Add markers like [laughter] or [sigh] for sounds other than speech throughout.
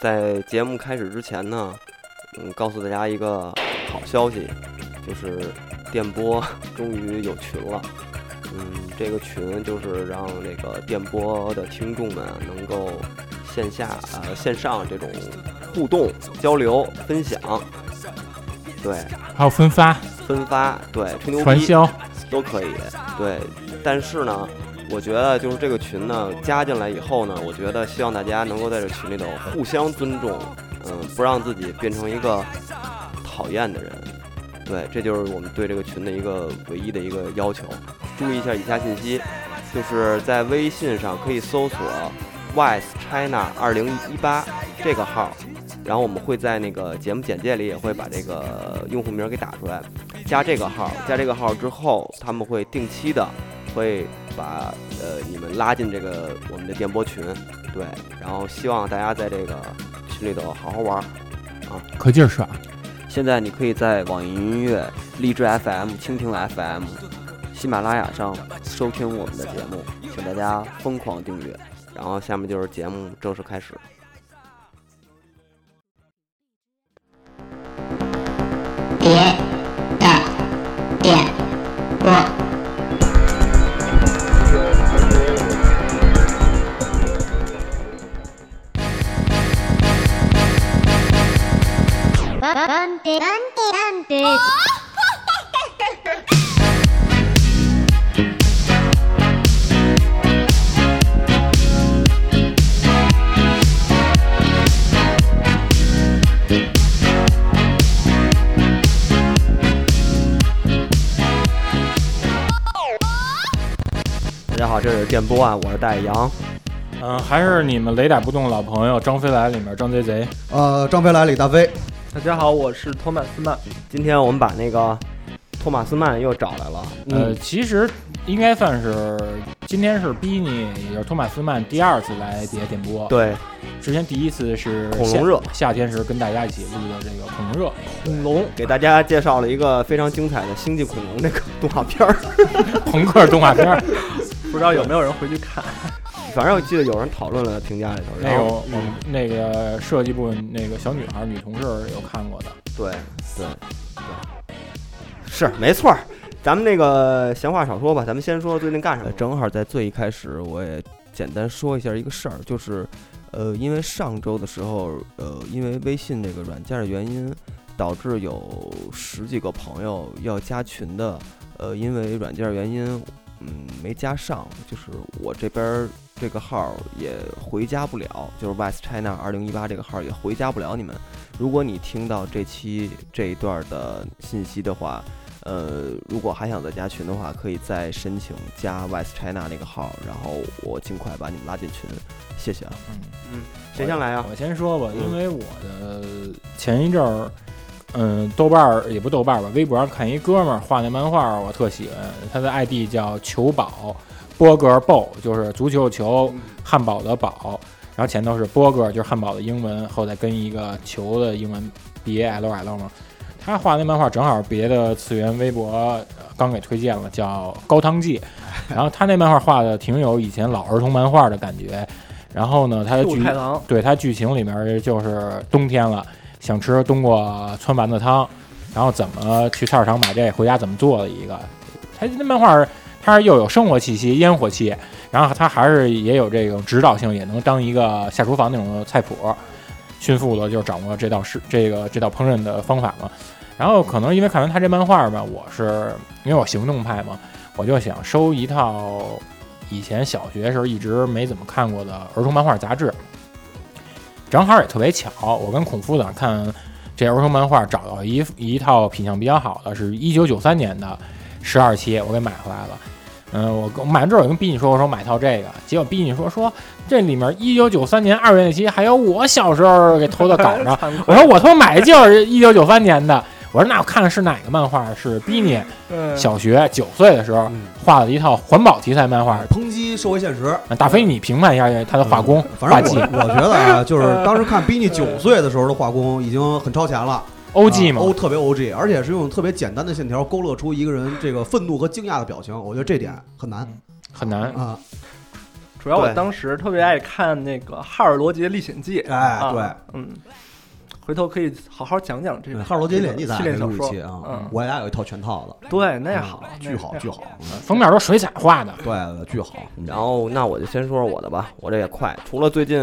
在节目开始之前呢，嗯，告诉大家一个好消息，就是电波 [laughs] 终于有群了。嗯，这个群就是让这个电波的听众们啊能够线下呃线上这种互动、交流、分享，对，还有分发、分发，对，吹牛传逼销，都可以。对，但是呢，我觉得就是这个群呢加进来以后呢，我觉得希望大家能够在这群里头互相尊重，嗯，不让自己变成一个讨厌的人。对，这就是我们对这个群的一个唯一的一个要求。注意一下以下信息，就是在微信上可以搜索 “wise china 二零一八”这个号，然后我们会在那个节目简介里也会把这个用户名给打出来。加这个号，加这个号之后，他们会定期的会把呃你们拉进这个我们的电波群，对，然后希望大家在这个群里头好好玩儿。可劲儿耍。现在你可以在网易云音乐、荔枝 FM、蜻蜓 FM、喜马拉雅上收听我们的节目，请大家疯狂订阅。然后下面就是节目正式开始。别的点播，ババンテバンテバンテ。大家好，这是电波啊，我是大杨。嗯，还是你们雷打不动的老朋友张飞来里面张贼贼，呃，张飞来，李大飞，大家好，我是托马斯曼。今天我们把那个托马斯曼又找来了，呃，其实应该算是今天是逼你，也就是托马斯曼第二次来底下点播。，对，之前第一次是恐龙夏热，夏天时跟大家一起录的这个恐龙热，恐龙给大家介绍了一个非常精彩的《星际恐龙》这个动画片儿，朋克动画片 [laughs] 儿。 [laughs] 不知道有没有人回去看？反正我记得有人讨论了评价里头，那然个后我嗯们那个设计部那个小女孩女同事有看过的，对对对，是没错儿。咱们那个闲话少说吧，咱们先说最近干什么呃，。正好在最一开始，我也简单说一下一个事儿，就是，呃，因为上周的时候，呃，因为微信这个软件的原因，导致有十几个朋友要加群的，呃，因为软件原因，嗯，没加上，就是我这边儿这个号儿也回加不了，就是 West China 二零一八这个号儿也回加不了你们。如果你听到这期这一段儿的信息的话，呃，如果还想再加群的话，可以再申请加 West China 那个号，然后我尽快把你们拉进群，谢谢啊。嗯，谁先来啊？我先说吧，嗯因为我的前一阵儿，嗯，豆瓣儿也不豆瓣儿吧，微博上看一哥们儿画那漫画儿，我特喜欢，他的 ID 叫球宝，波格鲍，就是足球的球，嗯汉堡的堡，然后前头是波格，就是汉堡的英文，后再跟一个球的英文 B A L L 嘛。他画那漫画正好别的次元微博呃刚给推荐了，叫《高汤记》，然后他那漫画画的挺有以前老儿童漫画的感觉。然后呢，他的杜剧太郎，对，它剧情里面就是冬天了，想吃冬瓜汆丸子汤，然后怎么去菜市场买这，回家怎么做的一个。它那漫画儿它是又有生活气息、烟火气，然后它还是也有这种指导性，也能当一个下厨房那种菜谱，迅速的就掌握这道是这个这道烹饪的方法嘛。然后可能因为看完他这漫画儿吧，我是因为我行动派嘛，我就想收一套以前小学时候一直没怎么看过的儿童漫画杂志。正好也特别巧，我跟孔夫子看这儿童漫画，找到一一套品相比较好的，是一九九三年的十二期，我给买回来了。嗯，我我买完之后，我跟逼你说，我说买套这个，结果逼你说说这里面一九九三年二月那期还有我小时候给偷的稿呢， [laughs] 我说我他妈买的就是一九九三年的，我说那我看看是哪个漫画，是逼你嗯小学九岁的时候画的一套环保题材漫画。抨击社会现实。嗯大飞，你评判一下他的画工、反画正技我我觉得啊，就是当时看比你九岁的时候的画工已经很超前了，OG 嘛啊，O 特别 O G，而且是用特别简单的线条勾勒出一个人这个愤怒和惊讶的表情，我觉得这点很难很难。啊。主主要我对当时特别爱看那个《哈尔罗杰历险记》，哎啊对，嗯，回头可以好好讲讲这个嗯哈尔罗杰演技咱系俩列可以小录一期说啊嗯，，我家有一套全套的，对，那好，那巨好那巨好，嗯封面都是水彩画的，对，巨好。嗯然后那我就先说说我的吧，我这也快。除了最近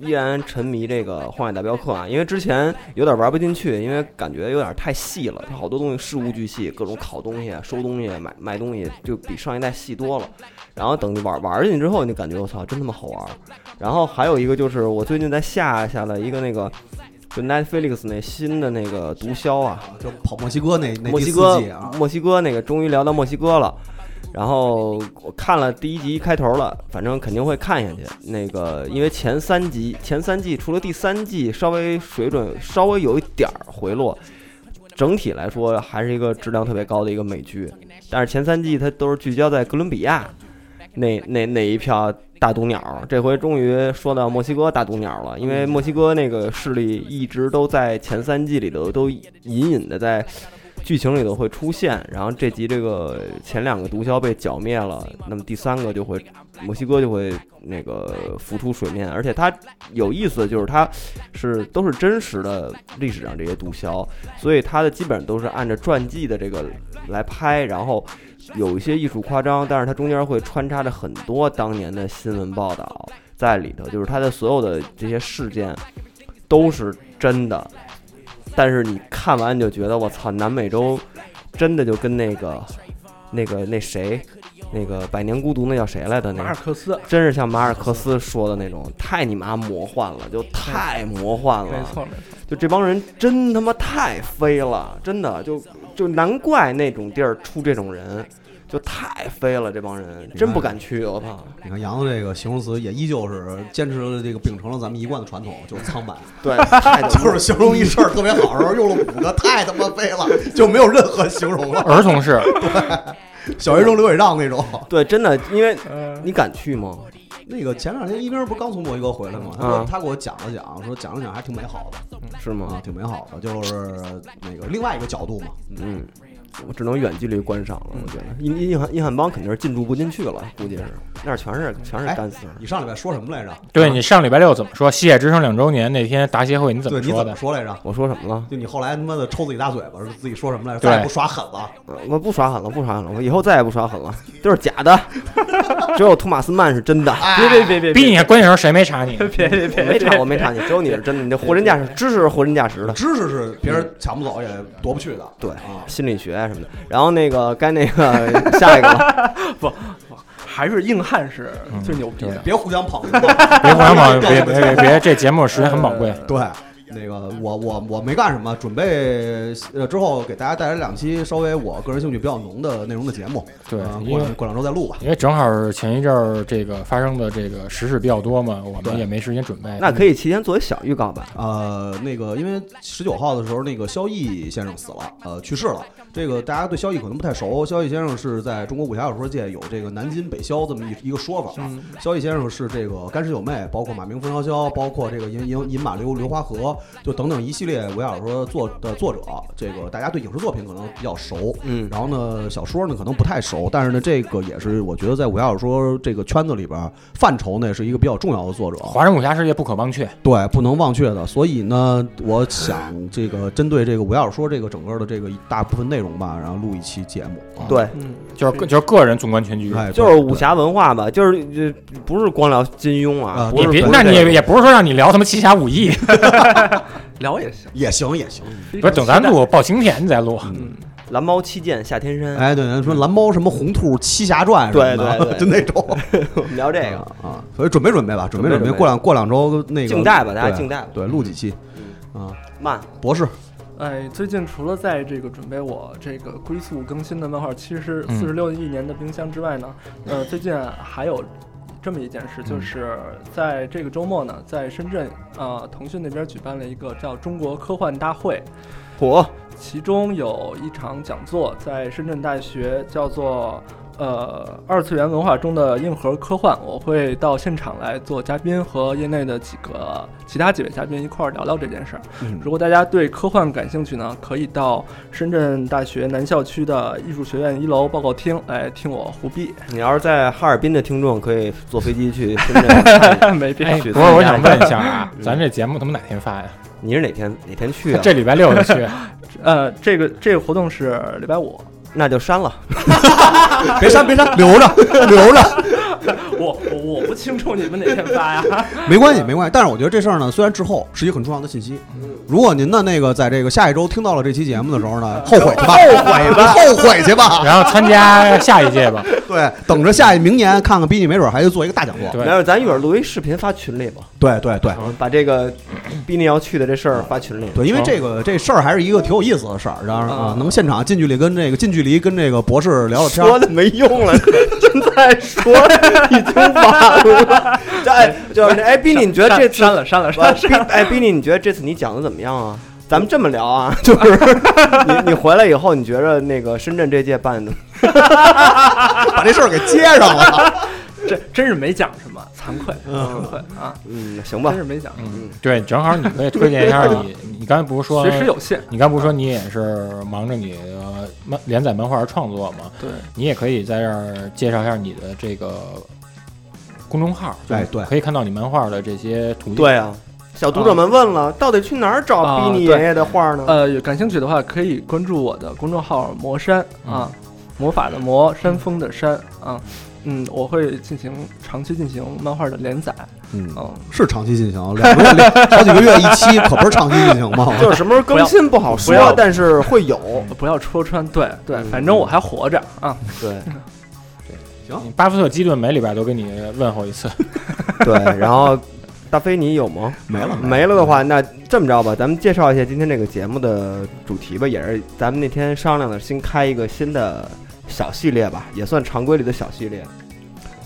依然沉迷这个《荒野大镖客》啊，因为之前有点玩不进去，因为感觉有点太细了，它好多东西事无巨细，各种烤东西、啊收东西、买卖东西，就比上一代细多了。然后等你玩玩进去之后，你就感觉我操，真他妈好玩。然后还有一个就是我最近在下下了一个那个。就 Netflix 那新的那个毒枭啊，就跑墨西哥那哎那墨第西四哥季啊，，墨西哥那个终于聊到墨西哥了。然后我看了第一集开头了，反正肯定会看下去。那个因为前三集、前三季除了第三季稍微水准稍微有一点儿回落，整体来说还是一个质量特别高的一个美剧。但是前三季它都是聚焦在哥伦比亚那那那一票大毒鸟，这回终于说到墨西哥大毒鸟了，因为墨西哥那个势力一直都在前三季里头都隐隐的在剧情里头会出现，然后这集这个前两个毒枭被剿灭了，那么第三个就会墨西哥就会那个浮出水面，而且它有意思的就是它是都是真实的历史上这些毒枭，所以它的基本上都是按照传记的这个来拍，然后有一些艺术夸张，但是它中间会穿插着很多当年的新闻报道在里头，就是它的所有的这些事件都是真的，但是你看完你就觉得我操，南美洲真的就跟那个那个那谁。那个《百年孤独》那叫谁来的？那马个尔克斯，真是像马尔克斯说的那种，太你妈魔幻了，就太魔幻了。没错没错，就这帮人真他妈太飞了，真的就就难怪那种地儿出这种人，就太飞了。这帮人真不敢去，我操！你看杨子这个形容词也依旧是坚持了这个秉承了咱们一贯的传统，就是苍白，对，太他妈 [laughs] 就是形容一事儿特别好的时候用了五个，太他妈飞了，就没有任何形容了。儿童式，小学生流水账那种。对，真的，因为嗯，你敢去吗？那个前两天一兵不是刚从墨西哥回来吗？他嗯他给我讲了讲，说讲了讲还挺美好的是啊吗，？挺美好的，就是那个另外一个角度嘛。嗯，我只能远距离观赏了。我觉得嗯印印汉印汉邦肯定是进驻不进去了，估计是那儿全是全是哎干丝儿。你上礼拜说什么来着？对你上礼拜六怎么说？西野之声两周年那天答谢会你怎对么你说怎么的？说来着？我说什么了？就你后来他妈的抽自己大嘴巴，是自己说什么来着？对再也不耍狠了。呃我不耍狠了，不耍狠了，我以后再也不耍狠了，都是假 [laughs] 的，只有托马斯曼是真的。哎别别别别，逼你关键时候谁没查你？别我别别，没查，我没查你，只有你是真的，你这货真价实，知识是货真价实的，知识是别嗯人抢不走也夺不去的。对啊，心理学啊什么的。然后那个该那个下一个 [laughs] 了，还是硬汉是最牛逼的。别互相捧。[laughs] 别别黄毛， [laughs] 别别别别，这节目时间很宝贵。对，那个我我我没干什么，准备呃之后给大家带来两期稍微我个人兴趣比较浓的内容的节目。对呃因过为两过两周再录吧。因为正好是前一阵儿这个发生的这个时事比较多嘛，我们也没时间准备。那可以提前做一小预告吧。呃，那个，因为十九号的时候，那个萧逸先生死了，呃，去世了。这个大家对萧逸可能不太熟，萧逸先生是在中国武侠小说界有这个“南金北萧”这么一一个说法啊。萧逸先生是这个干尸九妹，包括马鸣风萧萧，包括这个银银银马流流花河，就等等一系列武侠小说作的作者，这个大家对影视作品可能比较熟，嗯然后呢，小说呢可能不太熟，但是呢，这个也是我觉得在武侠小说这个圈子里边儿范畴呢是一个比较重要的作者。啊华人武侠世界不可忘却，对，不能忘却的。所以呢，我想这个针对这个《我要说》这个整个的这个一大部分内容吧，然后录一期节目。啊，对，嗯，就是个就是个人纵观全局。哎，嗯就是对武。侠文化吧，就是呃不是光聊金庸啊啊，不你是别，不是那你这也个也不是说让你聊他妈七侠五义，聊也行，对也行也行，不是等咱录《暴晴天》你再录。蓝猫七剑下天山，哎，对，什么蓝猫、什么红兔、七侠传什么的，对对对就那种我们聊这个。啊，所以准备准备吧，准备准备备，准备过两过两周那个静待吧大家对静待吧嗯对，录几期啊，慢，博士哎，最近除了在这个准备我这个龟速更新的漫画七十嗯四十六亿年的冰箱之外呢，呃，最近还有这么一件事，就是在这个周末呢，在深圳呃腾讯那边举办了一个叫中国科幻大会，火其中有一场讲座在深圳大学叫做呃二次元文化中的硬核科幻，我会到现场来做嘉宾，和业内的几个其他几位嘉宾一块儿聊聊这件事儿。嗯如果大家对科幻感兴趣呢，可以到深圳大学南校区的艺术学院一楼报告厅来听我胡逼，你要是在哈尔滨的听众，可以坐飞机去深圳 [laughs] 看一下。没必要。哎，去不是，我参加想一问下一下啊，咱这节目他们哪天发呀？你是哪天哪天去啊？这礼拜六就去，呃，这个这个活动是礼拜五，那就删了。别删别删，留着 [laughs] 留着。我我我不清楚你们哪天发 [laughs] 呀。没关系，没关系。但是我觉得这事儿呢，虽然滞后，是一个很重要的信息。如果您的那个在这个下一周听到了这期节目的时候呢，后悔去吧，后悔吧，后悔去 [laughs] [laughs] 吧。然后参加下一届吧。对，等着下一明年看看，比你没准还就做一个大讲座。对没有，咱一会儿录一视频发群里吧，对对对把这个逼你要去的这事儿发群 [laughs] 里。对，因为这个这事儿还是一个挺有意思的事儿，然后啊，能现场近距离跟这个近距离跟这个博士聊聊天说儿。的没用了，现在说已经晚 [laughs] 了。这哎，就是哎，逼你，你觉得这次啊删了删了删了，逼哎，逼你，你觉得这次你讲的怎么样啊？咱们这么聊啊， [laughs] 就是你你回来以后，你觉着那个深圳这届办的，把这事儿给接上了。这 [laughs] 真是没讲什么，惭愧惭愧啊，嗯，行吧真，是没讲。嗯，对，正好你可以推荐一下嗯你，你刚才不是说学识有限，你刚不是说你也是忙着你的漫连载漫画创作吗？对，你也可以在这儿介绍一下你的这个公众号，哎对可以看到你漫画的这些途径。对啊。小读者们问了，到底去哪儿找啊逼你对爷爷的画呢？呃，有感兴趣的话可以关注我的公众号“魔山”啊，魔法的魔，山峰的山啊。嗯，我会进行长期进行漫画的连载。嗯，嗯，是长期进行，两个月两好几个月一期，可不是长期进行 [laughs] 吗？就是什么时候更新不好不要说，但是会 [laughs] 有。不要戳穿，对对，嗯反正我还活着啊。对你巴菲特、基顿每礼拜都给你问候一 [laughs] 次。对，然后大飞你有吗？没了没了的话，那这么着吧，咱们介绍一下今天这个节目的主题吧，也是咱们那天商量的，新开一个新的小系列吧，也算常规里的小系列，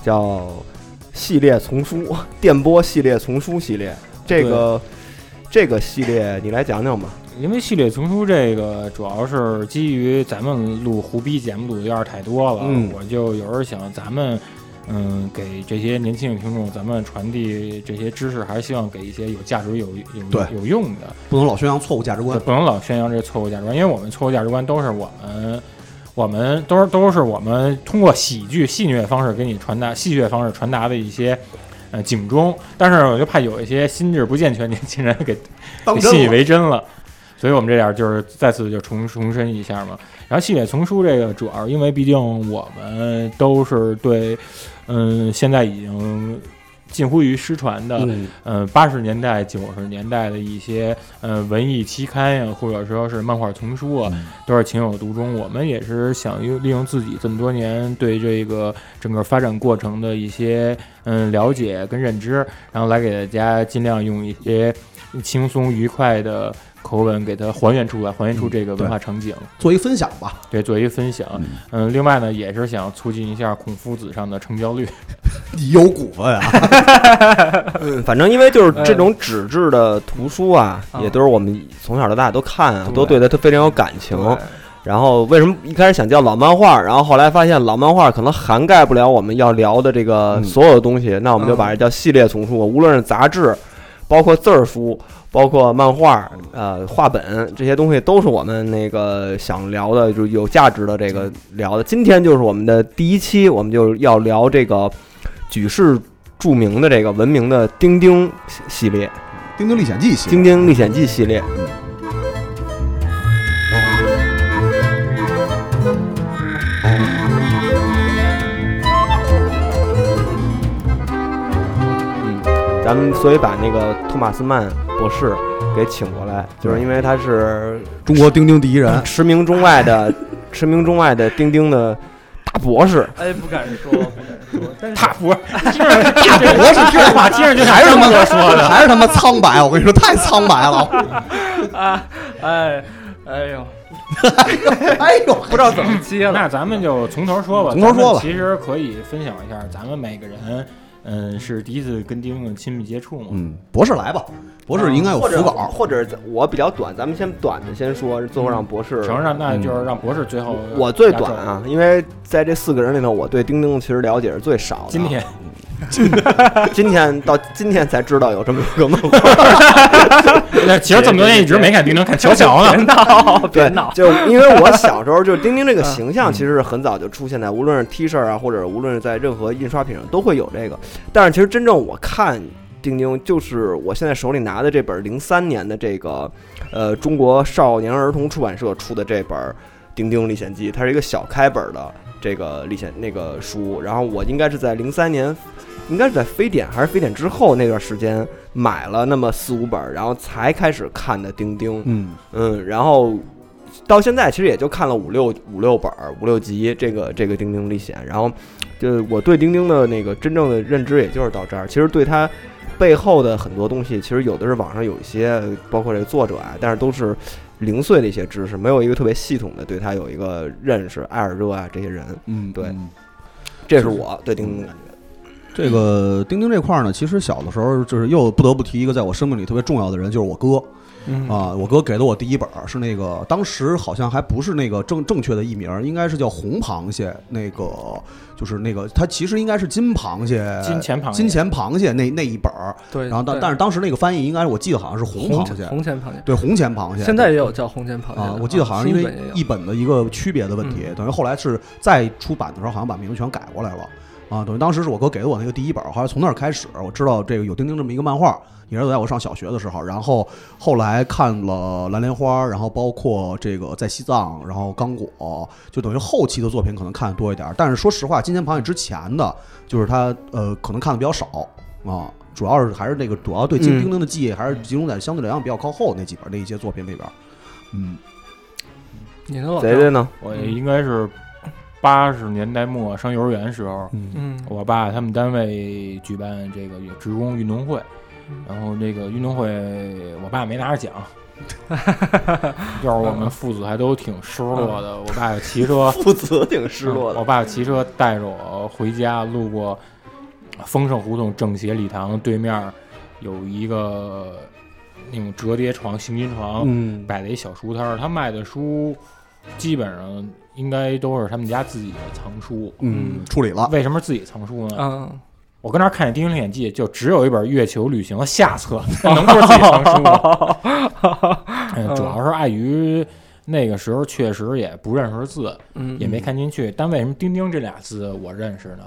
叫系列丛书，电波系列丛书系列。这个这个系列你来讲讲吧。因为系列丛书这个主要是基于咱们录胡逼节目录的有点太多了，嗯我就有时候想咱们。嗯，给这些年轻的听众，咱们传递这些知识，还是希望给一些有价值、有有对有用的。不能老宣扬错误价值观。不能老宣扬这错误价值观，因为我们错误价值观都是我们，我们都是都是我们通过喜剧戏谑方式给你传达，戏谑方式传达的一些呃警钟。但是我就怕有一些心智不健全年轻人给当给真信以了为真了。所以我们这点儿就是再次就重重申一下嘛。然后系列丛书这个主要是因为毕竟我们都是对，嗯，现在已经近乎于失传的，嗯，呃八十年代、九十年代的一些呃文艺期刊呀、或者说是漫画丛书啊，都是情有独钟。我们也是想用利用自己这么多年对这个整个发展过程的一些嗯了解跟认知，然后来给大家尽量用一些轻松愉快的。口吻给它还原出来，还原出这个文化场景，做一分享吧。 [laughs] 对，做一个分享。嗯，另外呢，也是想促进一下孔夫子上的成交率。你有股份啊？嗯，反正因为就是这种纸质的图书啊，嗯也都是我们从小到大都看啊，对都对它都非常有感情。哦对然后为什么一开始想叫老漫画，然后后来发现老漫画可能涵盖不了我们要聊的这个所有的东西，那我们就把这叫系列丛书，无论是杂志，包括字儿书，包括漫画，呃，画本这些东西都是我们那个想聊的，就是有价值的这个聊的。今天就是我们的第一期，我们就要聊这个举世著名的这个闻名的《丁丁》系列， 《丁丁历险记》 《行。丁丁历险记》系列。嗯咱们所以把那个托马斯曼博士给请过来，就是因为他是中国丁丁第一人，驰名中外的 [laughs] 驰名中外的丁丁的大博士。哎，不敢说，不敢说，但是大博，大 [laughs] 博是这话听 [laughs] 着就还是他妈哥说的。还是他妈苍白。我跟你说，太苍白了。啊，哎，哎呦，哎呦，不不知 [laughs] 道怎么接了。那咱们就从头说吧，从头说吧咱们其实可以分享一下咱们每个人嗯，是第一次跟丁丁亲密接触嘛，嗯，博士来吧，博士应该有啊或者辅稿。或者我比较短，咱们先短的先说，最后让博士。承认那就是让博士最后我最压轴短啊，因为在这四个人里头，我对丁丁其实了解是最少的。今 [laughs] 天今天到今天才知道有这么一个漫画。那其实这么多年一直没看丁丁，看乔乔 [laughs] 呢。闹，别对闹，。嗯就因为我小时候就丁丁这个形象，其实是很早就出现在无论是 T 恤啊，或者无论是在任何印刷品上都会有这个。但是其实真正我看丁丁，就是我现在手里拿的这本零三年的这个，呃，中国少年儿童出版社出的这本《丁丁历险记》，它是一个小开本的这个历险那个书。然后我应该是在零三年。应该是在非典还是非典之后那段时间买了那么四五本儿，然后才开始看的丁丁。嗯，嗯，然后到现在其实也就看了五六五六本儿五六集这个这个《丁丁历险》，然后就我对丁丁的那个真正的认知也就是到这儿。其实对它背后的很多东西，其实有的是网上有一些，包括这个作者啊，但是都是零碎的一些知识，没有一个特别系统的对它有一个认识。艾尔热啊这些人，嗯，对嗯这是我对丁丁的感觉。这个钉钉这块儿呢，其实小的时候就是又不得不提一个在我生命里特别重要的人，就是我哥嗯啊。我哥给了我第一本儿是那个，当时好像还不是那个正正确的译名儿，应该是叫红螃蟹，那个就是那个它其实应该是金螃蟹、呃金钱螃蟹金钱螃蟹那那一本儿。对，然后但但是是当时那个翻译应该我记得好像是红红螃蟹，红钱螃蟹，对红钱螃蟹。现在也有叫红钱螃蟹啊的，我记得好像因新为本也有嗯译本的一个区别的问题，等于后来是再出版的时候，好像把名字全改过来了。啊，等于当时是我哥给的我那个第一本，好像从那儿开始，我知道这个有丁丁这么一个漫画，也是在我上小学的时候。然后后来看了蓝莲花，然后包括这个在西藏，然后刚果，就等于后期的作品可能看的多一点儿。但是说实话，金钱螃蟹之前的，就是他呃可能看的比较少啊，主要是还是那个主要对金嗯丁丁的记忆还是集中在相对来讲比较靠后那几本那一些作品里边儿。嗯，你呢，老贼张贼呢？我应该是八十年代末上幼儿园时候，嗯，我爸他们单位举办这个职工运动会，嗯然后这个运动会我爸没 [laughs] 拿着奖，要是我们父子还都挺失落的。我爸骑车，父子挺嗯失落的我。爸骑车带着我回家，路过丰盛胡同政协礼堂对面有一个那种折叠床、行军床，嗯摆了一小书摊儿，他卖的书基本上应该都是他们家自己的藏书。嗯，处啊理了。为什么自己藏书呢？嗯，我跟那儿看《丁丁历险记》，就只有一本《月球旅行》的下册， [laughs] 能不是自己哦藏书吗？嗯，主要是碍于那个时候确实也不认识字，嗯也没看进去。但为什么“丁丁”这俩字我认识呢？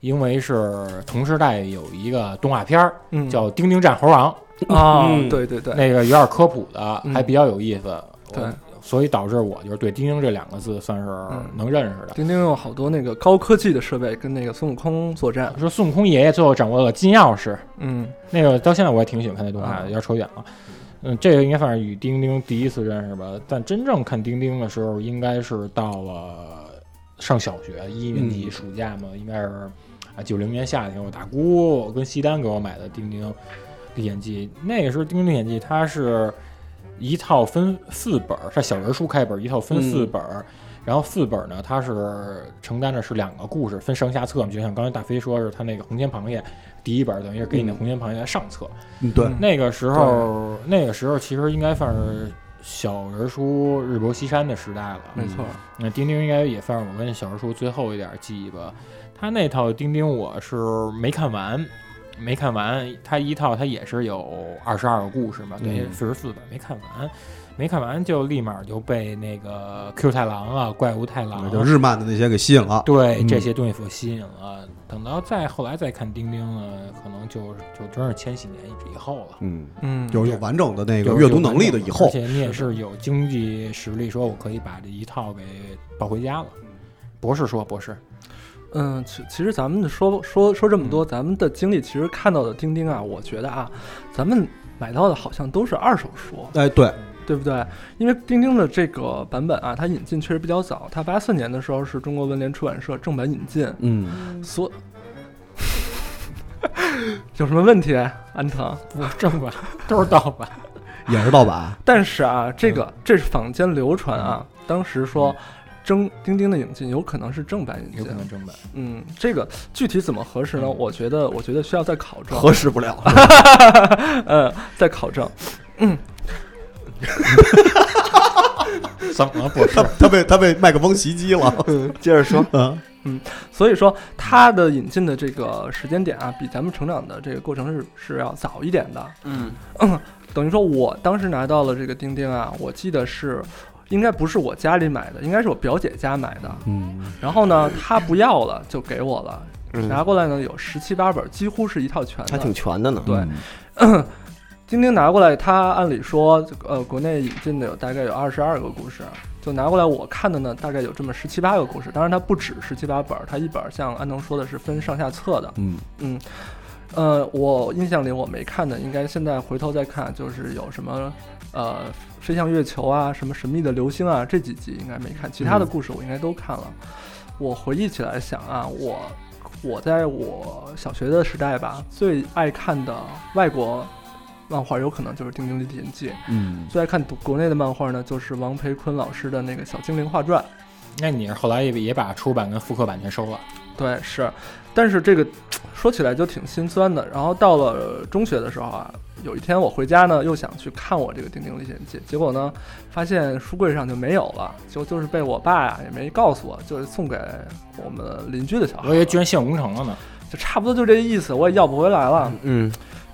因为是同时代有一个动画片儿嗯叫《丁丁战猴王》，啊嗯，对对对，那个有点科普的，嗯还比较有意思。对我，所以导致我就是对“丁丁”这两个字算是嗯能认识的。丁丁用好多那个高科技的设备跟那个孙悟空作战，说孙悟空爷爷最后掌握了金钥匙，嗯那个到现在我也挺喜欢看那动画的，啊要抽奖了。嗯，这个应该算是与丁丁第一次认识吧。但真正看丁丁的时候，应该是到了上小学一年级暑假嘛，应该是啊九零年夏天，我大姑跟西单给我买的《丁丁历险记》。那个时候，《丁丁历险记》它是一套分四本儿，它小人书开本儿，一套分四本儿。然后四本儿呢，它是承担着是两个故事，分上下册嘛。就像刚才大飞说，是它那个红尖螃蟹，第一本儿等于是给你的红尖螃蟹的上册。嗯，对，那个时候，那个时候其实应该算是小人书日薄西山的时代了。没错，那丁丁应该也算是我跟小人书最后一点记忆吧。他那套丁丁我是没看完，没看完。他一套他也是有二十二个故事嘛，等嗯于四十四本没看完，没看完就立马就被那个 Q 太郎啊、怪物太郎啊、就日漫的那些给吸引了。对嗯这些东西所吸引了。等到再后来再看丁丁呢，可能就就真是千禧年以后了。嗯，嗯，有有完整的那个有阅读能力的以而后，且你也是有经济实力，说我可以把这一套给抱回家了。嗯博士说，博士，嗯，其其实咱们说说说这么嗯多，咱们的经历其实看到的钉钉啊，我觉得啊，咱们买到的好像都是二手书，哎，对，对不对？因为钉钉的这个版本啊，它引进确实比较早，它八四年的时候是中国文联出版社正版引进，嗯，所 [laughs] 有什么问题，啊安藤？不 [laughs] 正版都是盗版，也是盗版。嗯但是啊，这个这是坊间流传啊，当时说争钉钉的引进有可能是正版引有进可。能正版。嗯，这个具体怎么核实呢？嗯我觉得，我觉得需要再考证。 [laughs] 核实不 [laughs] 了。 [laughs] 呃，再考证。 [laughs] 怎么不是？他被他被麦克风袭击了。接着说，嗯，所以说，它的引进的这个时间点啊，比咱们成长的这个过程是是要早一点的。嗯， [coughs] 等于说，我当时拿到了这个钉钉啊，我记得是，应该不是我家里买的，应该是我表姐家买的。嗯，然后呢，她不要了，就给我了。嗯拿过来呢，有十七八本，几乎是一套全的。还挺全的呢。对，钉钉嗯拿过来，它按理说，呃，国内引进的有大概有二十二个故事，就拿过来我看的呢，大概有这么十七八个故事。当然，它不止十七八本儿，它一本儿像安能说的是分上下册的。嗯嗯，呃，我印象里我没看的，应该现在回头再看，就是有什么呃飞向月球啊，什么神秘的流星啊，这几集应该没看，其他的故事我应该都看了。我回忆起来想啊，我我在我小学的时代吧，最爱看的外国漫画有可能就是《丁丁历险记》，嗯，最爱看国内的漫画呢，就是王培坤老师的那个《小精灵画传》。那你是后来也也把出版跟复刻版权收了？对，是，但是这个说起来就挺心酸的。然后到了中学的时候啊，有一天我回家呢，又想去看我这个《丁丁历险记》，结果呢，发现书柜上就没有了，就就是被我爸呀、也没告诉我，就是送给我们邻居的小孩了。我以为居然现有工程了呢。就差不多就这意思，我也要不回来了，嗯，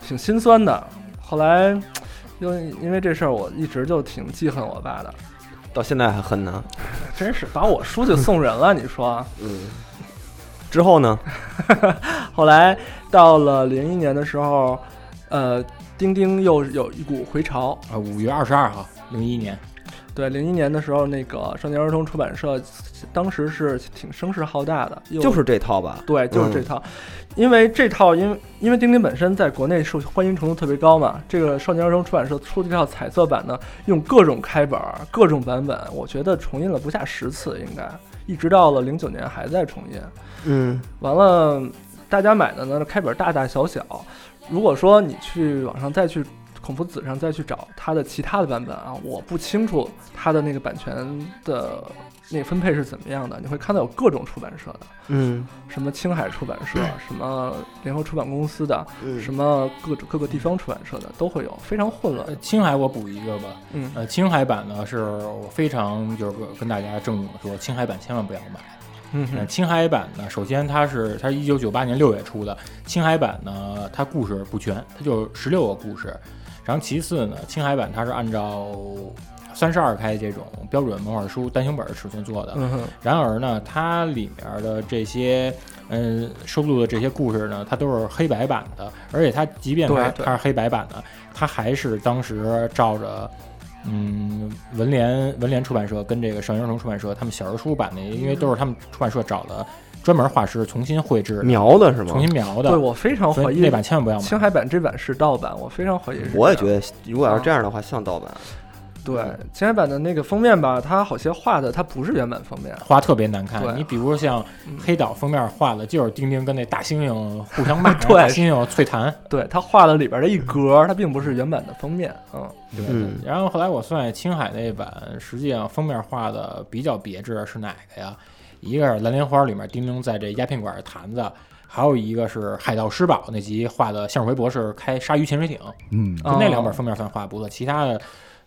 挺心酸的。后来又因为这事儿，我一直就挺记恨我爸的，到现在还恨呢。真是把我书就送人了，你说？啊嗯，之后呢？后来到了零一年的时候，呃，钉钉又有一股回潮。啊，五月二十二号，零一年，对，零一年的时候，那个少年儿童出版社当时是挺声势浩大的，又就是这套吧。对，就是这套，因为这套，因为因为钉钉本身在国内受欢迎程度特别高嘛，这个少年儿童出版社出这套彩色版呢，用各种开本儿、各种版本，我觉得重印了不下十次，应该一直到了零九年还在重印。嗯，完了，大家买的呢开本大大小小，如果说你去网上再去孔夫子上再去找它的其他的版本啊，我不清楚它的那个版权的那个分配是怎么样的，你会看到有各种出版社的，嗯，什么青海出版社，什么联合出版公司的，嗯什么各各个地方出版社的都会有，非常混乱呃，。青海我补一个吧。嗯呃，青海版呢，是我非常就是跟大家郑重的说，青海版千万不要买。嗯呃，哼青海版呢，首先它是它是一九九八年六月出的，青海版呢它故事不全，它就十六个故事。然后其次呢，青海版它是按照三十二开这种标准漫画书单行本尺寸做的，嗯哼，然而呢，它里面的这些，嗯，收录的这些故事呢，它都是黑白版的，而且它即便它对对它是黑白版的，它还是当时照着，嗯，文联文联出版社跟这个少年儿童出版社他们小人书版的，因为都是他们出版社找的专门画师重新绘制的、描的嗯是吗重？新描对的，我非常所怀以疑那版千万不要买。青海版这版是盗版，我非常怀疑是这样。我也觉得，如果要是这样的话，像盗版。对，嗯青海版的那个封面吧，它好些画的它不是原版封面，画特别难对看，你比如像嗯黑岛封面画的，就是丁丁跟那大猩猩互相骂， [laughs] 对大猩猩脆弹，对，它画了里边的一格，它并不是原版的封面。嗯，对，嗯然后后来我算青海那版，实际上封面画的比较别致是哪个呀？一个是《蓝莲花》里面丁丁在这鸦片馆的坛子，还有一个是《海盗施堡》那集画的向日葵博士开鲨鱼潜水艇，嗯就那两哦本封面算画得不错，其他的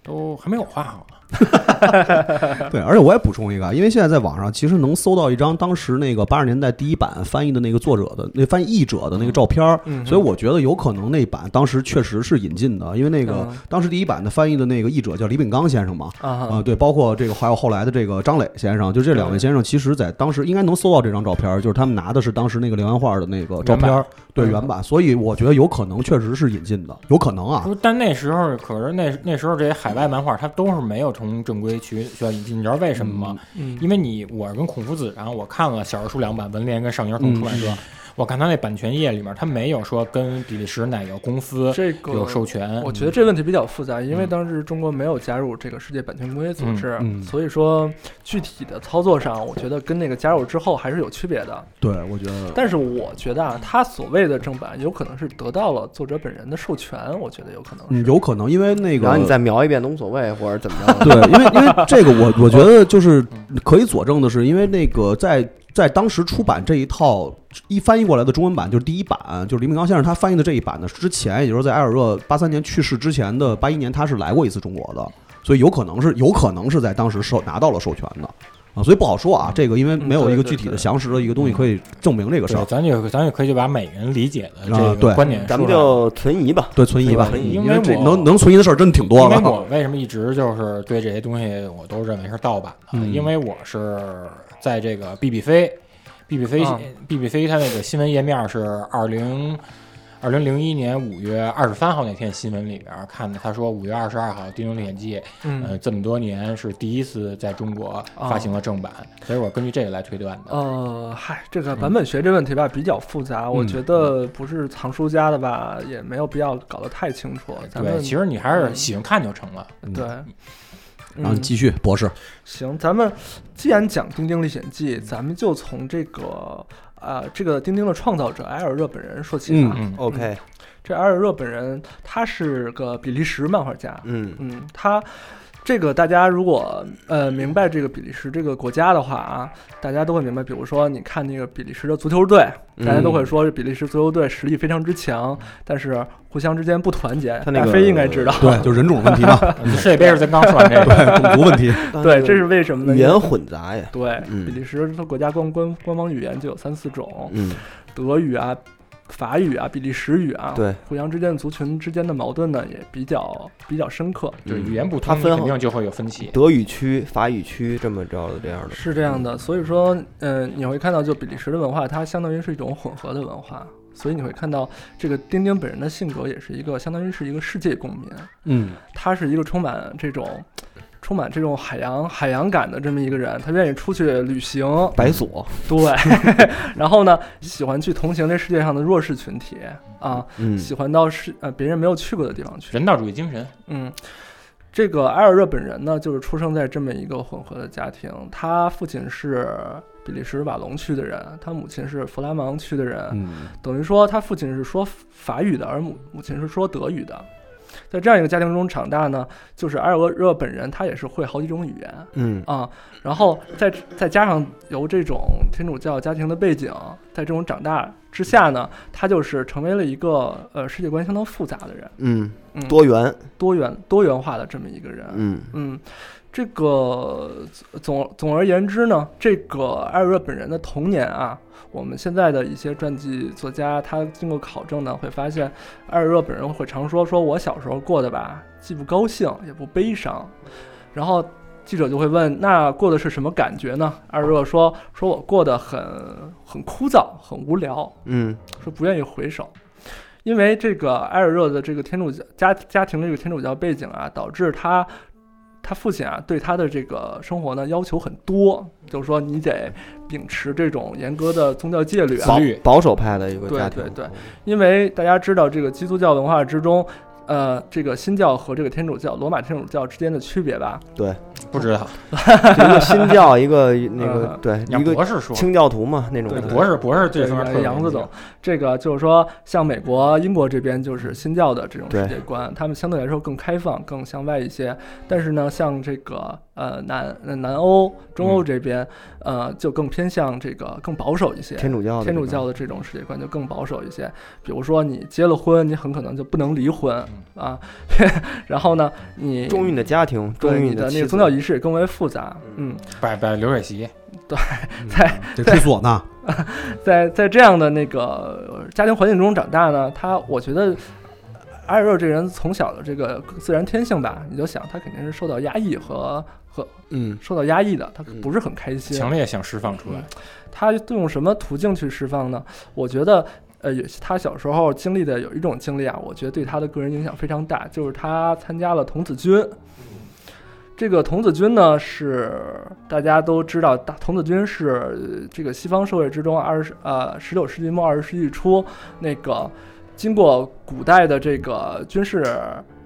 都还没有画好呢。 [laughs] 对，而且我也补充一个啊，因为现在在网上其实能搜到一张当时那个八十年代第一版翻译的那个作者的那翻译者的那个照片儿，嗯所以我觉得有可能那版当时确实是引进的，因为那个嗯当时第一版的翻译的那个译者叫李炳刚先生嘛。啊、啊，对，包括这个，还有后来的这个张磊先生，就这两位先生，其实在当时应该能搜到这张照片儿，就是他们拿的是当时那个连环画的那个照片原儿，对嗯原版，所以我觉得有可能确实是引进的，有可能啊不，是，但那时候可是那那时候这些海外漫画它都是没有从正规渠渠道引进，你知道为什么吗？嗯嗯因为你我是跟孔夫子，然后我看了小人书两版文联跟少年儿童出版社，我看他那版权页里面，他没有说跟比利时哪个公司这个嗯有授权。我觉得这问题比较复杂，因为嗯当时中国没有加入这个世界版权公约组织，嗯嗯所以说具体的操作上，我觉得跟那个加入之后还是有区别的。对，我觉得但是我觉得啊，他所谓的正版有可能是得到了作者本人的授权，我觉得有可能嗯是。有可能，因为那个。然后你再描一遍都无所谓，或者怎么着 [laughs] [laughs] 对，因为因为这个我我觉得就是可以佐证的是，因为那个在在当时出版这一套一翻译过来的中文版，就是第一版，就是林明刚先生他翻译的这一版呢，之前也就是在埃尔热八三年去世之前的八一年，他是来过一次中国的，所以有可能是有可能是在当时授拿到了授权的。啊，所以不好说啊，这个因嗯为没有一个具体的详实的一个东西可以证明这个事对，儿，咱就咱就可以就把每个人理解的啊这对个观点说出咱们来，就存疑吧。对存疑吧，嗯对存疑因因为这我能能存疑的事儿真挺多因为我了。啊为什么一直就是对这些东西我都认为是盗版的？嗯因为我是在这个 B B 飞，B B 飞啊 B B 飞它那个新闻页面是二零二零零一年五月二十三号那天新闻里边看的，他说五月二十二号《丁丁历险记》嗯呃这么多年是第一次在中国发行了正版，所以我根据这个来推断的。呃，嗨，这嗯个版本学这问题吧比较复杂，我觉得不是藏书家的吧，也没有必要搞得太清楚。咱对，们其实你还是喜欢看就成了。对，然后嗯继续博士，行，咱们既然讲《丁丁历险记》，咱们就从这个呃，这个丁丁的创造者埃尔热本人说起吧。嗯， OK，这埃尔热本人他是个比利时漫画家，嗯，嗯，他这个大家如果呃明白这个比利时这个国家的话啊，大家都会明白，比如说你看那个比利时的足球队，嗯大家都会说比利时足球队实力非常之强，但是互相之间不团结。他那个大飞应该知道，对，就是人种问题嘛， [laughs] 世界杯是咱刚说完这个，[laughs] 对种族问题，嗯呃对，这是为什么呢？语言混杂呀。对，嗯比利时它国家官官官方语言就有三四种，嗯，德语啊、法语啊、比利时语啊，对，互相之间族群之间的矛盾呢也比较比较深刻，对嗯语言不它通分肯定就会有分歧。德语区、法语区这么着的这样的。是这样的。所以说，呃，你会看到就比利时的文化，它相当于是一种混合的文化。所以你会看到，这个丁丁本人的性格也是一个相当于是一个世界公民，嗯，他是一个充满这种充满这种海洋海洋感的这么一个人，他愿意出去旅行，白锁，对， [laughs] 然后呢，喜欢去同情这世界上的弱势群体啊，嗯喜欢到世呃别人没有去过的地方去。人道主义精神，嗯，这个埃尔热本人呢，就是出生在这么一个混合的家庭，他父亲是比利时瓦隆区的人，他母亲是弗拉芒区的人，嗯，等于说他父亲是说法语的，而母母亲是说德语的。在这样一个家庭中长大呢，就是埃尔热本人他也是会好几种语言，嗯啊、然后再再加上由这种天主教家庭的背景，在这种长大之下呢，他就是成为了一个呃世界观相当复杂的人，嗯，嗯，多元，多元多元化的这么一个人，嗯嗯这个总总而言之呢，这个艾瑞本人的童年啊，我们现在的一些传记作家，他经过考证呢，会发现艾瑞本人会常说，说我小时候过得吧，既不高兴也不悲伤。然后记者就会问，那过的是什么感觉呢？艾瑞说，说我过得很很枯燥，很无聊。嗯说不愿意回首，因为这个埃尔热的这个天主教家家庭的这个天主教背景啊，导致他他父亲啊对他的这个生活呢要求很多，就是说你得秉持这种严格的宗教戒律啊保自，律保守派的一个对家庭，对对因为大家知道这个基督教文化之中。呃，这个新教和这个天主教、罗马天主教之间的区别吧，不知道。就一个新教，一 [laughs] 个那个嗯对，让一个博士说，清教徒嘛那种对的，博士博士对这方面特别杨子敏总感，，这个就是说，像美国、英国这边就是新教的这种世对界观，他们相对来说更开放、更向外一些。但是呢，像这个呃南呃南欧、中嗯欧这边，呃就更偏向这个更保守一些。天主教的天主这教种的这种世界观就更保守一些，比如说你结了婚，你很可能就不能离婚嗯啊。 [laughs] 然后呢，你忠于你的家庭，忠对于你的妻那个子宗教仪式也更为复杂。嗯，摆摆流水席，得出唢呐，在在这样的那个家庭环境中长大呢，他我觉得艾热这人从小的这个自然天性吧，你就想他肯定是受到压抑和和嗯受到压抑的，他嗯不是很开心。强烈想释放出来。他用什么途径去释放呢？我觉得。呃，也是他小时候经历的有一种经历啊，我觉得对他的个人影响非常大，就是他参加了童子军。这个童子军呢，是大家都知道，大童子军是呃这个西方社会之中二十呃十九世纪末二十世纪初那个经过古代的这个军事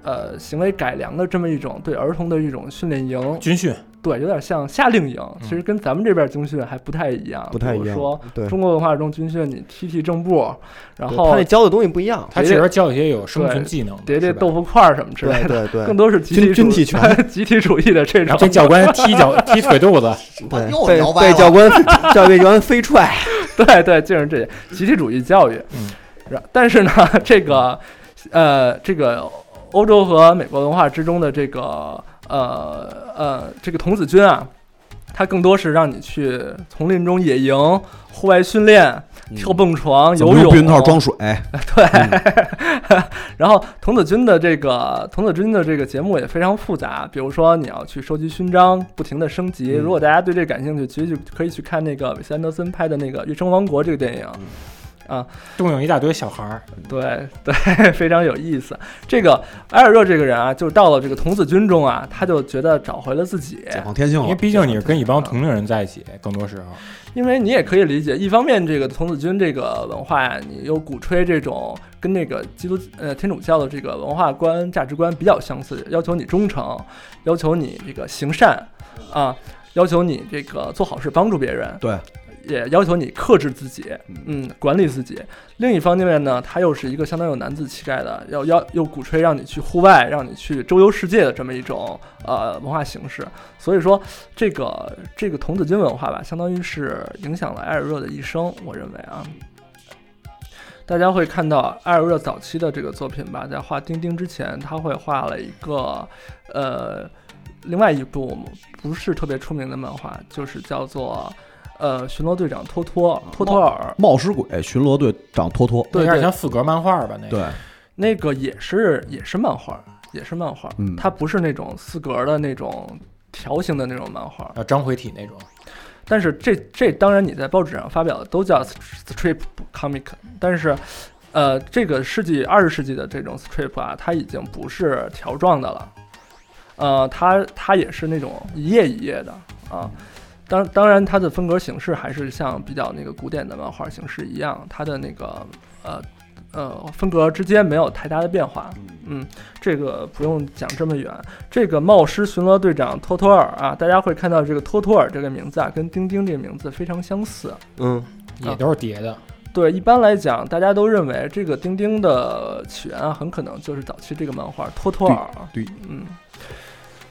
呃行为改良的这么一种对儿童的一种训练营，军训对，有点像夏令营，其实跟咱们这边军训还不太一样。嗯不太一比如样说对中国文化中军训，你踢踢正步，然对后他那教的东西不一样，他叠确叠实教一些有生存对技能的，叠叠是吧豆腐块儿什么之类对的，对对更，多是集军体军主体拳 [laughs] 集体主义的这然种后。被教官踢脚踢腿肚子，对又被聊歪被了教官 [laughs] 教被教官飞踹， [laughs] 对对，就是这些集体主义教育。嗯然，但是呢，这个呃，这个欧洲和美国文化之中的这个呃呃，这个童子军啊，它更多是让你去丛林中野营、户外训练、跳蹦床、嗯怎么游用泳、避孕套装水，哎对，然后童子军的这个童子军的这个节目也非常复杂，比如说你要去收集勋章，不停的升嗯级。如果大家对这感兴趣，其实就可以去看那个韦斯安德森拍的那个《月升王国》这个电影。动用一大堆小孩儿，对对， [laughs] 非常有意思。这个埃尔热这个人啊，就是到了这个童子军中啊，他就觉得找回了自己。解放天性因为了。毕竟你是跟一帮同龄人在一起，更多时候因为你也可以理解，一方面这个童子军这个呃文化呀、你又鼓吹这种跟那个基督呃天主教的这个文化观价值观比较相似，要求你忠诚，要求你这个行善啊，要求你这个做好事帮助别人，对，也要求你克制自己，嗯，管理自己。另一方面呢，他又是一个相当有男子气概的，要要又鼓吹让你去户外，让你去周游世界的这么一种呃文化形式。所以说，这个这个童子军文化吧，相当于是影响了埃尔热的一生，我认为啊。大家会看到埃尔热早期的这个作品吧，在画《丁丁》之前，他会画了一个，呃，另外一部不是特别出名的漫画，就是叫做，呃，《巡逻队长托托托托尔》，冒失鬼巡逻队长托托，对有点对像四格漫画吧？那个对，那个也是也是漫画，也是漫画，嗯它不是那种四格的那种条形的那种漫画。要章回体那种，但是这这当然你在报纸上发表的都叫 strip comic，但是。呃，这个世纪二十世纪的这种 strip 啊，它已经不是条状的了，呃，它它也是那种一页一页的啊。当当然，它的风格形式还是像比较那个古典的漫画形式一样，它的那个呃呃风格之间没有太大的变化。嗯，这个不用讲这么远。这个冒失巡逻队长托托尔啊，大家会看到这个托托尔这个名字啊，跟丁丁这个名字非常相似。嗯，也都是叠的。对，一般来讲，大家都认为这个丁丁的起源啊，很可能就是早期这个漫画托托尔。对对嗯，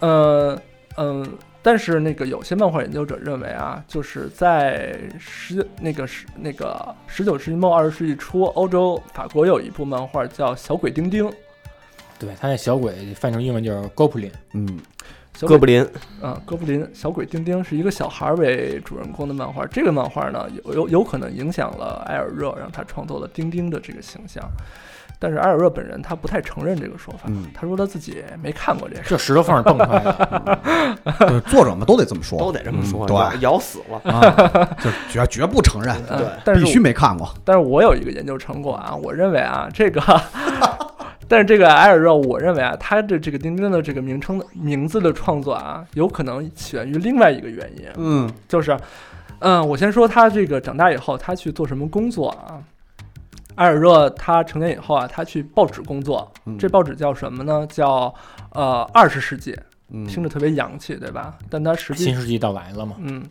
呃，嗯，但是那个有些漫画研究者认为啊，就是在十那个十那个十九世纪末二十世纪初，欧洲法国有一部漫画叫《小鬼丁丁》，对他那小鬼翻成英文就是 goblin，嗯，小哥鬼布林，啊，哥布林小鬼丁丁是一个小孩儿为主人公的漫画。这个漫画呢，有有有可能影响了埃尔热，让他创作了丁丁的这个形象。但是埃尔热本人他不太承认这个说法，嗯他说他自己没看过这个。这石头缝儿蹦出来的，对作者们都得这么说，都得这么说，嗯对咬咬死了。啊，就绝绝不承认，呃对但是必须我没看过。但是我有一个研究成果啊，我认为啊，这个， [laughs] 但是这个埃尔热，我认为啊，他的这个丁丁的这个名称的名字的创作啊，有可能起源于另外一个原因，嗯，就是，嗯，我先说他这个长大以后他去做什么工作啊？埃尔热他成年以后啊，他去报纸工作，嗯嗯这报纸叫什么呢？叫呃二十世纪，嗯听着特别洋气，对吧？但它实嗯际新世纪到来了 [laughs] 嘛？嗯，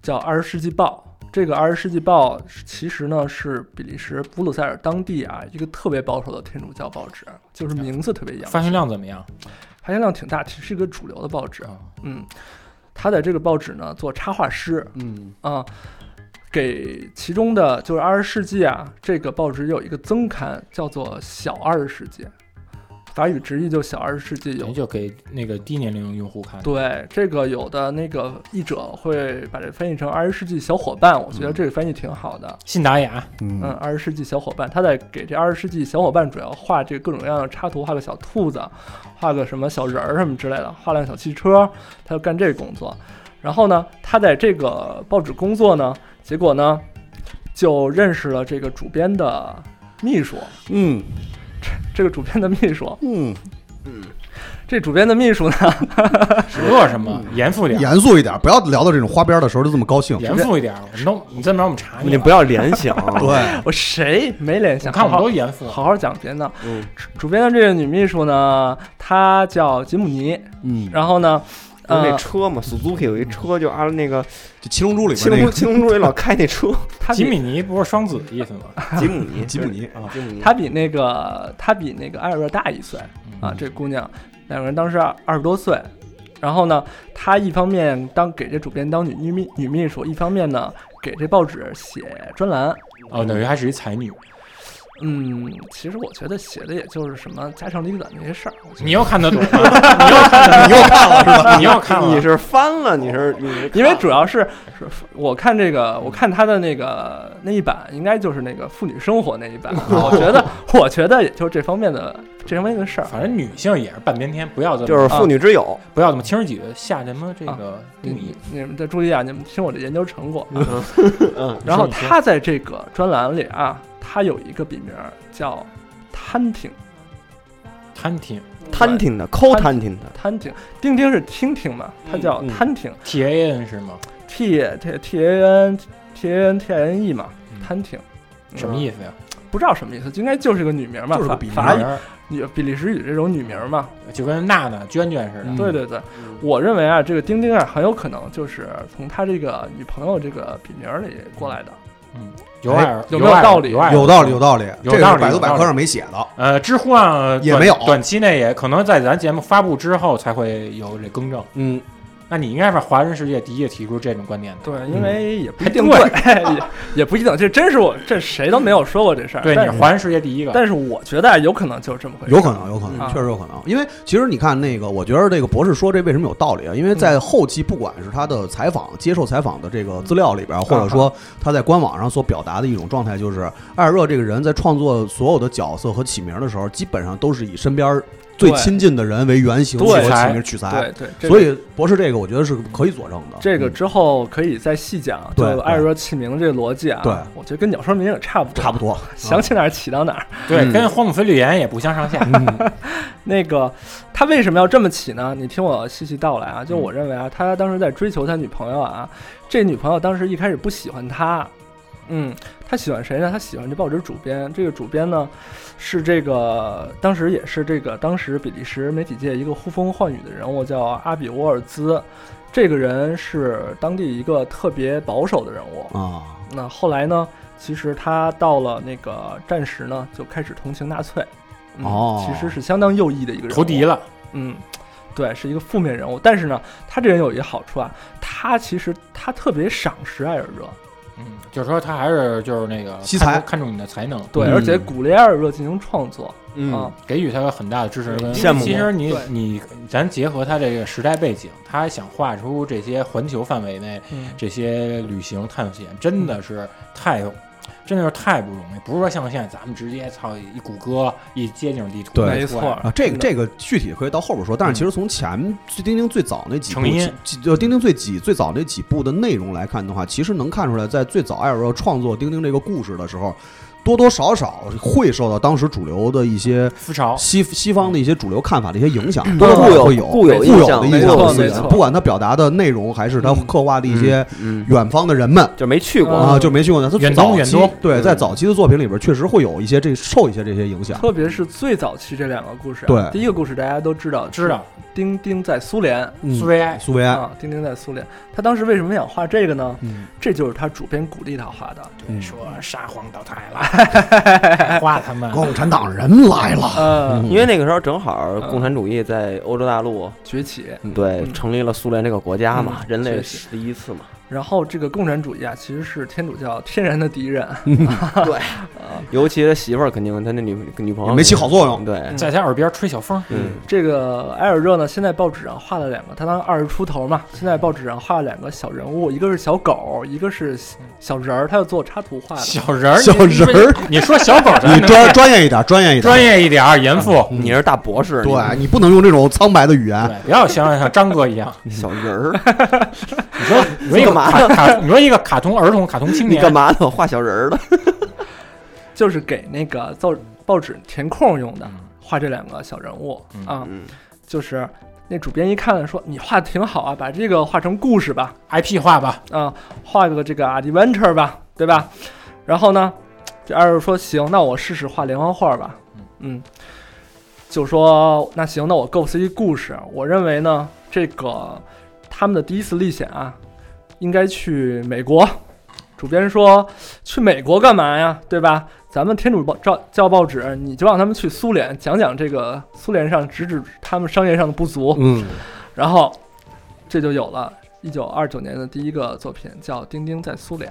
叫《二十世纪报》。这个《二十世纪报》其实呢是比利时布鲁塞尔当地啊一个特别保守的天主教报纸，就是名字特别洋气，啊发行量怎么样？发行量挺大，是一个主流的报纸。啊嗯，他在这个报纸呢做插画师，嗯啊，给其中的就是二十世纪啊，这个报纸有一个增刊叫做《小二十世纪》，法语直译就《小二十世纪》有等于就给那个低年龄用户看。对，这个有的那个译者会把这翻译成“二十世纪小伙伴”，我觉得这个翻译挺好的。信达雅嗯，嗯，二十世纪小伙伴，他在给这二十世纪小伙伴主要画这个各种各样的插图，画个小兔子，画个什么小人儿什么之类的，画辆小汽车，他要干这个工作。然后呢，他在这个报纸工作呢，结果呢，就认识了这个主编的秘书。嗯这个主编的秘书，嗯，这这主编的秘书呢？乐什么？严肃点儿，严肃一点，不要聊到这种花边的时候就这么高兴。啊严肃一点儿。我们都你这么着，我们查你了不要联想， [laughs] 对，我谁没脸你想？看我好们好都严肃。啊好好讲，别闹。嗯主主编的这个女秘书呢，她叫吉姆尼，嗯，然后呢，不是那呃，车嘛，Suzuki 有一车，就按那个就七龙珠里七面龙那珠个七龙珠里老开那车，她吉比米尼不是双子的意思吗？ [laughs] 吉姆 [laughs] 尼，吉姆尼啊，吉姆尼，她比那个她比那个艾尔大一岁嗯啊，这姑娘两个人当时二十多岁。然后呢，她一方面当给这主编当女女秘女秘书，一方面呢给这报纸写专栏。哦，等于还是一才女。嗯，其实我觉得写的也就是什么家长里短那些事儿。我觉得你又看得懂吗？ [laughs] 你又看得，你又看了是吧？你又看了，你是翻了，你是你是因为主要是是我看这个，我看他的那个那一版，应该就是那个妇女生活那一版。啊我觉得，我觉得也就是这方面的这方面的事儿。反正女性也是半边天，不要这么啊就是妇女之友，不要这么轻而易举的下什么这个你定义。你你们再注意啊，你们听我的研究成果啊。嗯，然后你说他在这个专栏里啊，他有一个笔名儿叫摊挺，摊挺摊挺的，抠摊挺的，摊挺，钉钉是听听嘛，他叫嗯嗯摊挺 T A N 是吗？ ，T E， T T A N T A N T I N E 嘛，摊挺。嗯什么意思呀？思？不知道什么意思，就应该就是个女名儿嘛，就是个法笔名法儿语人女比利时语这种女名儿嘛，就跟娜娜、娟娟似的嗯。对对对，我认为啊，这个丁丁啊，很有可能就是从他这个女朋友这个笔名儿里过来的。有爱尔有没有道理爱尔有道理，有道理，有这个道理是百度有道百理科上没写的。呃，知乎上呃也短没有短期内也可能在咱节目发布之后才会有这更正。嗯，那你应该是华人世界第一个提出这种观点的。对，因为也不一还定对对， [laughs] 也也不一定，这真是我这谁都没有说过这事儿。对，你但是是华人世界第一个。但是我觉得啊有可能就是这么回事。有可能，有可能，嗯确实有可能。因为其实你看那个，我觉得这个博士说这为什么有道理啊？因为嗯在后期，不管是他的采访、接受采访的这个资料里边，或者嗯说他在官网上所表达的一种状态，就是艾尔热这个人在创作所有的角色和起名的时候，基本上都是以身边最对亲近的人为原型对所起名取材。对对，这个所以博士这个，我觉得是可以佐证的。这个嗯之后可以再细讲，就对对艾若起名的这个逻辑啊，对我觉得跟鸟说明也差不多，差不多，啊想起哪儿起到哪儿。对，嗯跟霍姆菲吕岩也不相上下。 [laughs] 那个他为什么要这么起呢？你听我细细道来啊。就我认为啊，他当时在追求他女朋友啊，这女朋友当时一开始不喜欢他，嗯，他喜欢谁呢？他喜欢这报纸主编。这个主编呢，是这个当时也是这个当时比利时媒体界一个呼风唤雨的人物，叫阿比沃尔兹。这个人是当地一个特别保守的人物。啊，那后来呢，其实他到了那个战时呢，就开始同情纳粹。嗯哦其实是相当右翼的一个 [laughs] 人物投敌了，嗯，对，是一个负面人物。但是呢，他这人有一个好处啊，他其实他特别赏识艾尔热，嗯，就是说他还是就是那个惜才看重看重你的才能，对，嗯而且鼓励艾尔热进行创作啊嗯，。给予他有很大的支持跟羡慕其实你对你咱结合他这个时代背景，他想画出这些环球范围内嗯这些旅行探险，真的是太。真的是太不容易，不是说像现在咱们直接操一谷歌一街景地图就出对来，没错啊，这个真的这个具体可以到后边说，但是其实从前最丁丁最早那几部成因几呃丁丁最几最早那几部的内容来看的话，其实能看出来，在最早艾尔热创作丁丁这个故事的时候，多多少少会受到当时主流的一些思潮西西方的一些主流看法的一些影响，都多是多少少会固有固固有有印象的没印错象和思没想，错不管他表达的内容还是他刻画的一些嗯，哦远方的人们。就没去过，啊，就没去过呢。他远东早远期东对，嗯在早期的作品里边，确实会有一些这受一些这些影响。特别是最早期这两个故事啊、对第一个故事大家都知道，知道丁丁在苏联嗯苏维埃苏维埃，啊，丁丁在苏联，他当时为什么想画这个呢？嗯这就是他主编鼓励他画的。嗯说沙皇倒台 [laughs] 了，花他们共产党人来了，呃，因为那个时候正好共产主义在欧洲大陆崛起，对嗯成立了苏联这个国家嘛，人类确是第一次嘛，然后这个共产主义啊，其实是天主教天然的敌人，嗯尤其他媳妇儿肯定他那女女朋友也没起好作用对，在他耳边吹小风，嗯这个埃尔热呢，现在报纸上画了两个，他当时二十出头嘛，现在报纸上画了两个小人物，一个是小狗，一个是小人儿，他要做插图画的。小人儿，小你人儿，你说小狗儿， [laughs] 你专专业一点，专业一点，专业一点儿，严肃，你是大博士，对你不能用这种苍白的语言。对，不要像像张哥一样，你小人 [laughs] 儿，你说你说一个干嘛卡卡，你说一个卡通儿童、卡通青你年，干嘛呢？ [laughs] 画小人儿的，就是给那个造报纸填空用的嗯，画这两个小人物嗯啊。嗯就是那主编一看说你画的挺好啊，把这个画成故事吧， IP 化吧，啊，画个这个 adventure 吧，对吧？然后呢，这二叔说行，那我试试画连环画吧。嗯，就说那行，那我构思一故事。我认为呢，这个他们的第一次历险啊，应该去美国。主编说去美国干嘛呀？对吧？咱们天主报教教报纸，你就让他们去苏联，讲讲这个苏联上直指他们商业上的不足。嗯，然后这就有了一九二九年的第一个作品，叫《丁丁在苏联》，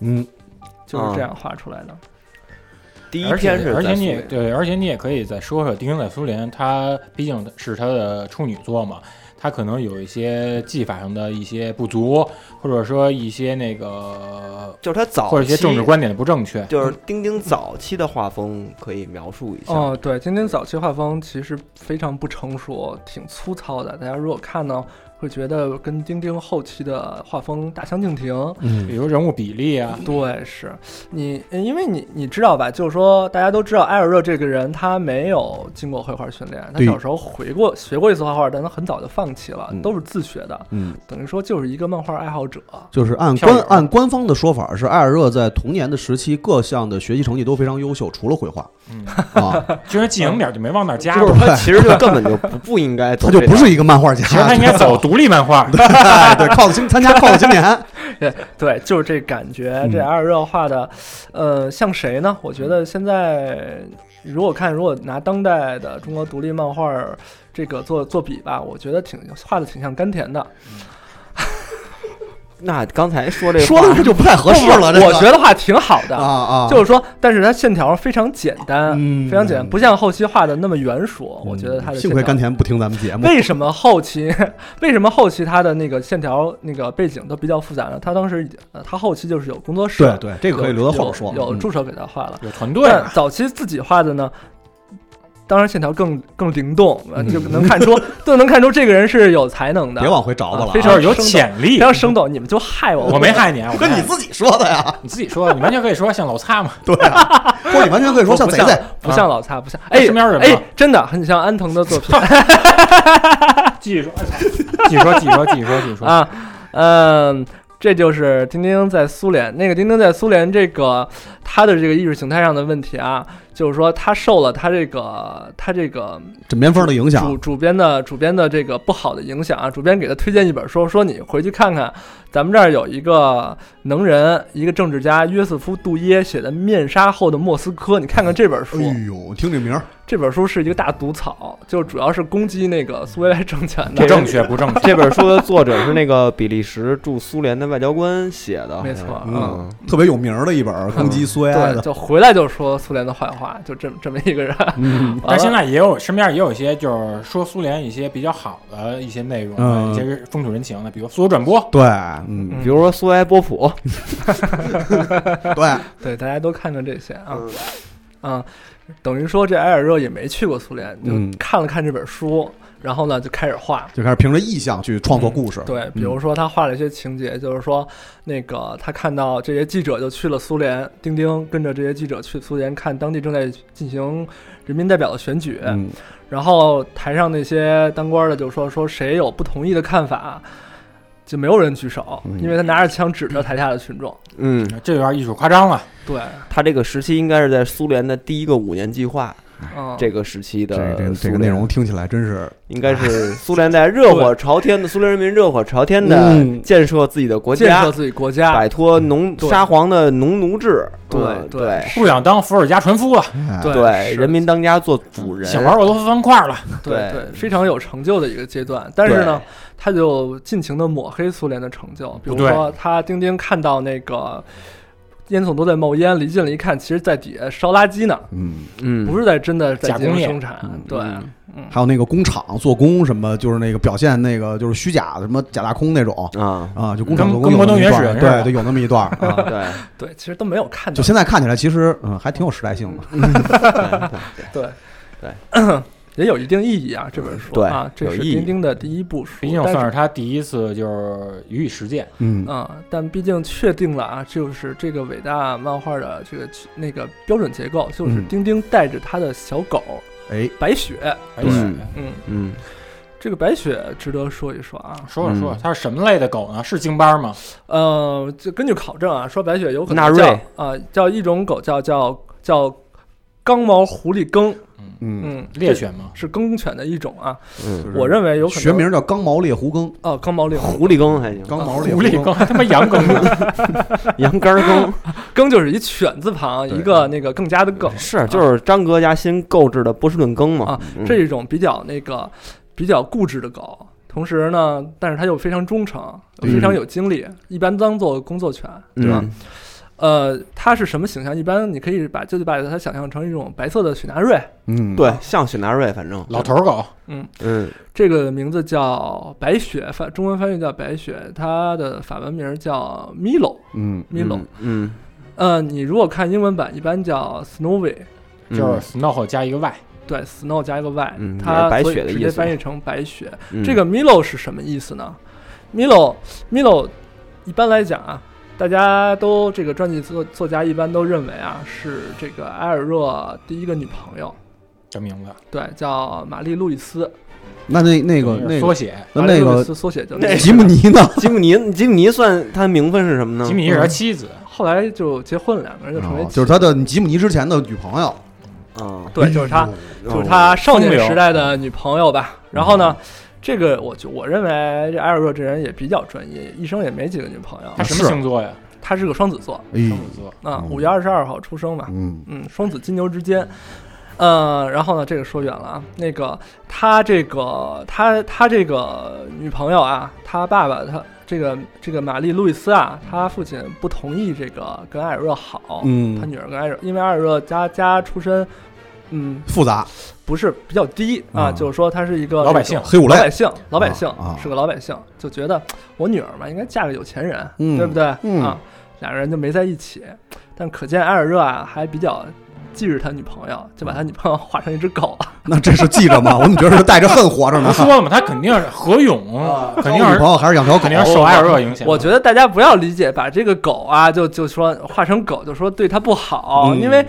嗯，啊就是这样画出来的。第一而且篇是而且在你苏也联对，而且你也可以再说说《丁丁在苏联》，它毕竟是它的处女作嘛，它可能有一些技法上的一些不足，或者说一些那个就是他早期或者一些政治观点的不正确。就是丁丁早期的画风可以描述一下。哦，对，丁丁早期画风其实非常不成熟，挺粗糙的。大家如果看呢，会觉得跟丁丁后期的画风大相径庭。嗯比如人物比例啊，对，是你，因为你你知道吧？就是说，大家都知道埃尔热这个人，他没有经过绘画训练，他对小时候回过学过一次画画，但他很早就放弃了，嗯都是自学的，嗯，等于说就是一个漫画爱好者。就是按漂官亮按官方的说法是，艾尔热在童年的时期各项的学习成绩都非常优秀，除了绘画嗯，啊， [laughs] 其实技能点就没往那儿加嗯就是过。他其实就根本就不不应该走他这就条，不是一个漫画家，其实他应该 [laughs] 走独立漫画，哎， [laughs] 对，靠青参加靠青年，对，就是这感觉。这嗯阿尔热画的，呃，像谁呢？我觉得现在如果看，如果拿当代的中国独立漫画儿这个做做比吧，我觉得挺画的挺像甘田的。那刚才说这说的这就不太合适了。这个我觉得画挺好的啊啊，就是说，但是它线条非常简单，嗯非常简单，不像后期画的那么圆熟。我觉得它的幸线亏条甘甜不听咱们节目，为什么后期 [laughs] 为什么后期它的那个线条那个背景都比较复杂呢？它当时已经呃，它后期就是有工作室，对对，这个可以留到后头说。有有嗯助手给他画了。有团队啊但嘛，早期自己画的呢，当然线条更更灵动，呃嗯就能看 [laughs] 出，都能看出这个人是有才能的，别往回找吧了啊非就常啊，是有潜力非。常生动。你们就害我，我没害你啊，我没跟害你你自己说的呀，你自己说，你完全可以说像老擦嘛，对啊，或者你完全可以说像不贼贼，不像老擦，不像哎啊身边人哎嘛，真的很像安藤的作 [laughs] 品继续说，哎操继续说，继续说，继续说，继续说。啊，嗯。这就是丁丁在苏联，那个丁丁在苏联这个他的这个意识形态上的问题啊，就是说他受了他这个他这个枕边风的影响主，主编的主编的这个不好的影响啊，主编给他推荐一本书，说你回去看看，咱们这儿有一个能人，一个政治家约瑟夫·杜耶写的《面纱后的莫斯科》，你看看这本书，哎呦，听这名儿，这本书是一个大毒草，就主要是攻击那个苏维埃政权的。不正确，不正确。这本书的作者是那个比利时驻苏联的外交官写的，没错嗯好像嗯，特别有名儿的一本儿攻击苏维埃对，的，就回来就说苏联的坏话，就这么这么一个人。嗯，完但了现在也有身边也有一些就是说苏联一些比较好的一些内容，啊嗯一些风土人情的，比如苏俄转播，对，嗯，比如说苏维埃波普，对， [laughs] 对，大家都看看这些啊，啊，等于说这埃尔热也没去过苏联，就嗯看了看这本书，然后呢就开始画。就开始凭着意向去创作故嗯事，嗯对，比如说他画了一些情节，就是说，那个他看到这些记者就去了苏联，丁丁跟着这些记者去苏联看当地正在进行人民代表的选举，嗯，然后台上那些当官的就说说谁有不同意的看法，就没有人举手，因为他拿着枪指着台下的群众。嗯，哎这有点艺术夸张了。对，他这个时期应该是在苏联的第一个五年计划嗯，这个时期的这这苏这个联内容听起来真是应该是苏联在热火朝天的苏联人民热火朝天的嗯建设自己的国建家设，自己国家摆，脱农对沙皇的农奴制，对嗯对对不想当伏尔加船夫了，哎对对，是人民当家做主人，想玩俄罗斯方块了，对对非常有成就的一个阶段。但是呢，他就尽情的抹黑苏联的成就，比如对说他丁丁看到那个烟囱都在冒烟，离近了一看，其实在底下烧垃圾呢，嗯，嗯，不是在真的在假进工行业生产。对，嗯还有那个工厂做工什么，就是那个表现那个就是虚假的什么假大空那种 [laughs] 啊，啊，就工厂跟做工跟有摩那么登一原段始儿人似对的对，有那么一段儿啊， [laughs] 对，对，其实都没有看就到。现在看起来，其实嗯，还挺有时代性的。对对 [clears throat] 也有一定意义啊，这本书对啊，这有是意义丁丁的第一部书，毕竟但算是是他第一次就是予以实践。嗯，嗯，但毕竟确定了啊，就是这个伟大漫画的这个那个标准结构，就是嗯丁丁带着他的小狗，哎，白雪，白雪嗯，嗯，嗯，这个白雪值得说一说啊。说说说嗯，它是什么类的狗呢？是京巴吗？呃，就根据考证啊，说白雪有可纳能瑞叫啊、叫一种狗叫叫叫刚毛狐狸梗，嗯嗯，猎犬吗？是梗犬的一种啊。嗯，我认为有可能学名叫刚毛猎狐耕，哦，刚毛猎狐狐狸羹还行，刚毛猎狐狸耕，更他妈羊更呢？羊肝羹更就是一犬字旁，对一个那个更加的更，啊是就是张哥家新购置的波士顿羹嘛啊，这一种比较那个比较固执的狗，同时呢，但是它又非常忠诚，非常有精力，一般当做工作犬，对吧？嗯呃，它是什么形象？一般你可以把就把它想象成一种白色的雪纳瑞，嗯，对，像雪纳瑞，反正老头儿狗，嗯，这个名字叫白雪，翻中文翻译叫白雪，它的法文名叫 Milo。嗯， Milo，、嗯，呃，你如果看英文版，一般叫 Snowy，嗯就是 snow 加一个 y，对，Snow 加一个 y，、嗯也它是白所以雪的直意接思翻译成白雪。嗯这个 Milo 是什么意思呢？Milo Milo 一般来讲啊，大家都这个传记作作家一般都认为啊是这个埃尔热第一个女朋友，这名字对，叫玛丽路易斯，那那那个就是那缩个，写。那玛丽那路易个斯缩写叫吉姆尼呢？吉姆尼，吉姆尼算它名分是什么呢？吉米是他妻子， [laughs] 后来就结婚了，两个人就成为、哦就是他的吉姆尼之前的女朋友，啊，对，就是他，就是哦他少年时代的女朋友吧。然后嗯呢，这个我就我认为这埃尔热这人也比较专业，一生也没几个女朋友他。什么星座呀？他是个双子座，哎双，子座。啊嗯，五月二十二号出生嘛，嗯，嗯，双子金牛之间。呃，然后呢，这个说远了啊。那个他这个他他这个女朋友啊，他爸爸他这个这个玛丽路易斯啊，他父亲不同意这个跟艾尔热好，嗯他女儿跟艾尔，因为艾尔热家家出身，嗯，复杂，不是比较低啊，嗯就是说他是一个老百那种姓黑五老类百，姓，老百姓、哎啊啊是个老百姓，就觉得我女儿嘛，应该嫁个有钱人，嗯对不对？嗯啊，两个人就没在一起。但可见埃尔热啊，还比较记着他女朋友，就把他女朋友画成一只狗。那这是记着吗？我怎么觉得是带着恨活着不呢？说了吗？他肯定是何勇， [laughs] 肯定交女是朋友还是 [laughs] 养条狗？肯定是受埃尔热影响。我觉得大家不要理解把这个狗啊，就就说画成狗，就说对它不好，嗯因为。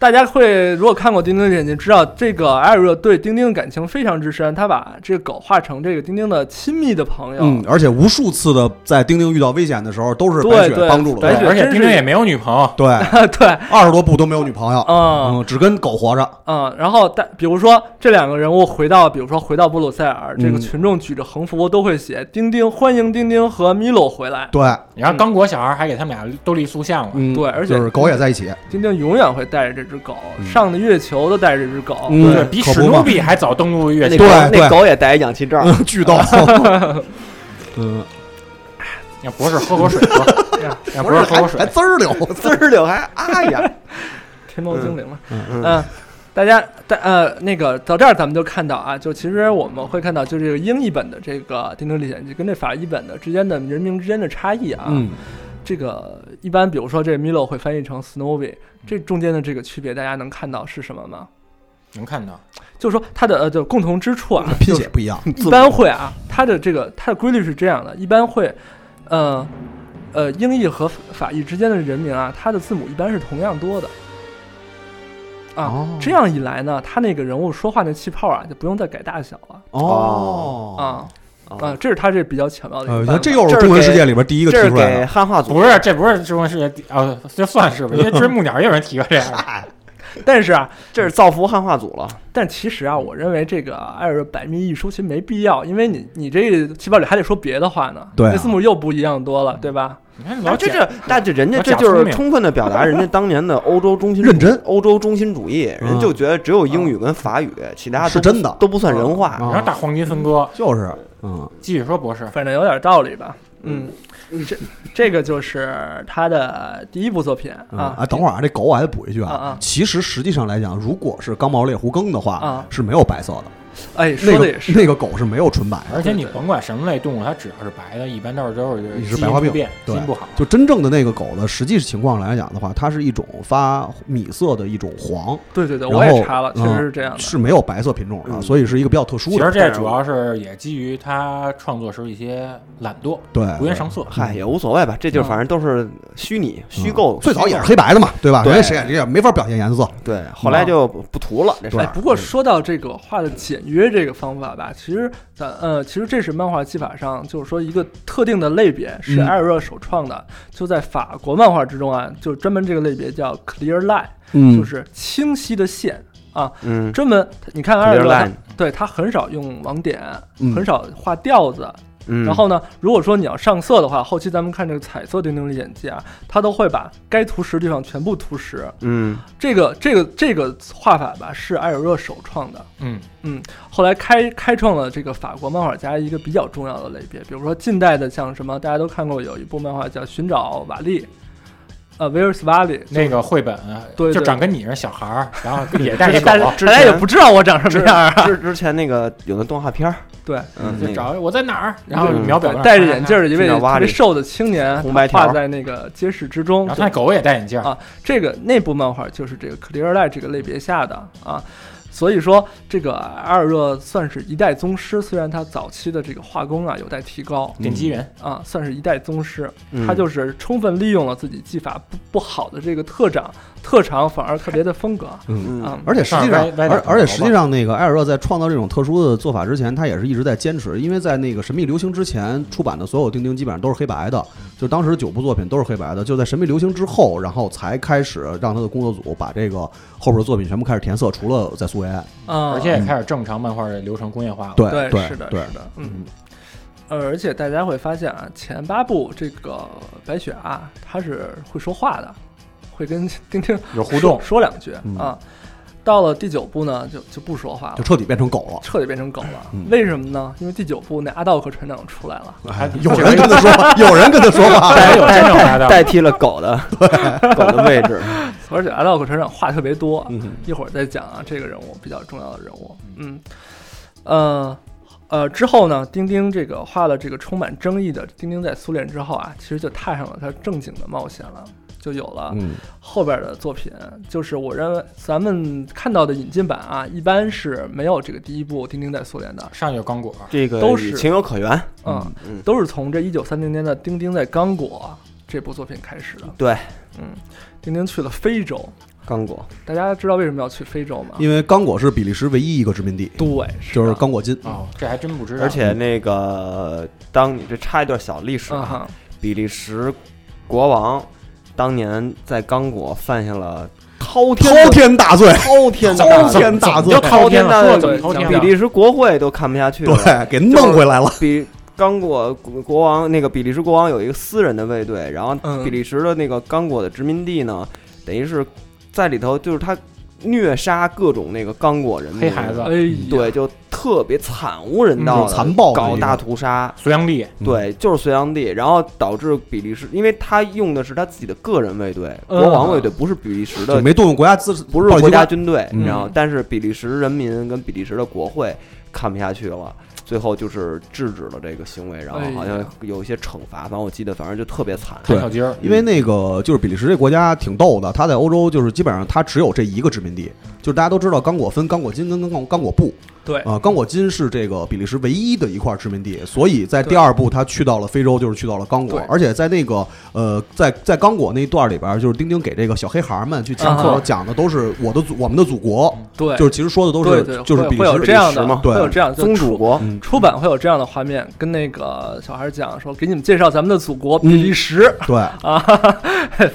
大家会如果看过《丁丁》的，你知道这个埃尔热对丁丁的感情非常之深，他把这个狗画成这个丁丁的亲密的朋友，嗯，而且无数次的在丁丁遇到危险的时候，都是对白雪对帮助了白他。雪而且真是丁丁也没有女朋友，对， [laughs] 对，二十多部都没有女朋友，嗯，嗯，只跟狗活着。嗯，然后但比如说这两个人物回到，比如说回到布鲁塞尔，这个嗯群众举着横幅都会写“丁丁欢迎丁丁和米洛回来对，然后刚果小孩还给他们俩都立塑像了。嗯对而且就是狗也在一起。”，丁丁永远会带着这只狗、上的月球都带着这只狗。嗯对比可史不嘛努比还早登陆月那球狗，对那狗也带一氧气罩，嗯， [laughs] 巨逗。嗯，让博士喝口水吧，让博士喝口水还。滋儿溜， [laughs] 滋儿溜还啊呀，天猫精灵嘛，嗯嗯。大家，大呃，那个到这儿咱们就看到啊，就其实我们会看到，就这个英译本的这个《丁丁历险记》跟这法译本的之间的人名之间的差异啊，嗯，这个一般比如说这 Milo 会翻译成 Snowy，这中间的这个区别大家能看到是什么吗？能看到，就是说它的呃，就共同之处啊， [laughs] 拼写不一样。一般会啊，它的这个它的规律是这样的，一般会，呃，呃，英译和法译之间的人名啊，它的字母一般是同样多的，啊，哦这样一来呢，他那个人物说话那气泡啊，就不用再改大小了。哦啊啊，这是他这比较巧妙的一呃个，办法。这又是中文世界里边第一个这提是出给来的。汉化组不是这不是中文世界第啊，这算是吧？因为追木鸟也有人提过这样，但是啊，这是造福汉化组了。但其实啊，我认为这个艾尔百密一疏其实没必要，因为你你这个气泡里还得说别的话呢，对啊那字母又不一样多了，对吧？你看那老啊这蒋这，那这人家老这假就聪是明充分的表达人家当年的欧洲中心认真嗯啊欧洲中心主义，人就觉得只有英语跟法语，其他都是不真的都不算人话。啊然后大黄金分割，就是，嗯，继续说博士，反正有点道理吧。嗯，这这个就是他的第一部作品啊。啊，等会儿啊，这狗我还得补一句啊啊其实实际上来讲，如果是刚毛猎狐耕的话，啊是没有白色的，哎，说那的个也是，那个狗是没有纯白的而，且你甭管什么类动物，它只要是白的，一般到时候就是一基是因白化病突变，基对因不好。就真正的那个狗呢，实际情况来讲的话，它是一种发米色的一种黄，对对对，然后我也查了，嗯确实是这样的。是没有白色品种的，嗯所以是一个比较特殊其实的。这主要是也基于他创作时候一些懒惰、对，不愿上色。嗨，也无所谓吧，这就嗯反正都是虚拟、虚嗯构。最早虚也是构黑白的嘛，对吧？对人家谁也谁也没法表现颜色。对，后来就不不涂了这事对哎儿，。不过说到这个画的简约这个方法吧，其实咱呃，其实这是漫画技法上，就是说一个特定的类别是嗯埃尔热首创的，就在法国漫画之中啊，就专门这个类别叫 clear line，、嗯就是清晰的线啊。嗯，专门你看埃尔 Clear 热他 line，对他很少用网点，嗯很少画调子，嗯，然后呢，如果说你要上色的话，后期咱们看这个彩色丁丁历险记啊，它都会把该涂实的地方全部涂实。嗯，这个这个这个画法吧，是埃尔热首创的，嗯，后来开开创了这个法国漫画家一个比较重要的类别，比如说近代的像什么，大家都看过有一部漫画叫《寻找瓦力》，呃，威尔斯瓦利。那个绘本对就对长跟你似的小孩儿，然后也带着但是狗，之大家也前不知道我长什么样啊，之之前那个有的动画片儿，对，嗯，就那个找我在哪儿，然后秒表对嗯戴着眼镜儿，儿的一位寻找瓦特别力瘦的青年，红白条画在那个街市之中，然后就他那狗也戴眼镜儿啊，这个那部漫画就是这个 Clear Light 这个类别下的啊，所以说这个阿尔热算是一代宗师，虽然他早期的这个画工啊有待提高顶级人。啊，算是一代宗师，嗯他就是充分利用了自己技法不不好的这个特长，特长反而特别的风格嗯。嗯啊，而且实际上上边歪，而点头而且实际上，那个艾尔热在创造这种特殊的做法之前，他也是一直在坚持，因为在那个《神秘流行》之前出版的所有钉钉基本上都是黑白的，就当时九部作品都是黑白的，就在《神秘流行》之后，然后才开始让他的工作组把这个后边的作品全部开始填色，除了在苏维埃，啊，而且也开始正常漫画的流程工业化了。对对哎对是的对是的，嗯。呃而且大家会发现啊，前八部这个白雪啊，她是会说话的，会跟 [laughs] 丁丁有互动说说两句、嗯啊。到了第九部呢，就就不说话了就，彻底变成狗了。彻底变成狗了。嗯为什么呢？因为第九部那阿道克船长出来了，哎有人跟他说话，有人跟他说话，还有真正来的代替了狗 [laughs] 的狗的位置。而且阿道克船长话特别多，啊嗯一会儿再讲啊，这个人物比较重要的人物。嗯，呃。呃，之后呢，丁丁这个画了这个充满争议的丁丁在苏联之后啊，其实就踏上了他正经的冒险了，就有了嗯后边的作品，就是我认为咱们看到的引进版啊，一般是没有这个第一部《丁丁在苏联》的，上有刚果，这个都是情有可原。嗯，嗯都是从这一九三零年的《丁丁在刚果》这部作品开始的。对，嗯，丁丁去了非洲，刚果，大家知道为什么要去非洲吗？ [laughs] 因为刚果是比利时唯一一个殖民地，对，就是啊的刚果金。哦，这还真不知道。而且那个，当你这插一段小历史嗯啊，哈，比利时国王当年在刚果犯下了滔天滔的天大罪，滔天的滔大罪天大罪怎么就滔滔天天大了，罪说怎么滔天比了利时国会都看不下去了。对，给弄回来了。比刚果国国王那个比利时国王有一个私人的卫队，然后嗯比利时的那个刚果的殖民地呢，等于是在里头就是他虐杀各种那个刚果人民黑孩子哎呀，对，就特别惨无人道的、嗯残暴的搞一个大屠杀。隋炀帝，嗯对，就是隋炀帝，然后导致比利时，因为他用的是他自己的个人卫队，嗯国王卫队不是比利时就的没动用国家资，不是暴力国机家关军队，嗯你知道吗嗯？但是比利时人民跟比利时的国会看不下去了，最后就是制止了这个行为，然后好哎像呀有一些惩罚，反正我记得，反正就特别惨。看小鸡儿，因为那个就是比利时这国家挺逗的，它在欧洲就是基本上它只有这一个殖民地，就是大家都知道刚果分刚果金跟刚刚果布对啊、刚果金是这个比利时唯一的一块殖民地，所以在第二部他去到了非洲，就是去到了刚果对，而且在那个呃在在刚果那一段里边，就是丁丁给这个小黑孩们去讲啊课，讲的都是我的祖我们的祖国，对，就是其实说的都是对对就是会比利会有时这样历的史，嘛会有对这样就宗出主国，嗯出版会有这样的画面，跟那个小孩讲说，给你们介绍咱们的祖国嗯比利时、对，啊 [laughs] 哈哈，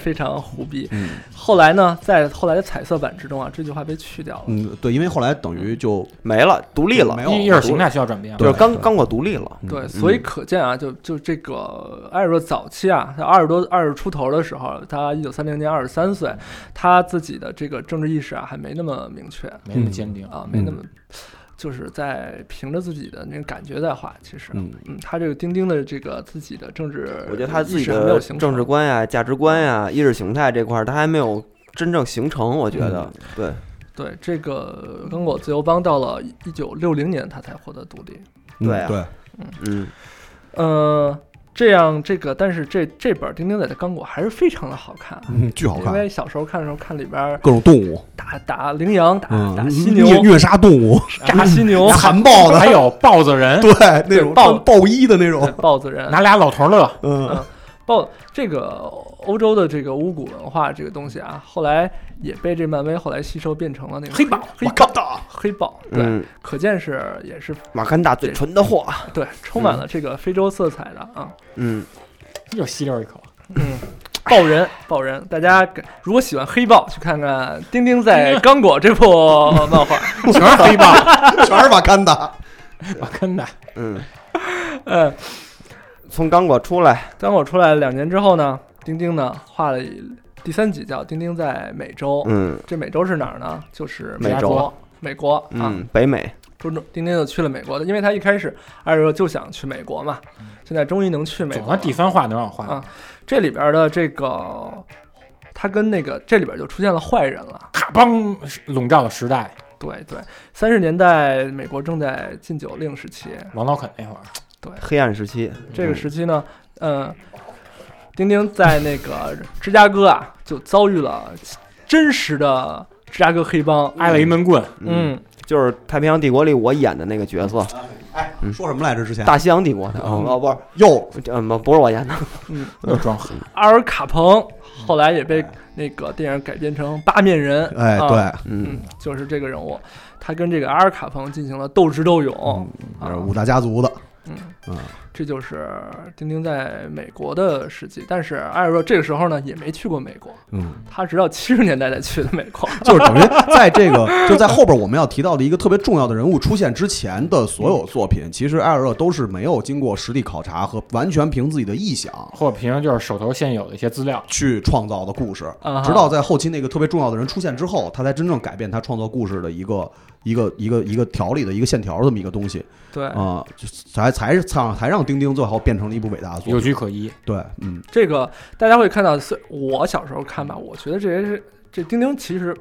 非常胡逼。嗯后来呢，在后来的彩色版之中啊，这句话被去掉了。嗯对，因为后来等于就没了，独立了嗯没，意意识形态需要转变了。就是对嗯刚对刚果独立了。对，所以可见啊，就就这个艾尔热早期啊，他二十多二十出头的时候，他一九三零年二十三岁，他自己的这个政治意识啊还没那么明确没那么坚定，啊，没嗯那么，就是在凭着自己的那个感觉在画。其实，嗯嗯，他这个丁丁的这个自己的政治，我觉得他自己还没的有形成政治嗯观呀、价值观呀、意识形态这块儿，他还没有真正形成。我觉得，对，对，这个刚果自由邦到了一九六零年，他才获得独立。对啊嗯对，嗯，呃，这样这个，但是这这本《丁丁仔的刚果》还是非常的好看啊，嗯，巨好因看，为小时候看的时候，看里边儿各种动物，打打羚羊、打、嗯，啊打犀虐牛、哦虐杀动物，炸犀牛、残暴的，还有豹子人，对，那种豹穿暴衣的那种，豹子人、拿俩老头乐，嗯豹这个欧洲的这个巫蛊文化这个东西啊，后来也被这漫威后来吸收变成了那个黑豹黑豹黑豹，对，嗯可见是也是马甘达最纯的货，对充满了这个非洲色彩的啊。嗯，又吸溜一口。嗯，爆人爆人，大家给如果喜欢黑豹，去看看《丁 [laughs] 丁在刚果》这部漫画。全是黑豹，全是瓦干达，我跟的嗯，嗯，从刚果出来，刚果出来两年之后呢，丁丁呢画了一第三集叫《丁丁在美洲》。嗯这美洲是哪儿呢？就是美国洲，美国啊，嗯，北美，中中丁丁就去了美国的，因为他一开始二说就想去美国嘛，现在终于能去美总国算了。第三话能让我啊画，这里边的这个，他跟那个这里边就出现了坏人了。咔邦笼罩了时代，对对，三十年代美国正在禁酒令时期，王老肯那会儿，黑暗时期，这嗯个时期呢，呃，丁丁在那个芝加哥啊，就遭遇了真实的芝加哥黑帮。挨了一闷棍，嗯，，就是《太平洋帝国》里我演的那个角色，哎说什么来着？之前《大西洋帝国》的，嗯哦，不是又，嗯，不不是我演的，又装黑，阿尔卡彭后来也被那个电影改编成八面人，哎，啊，对，嗯嗯，就是这个人物，他跟这个阿尔卡彭进行了斗智斗勇，嗯是啊五大家族的，这就是丁丁在美国的事迹。但是艾尔若这个时候呢，也没去过美国，嗯，他直到七十年代才去的美国。就是等于在这个就在后边我们要提到的一个特别重要的人物出现之前的所有作品，其实艾尔热都是没有经过实地考察和完全凭自己的臆想或者平常就是手头现有的一些资料，去创造的故事啊哈，直到在后期那个特别重要的人出现之后，他才真正改变他创作故事的一个一个一个一个条理的一个线条这么一个东西对，啊，就才才是才让才让丁丁最后变成了一部伟大的作有品。据可依。对，嗯，这个大家会看到，虽我小时候看吧，我觉得这些是这丁丁其实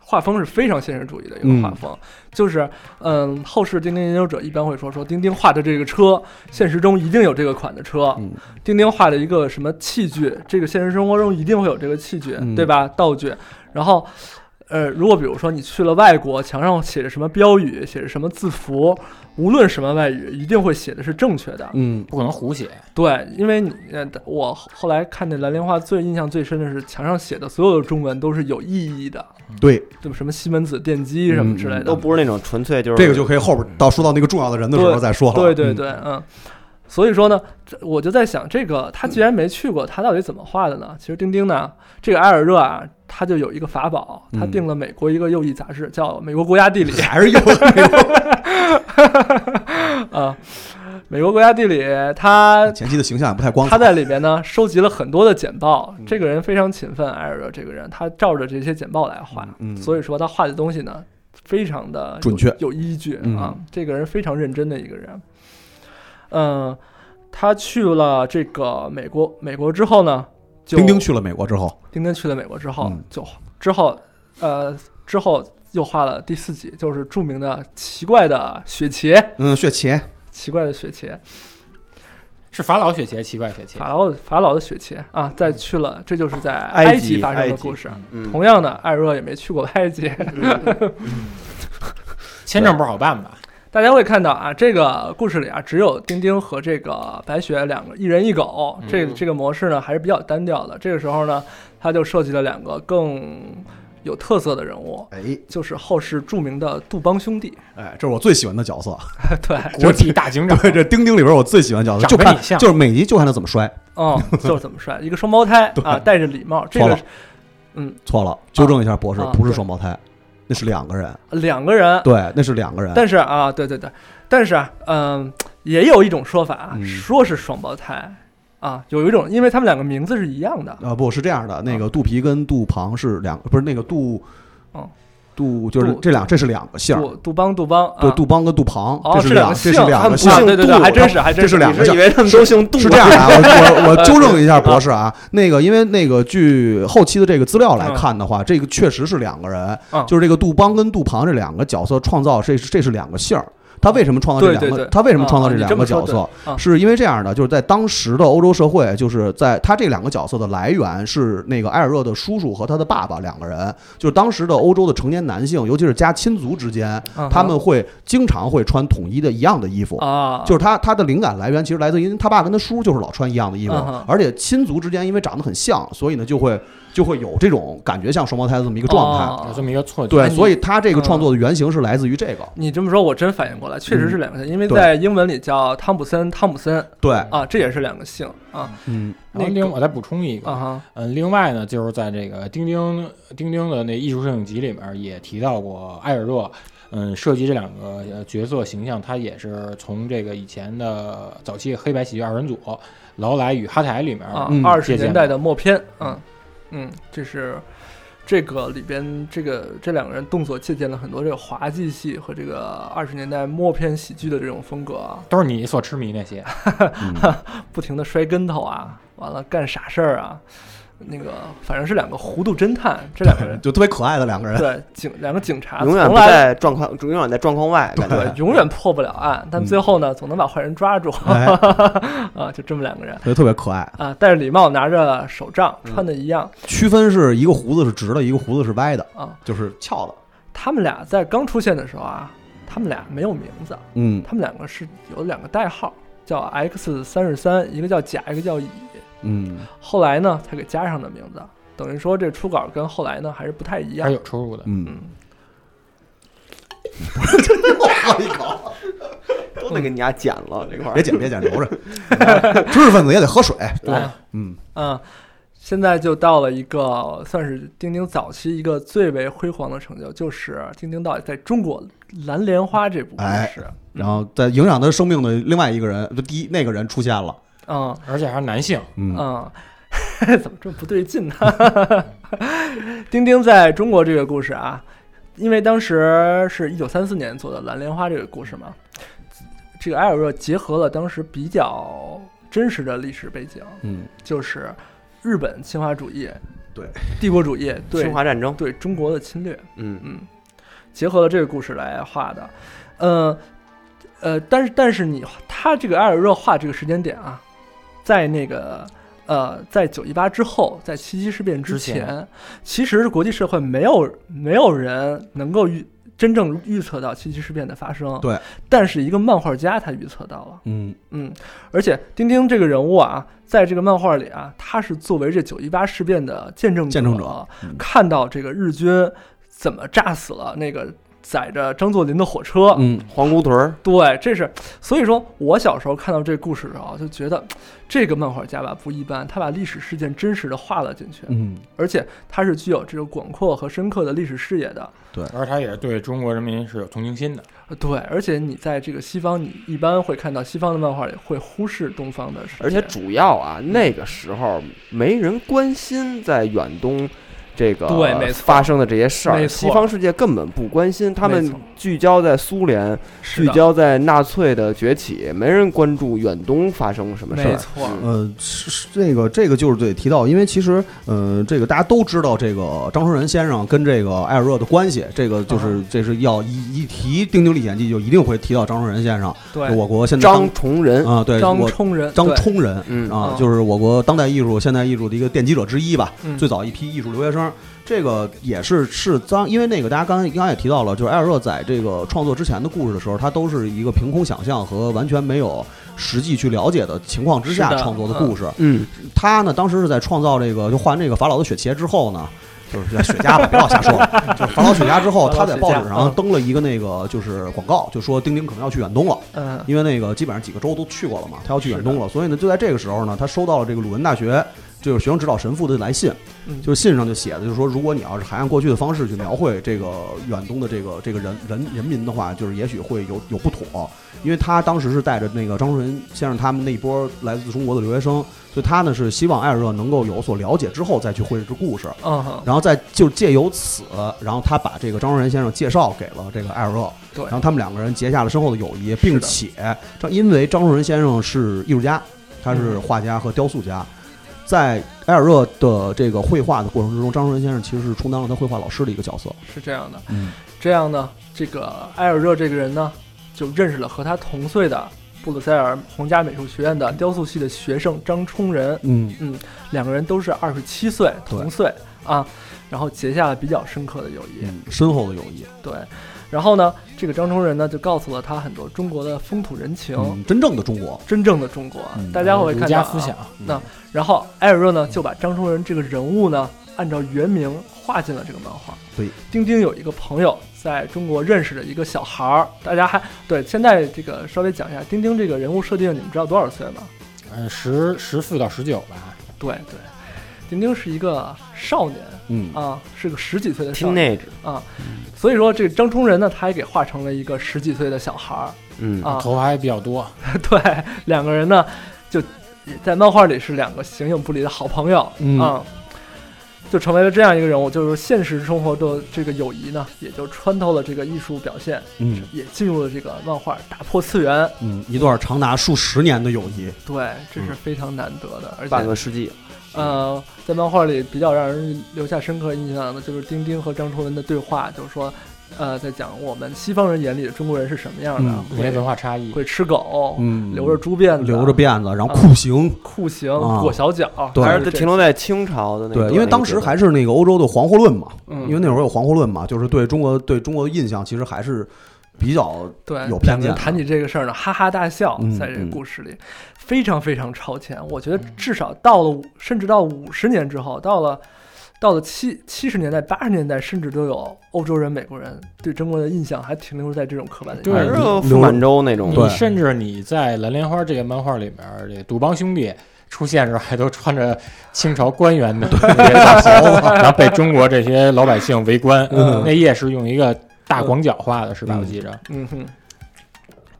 画风是非常现实主义的一个画风，就是嗯，后世丁丁研究者一般会说说丁丁画的这个车，现实中一定有这个款的车，嗯丁丁画的一个什么器具，这个现实生活中一定会有这个器具，嗯对吧？道具，然后。呃，如果比如说你去了外国，墙上写着什么标语，写着什么字符，无论什么外语，一定会写的是正确的。嗯不可能胡写，对，因为你呃，我后后来看那《蓝莲花》，最印象最深的是墙上写的所有的中文都是有意义的，嗯对，对吧？什么西门子电机什么之类的，嗯都不是那种纯粹就是这个就可以后边到说到那个重要的人的时候再说了。对对嗯对，嗯。所以说呢，这我就在想，这个他既然没去过，他到底怎么画的呢？其实丁丁呢，这个埃尔热啊，他就有一个法宝，他嗯订了美国一个右翼杂志，叫《美国国家地理》[laughs] [laughs] 还是有啊，《美国国家地理》他前期的形象也不太光彩他。在里边呢收集了很多的简报，嗯这个人非常勤奋，艾尔热这个人，他照着这些简报来画，嗯嗯所以说他画的东西呢非常的准确有依据嗯啊，这个人非常认真的一个人。嗯、他去了这个美国，美国之后呢，就丁丁去了美国之后，丁丁去了美国之后，嗯就之后呃之后又画了第四集，就是著名的奇怪的雪茄，嗯，血茄，奇怪的雪茄。是法老雪茄，奇怪雪茄，法老法老的雪茄啊，再去了，这就是在嗯埃埃及及发生埃的及故事。嗯同样的，艾若也没去过埃及，签证不好办吧？ [laughs] 大家会看到啊，这个故事里啊，只有丁丁和这个白雪两个一人一狗，嗯这这个模式呢还是比较单调的。这个时候呢，他就设计了两个更有特色的人物，哎就是后世著名的杜邦兄弟。 [laughs] 哎，这是我最喜欢的角色。 [laughs] 对，国际大警长，对，这丁丁里边我最喜欢的角色，就长得看你像就是每集就看他怎么摔。哦，就是怎么帅，一个双 [laughs] 胞胎啊，戴着礼帽，这错个了是嗯，错了，纠正一下博士啊，不是对双胞胎，那是两个人。两个人对，那是两个人。但是啊，对对对，但是啊，嗯、也有一种说法啊，嗯说是双胞胎啊，有一种，因为他们两个名字是一样的，啊，不是这样的，那个肚皮跟肚庞是两，不是那个肚哦，杜就是杜这俩，这是两个姓儿，杜杜邦杜邦，对，啊杜邦跟杜庞，哦这是两两个个这是姓两他个们姓不姓对对对杜哦还真是还真这是是两个你姓是以。为他们都姓杜？是这样的啊，我我我纠正一下博士啊，嗯那个因为那个据后期的这个资料来看的话，这个确实是两个人，嗯就是这个杜邦跟杜庞这两个角色创造，这是这是两个姓儿。他为什么创造这对两个？对对，他为什么创造啊啊这你两个么角说色？对啊是因为这样的，就是在当时的欧洲社会，就是在他这两个角色的来源是那个埃尔热的叔叔和他的爸爸两个人，就是当时的欧洲的成年男性，尤其是家亲族之间，嗯哼他们会经常会穿统一的一样的衣服。啊，就是他，他的灵感来源其实来自于他爸跟他叔就是老穿一样的衣服嗯哼，而且亲族之间因为长得很像，所以呢就会就会有这种感觉像双胞胎的这么一个状态。哦嗯有这么一个错觉。对，哎你所以他这个创作的原型是来自于这个。你这么说，我真反应过来，确实是两个姓，因为对在英文里叫汤普森、汤姆森对，啊，这也是两个姓啊嗯，然后另我再补充一个，啊哈，嗯，另外呢，就是在这个丁丁丁丁的那艺术摄影集里面也提到过艾尔热，嗯，设计这两个呃角色形象，他也是从这个以前的早期黑白喜剧二人组《劳莱与哈台》里面啊嗯，二十借鉴年的代的默片，嗯嗯，这是这个里边这个这两个人动作借鉴了很多这个滑稽戏和这个二十年代默片喜剧的这种风格啊，都是你所痴迷那些。不停的摔跟头啊，完了干傻事儿啊，那个反正是两个糊涂侦探，这两个人就特别可爱的两个 [laughs] 人。对警两个警察永远啊从不来。在状况，永远在状况外，感觉对，永远破不了案，但最后呢，总能把坏人抓住。哎 [laughs] 啊，就这么两个人所以特别可爱，啊，戴着礼帽，拿着手杖，穿的一样、区分是一个胡子是直的，一个胡子是歪的，啊。就是翘的。他们俩在刚出现的时候啊，他们俩没有名字，嗯他们两个是有两个代号，叫 X 三十三，一个叫甲，一个叫乙。嗯，后来呢，才给加上的名字，等于说这初稿跟后来呢还是不太一还样是。有出入的。嗯，都得给你家剪了这块儿。别剪别剪，留着。知识分子也得喝 [laughs] 水。对，嗯，嗯，现在就到了一个算是钉钉早期一个最为辉煌的成就，就是钉钉到底在中国蓝莲花这部故事，然后在影响他生命的另外一个人，就第一那个人出现了。嗯而且还是男性，嗯嗯。 [laughs] 怎么这么不对劲呢？钉钉在中国这个故事啊，因为当时是一九三四年做的《蓝莲花》这个故事嘛，这个埃尔热结合了当时比较真实的历史背景，嗯，就是日本侵华主义，对帝国主义，对侵华战争，对中国的侵略，嗯，嗯，结合了这个故事来画的，呃，呃，但是但是你他这个埃尔热画这个时间点啊，在那个呃，在九一八之后，在七七事变之前，之其实国际社会没有没有人能够预真正预测到七七事变的发生，对，但是一个漫画家他预测到了。嗯嗯，而且丁丁这个人物啊，在这个漫画里啊，他是作为这九一八事变的见证见证者嗯看到这个日军怎么炸死了那个载着张作霖的火车。嗯，皇姑屯儿，对，这是所以说我小时候看到这故事的时候，就觉得这个漫画家吧不一般，他把历史事件真实的画了进去，嗯，而且他是具有这种广阔和深刻的历史视野的。而且他也是对中国人民是有同情心的。呃对，而且你在这个西方，你一般会看到西方的漫画里会忽视东方的世界，而且主要啊，那个时候没人关心在远东这个对没错发生的这些事没儿，错西方世界根本不关心，他没们错聚焦在苏联，是聚的焦在纳粹的崛起，没人关注远东发生什么事没儿。错，呃，是是这个这个就是得提到，因为其实，呃，这个大家都知道，这个张春仁先生跟这个艾尔热的关系，这个就是这是要一一提《丁丁历险记》，就一定会提到张春仁先生，对，我国现嗯在张崇仁，啊，对，张我冲人，张对冲仁嗯啊嗯，就是我国当代艺术、现代艺术的一个奠基者之一吧，嗯最早一批艺术留学生。这个也是是张，因为那个大家刚才刚才也提到了，就是艾尔热在这个创作之前的故事的时候，他都是一个凭空想象和完全没有实际去了解的情况之下是的创作的故事。嗯，他呢，当时是在创造这个就换这个法老的雪茄之后呢，就是雪茄吧，别老瞎说了。就是法老雪茄之后，法他老雪在茄报纸上嗯登了一个那个就是广告，就说丁丁可能要去远东了，嗯因为那个基本上几个州都去过了嘛，他要去远东了，所以呢，就在这个时候呢，他收到了这个鲁文大学。就是学生指导神父的来信，嗯就是信上就写的，就是说，如果你要是还按过去的方式去描绘这个远东的这个这个人人人民的话，就是也许会有有不妥，因为他当时是带着那个张树林先生他们那一波来自中国的留学生，所以他呢是希望艾热能够有所了解之后再去绘制故事，嗯哼，然后再就借由此，然后他把这个张树林先生介绍给了这个艾热，对然后他们两个人结下了深厚的友谊，并且张因为张树仁先生是艺术家，他是画家和雕塑家，在埃尔热的这个绘画的过程之中，张树仁先生其实是充当了他绘画老师的一个角色。是这样的。嗯，这样呢，这个埃尔热这个人呢，就认识了和他同岁的布鲁塞尔皇家美术学院的雕塑系的学生张冲仁，嗯，两个人都是二十七岁，对同岁啊，然后结下了比较深刻的友谊。嗯深厚的友谊，对，然后呢，这个张冲仁呢，就告诉了他很多中国的风土人情，嗯，真正的中国，真正的中国，啊嗯大家会儒看家到、思啊想。，然后埃尔热呢就把张崇仁这个人物呢按照原名画进了这个漫画。对，丁丁有一个朋友在中国认识的一个小孩儿，大家还对现在这个稍微讲一下，丁丁这个人物设定你们知道多少岁吗？呃，十十四到十九吧，对对，丁丁是一个少年嗯，啊，是个十几岁的少年。 teenage，啊所以说这张崇仁呢，他也给画成了一个十几岁的小孩儿嗯，啊，头发还比较多。 [laughs] 对，两个人呢，就在漫画里是两个形影不离的好朋友，啊嗯就成为了这样一个人物。就是现实生活的这个友谊呢，也就穿透了这个艺术表现，嗯也进入了这个漫画，打破次元。嗯，一段长达数十年的友谊，对，这嗯是非常难得的，而半且个世纪，呃，在漫画里比较让人留下深刻印象的就是丁丁和张崇文的对话，就是说。呃，在讲我们西方人眼里的中国人是什么样的，嗯因为文化差异，会吃狗，嗯留着猪辫子，留着嗯辫子，然后啊酷刑，酷刑、啊裹小脚，对还还是是这停留在清朝的那对个，因为当时还是那个欧洲的黄祸论嘛，嗯因为那会儿有黄祸论嘛，就是对中国对中国的印象其实还是比较对，有两偏个见人的谈起这个事儿呢，哈哈大笑嗯，在这个嗯故事里、非常非常超前。我觉得至少到了五，甚至到五十年之后，到了到了七七十年代、八十年代，甚至都有欧洲人、美国人对中国的印象还停留在这种刻板的印对还象。是留傅满洲那种，对你甚至你在《蓝莲花》这个漫画里面，这杜邦兄弟出现的时候，还都穿着清朝官员的那个大袍子， [laughs] 然后被中国这些老百姓围观。嗯那页是用一个大广角画的，是吧？嗯我记着，嗯哼，